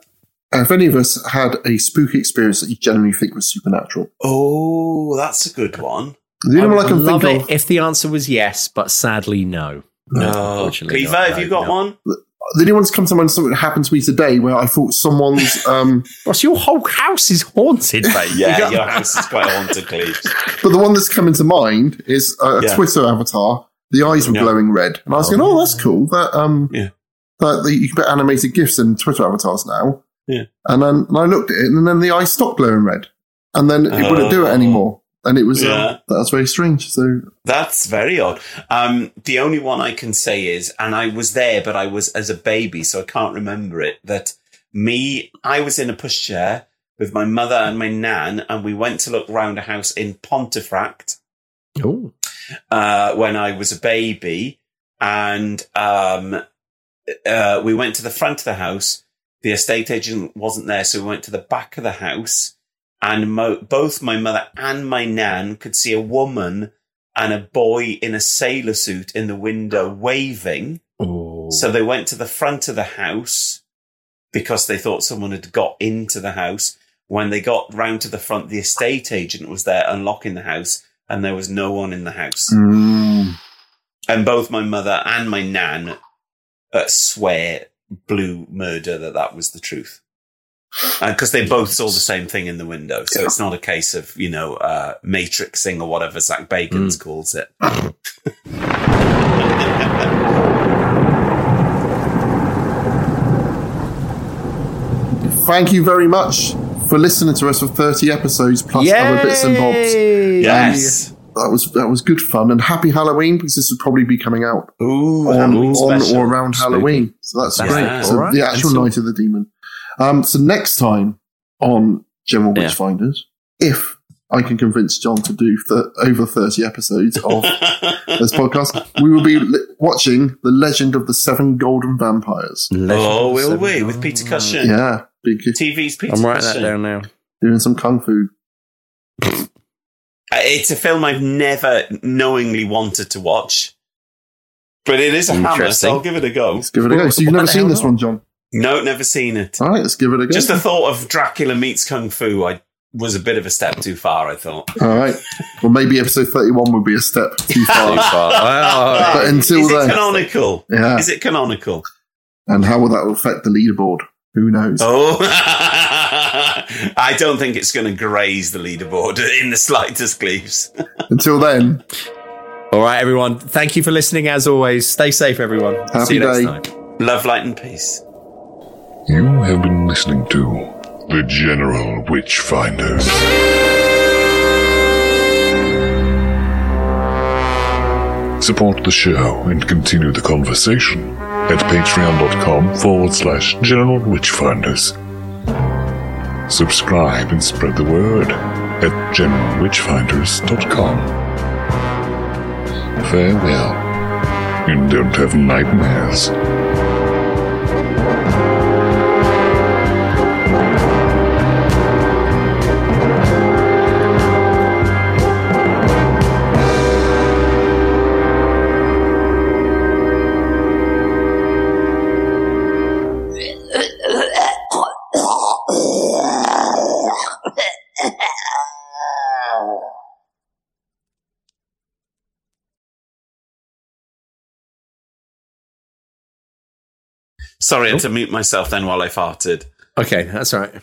A: have any of us had a spooky experience that you genuinely think was supernatural?
D: oh, that's a good one.
A: The only
C: I
A: one I
C: would
A: can
C: love
A: think
C: it
A: of.
C: if the answer was yes, but sadly, no.
D: No. Cleaver, have you got one?
A: The only one that's come to mind is something that happened to me today where I thought someone's.
D: [laughs]
A: Um,
C: Ross, your whole house is haunted,
A: [laughs]
C: mate.
D: Yeah, your house is quite haunted, Cleves.
A: But the one that's coming to mind is a
D: Yeah.
A: Twitter avatar. The eyes were glowing red, and I was
D: Oh.
A: going, "Oh, that's cool." That um,
D: yeah,
A: that that you can put animated gifs in Twitter avatars now.
D: Yeah.
A: And then and I looked at it, and then the eyes stopped glowing red, and then it wouldn't do it
D: Oh.
A: anymore. And it was uh,
D: Yeah.
A: that was very strange. So
D: That's very odd. Um, the only one I can say is, and I was there, but I was as a baby, so I can't remember it. That me, I was in a pushchair with my mother and my nan, and we went to look round a house in Pontefract
C: Oh.
D: uh, when I was a baby, and um, uh, we went to the front of the house. The estate agent wasn't there, so we went to the back of the house, and mo- both my mother and my nan could see a woman and a boy in a sailor suit in the window waving. So they went to the front of the house because they thought someone had got into the house. When they got round to the front, the estate agent was there unlocking the house, and there was no one in the house.
A: Mm.
D: And both my mother and my nan uh, swear blue murder that that was the truth. Because they both saw the same thing in the window. So it's not a case of, you know, uh, matrixing or whatever Zach
A: Mm.
D: Bacon's calls it.
A: thank you very much for listening to us for thirty episodes plus other bits and bobs.
C: Yay!
D: Yes.
A: Um, that was that was good fun and happy Halloween because this will probably be coming out
D: Ooh,
A: on,
D: Halloween
A: on
D: special.
A: or around
D: Spooky.
A: Halloween. So that's
D: That's
A: great.
D: cool.
A: So
D: Alright.
A: the actual
D: And so-
A: night of the demon. Um, so next time on General
D: Yeah.
A: Witchfinders, if I can convince John to do th- over thirty episodes
D: [laughs]
A: of this podcast, we will be li- watching the Legend of the Seven Golden Vampires.
D: oh, will we? With Peter Cushing.
A: Yeah, big,
D: TV's Peter Cushing.
C: now.
A: Doing some kung fu.
D: Uh, It's a film I've never knowingly wanted to watch, but it is a hammer,
A: Interesting.
D: so I'll give it a go.
A: Let's give it a go. So you've never seen this one, John?
D: No, never seen it.
A: All right, let's give it a go.
D: Just the thought of Dracula meets Kung Fu, I was a bit of a step too far. I thought.
A: All right. Well, maybe episode 31 would be a [laughs] step too far.
D: [laughs]
A: But until
D: is
A: then.
D: it canonical?
A: Yeah.
D: Is it canonical?
A: And how will that affect the leaderboard? Who knows?
D: Oh, [laughs] I don't think it's going to graze the leaderboard in the slightest, Cleves.
A: Until then.
C: [laughs] All right, everyone. Thank you for listening. As always, stay safe, everyone. See you next time.
D: Love, light, and peace.
B: You have been listening to The General Witchfinders. Support the show and continue the conversation at patreon.com forward slash general witchfinders. Subscribe and spread the word at generalwitchfinders.com. Farewell, and don't have nightmares.
D: Sorry, I
C: Oh.
D: had to mute myself then while I farted.
C: [laughs] Okay, that's all right.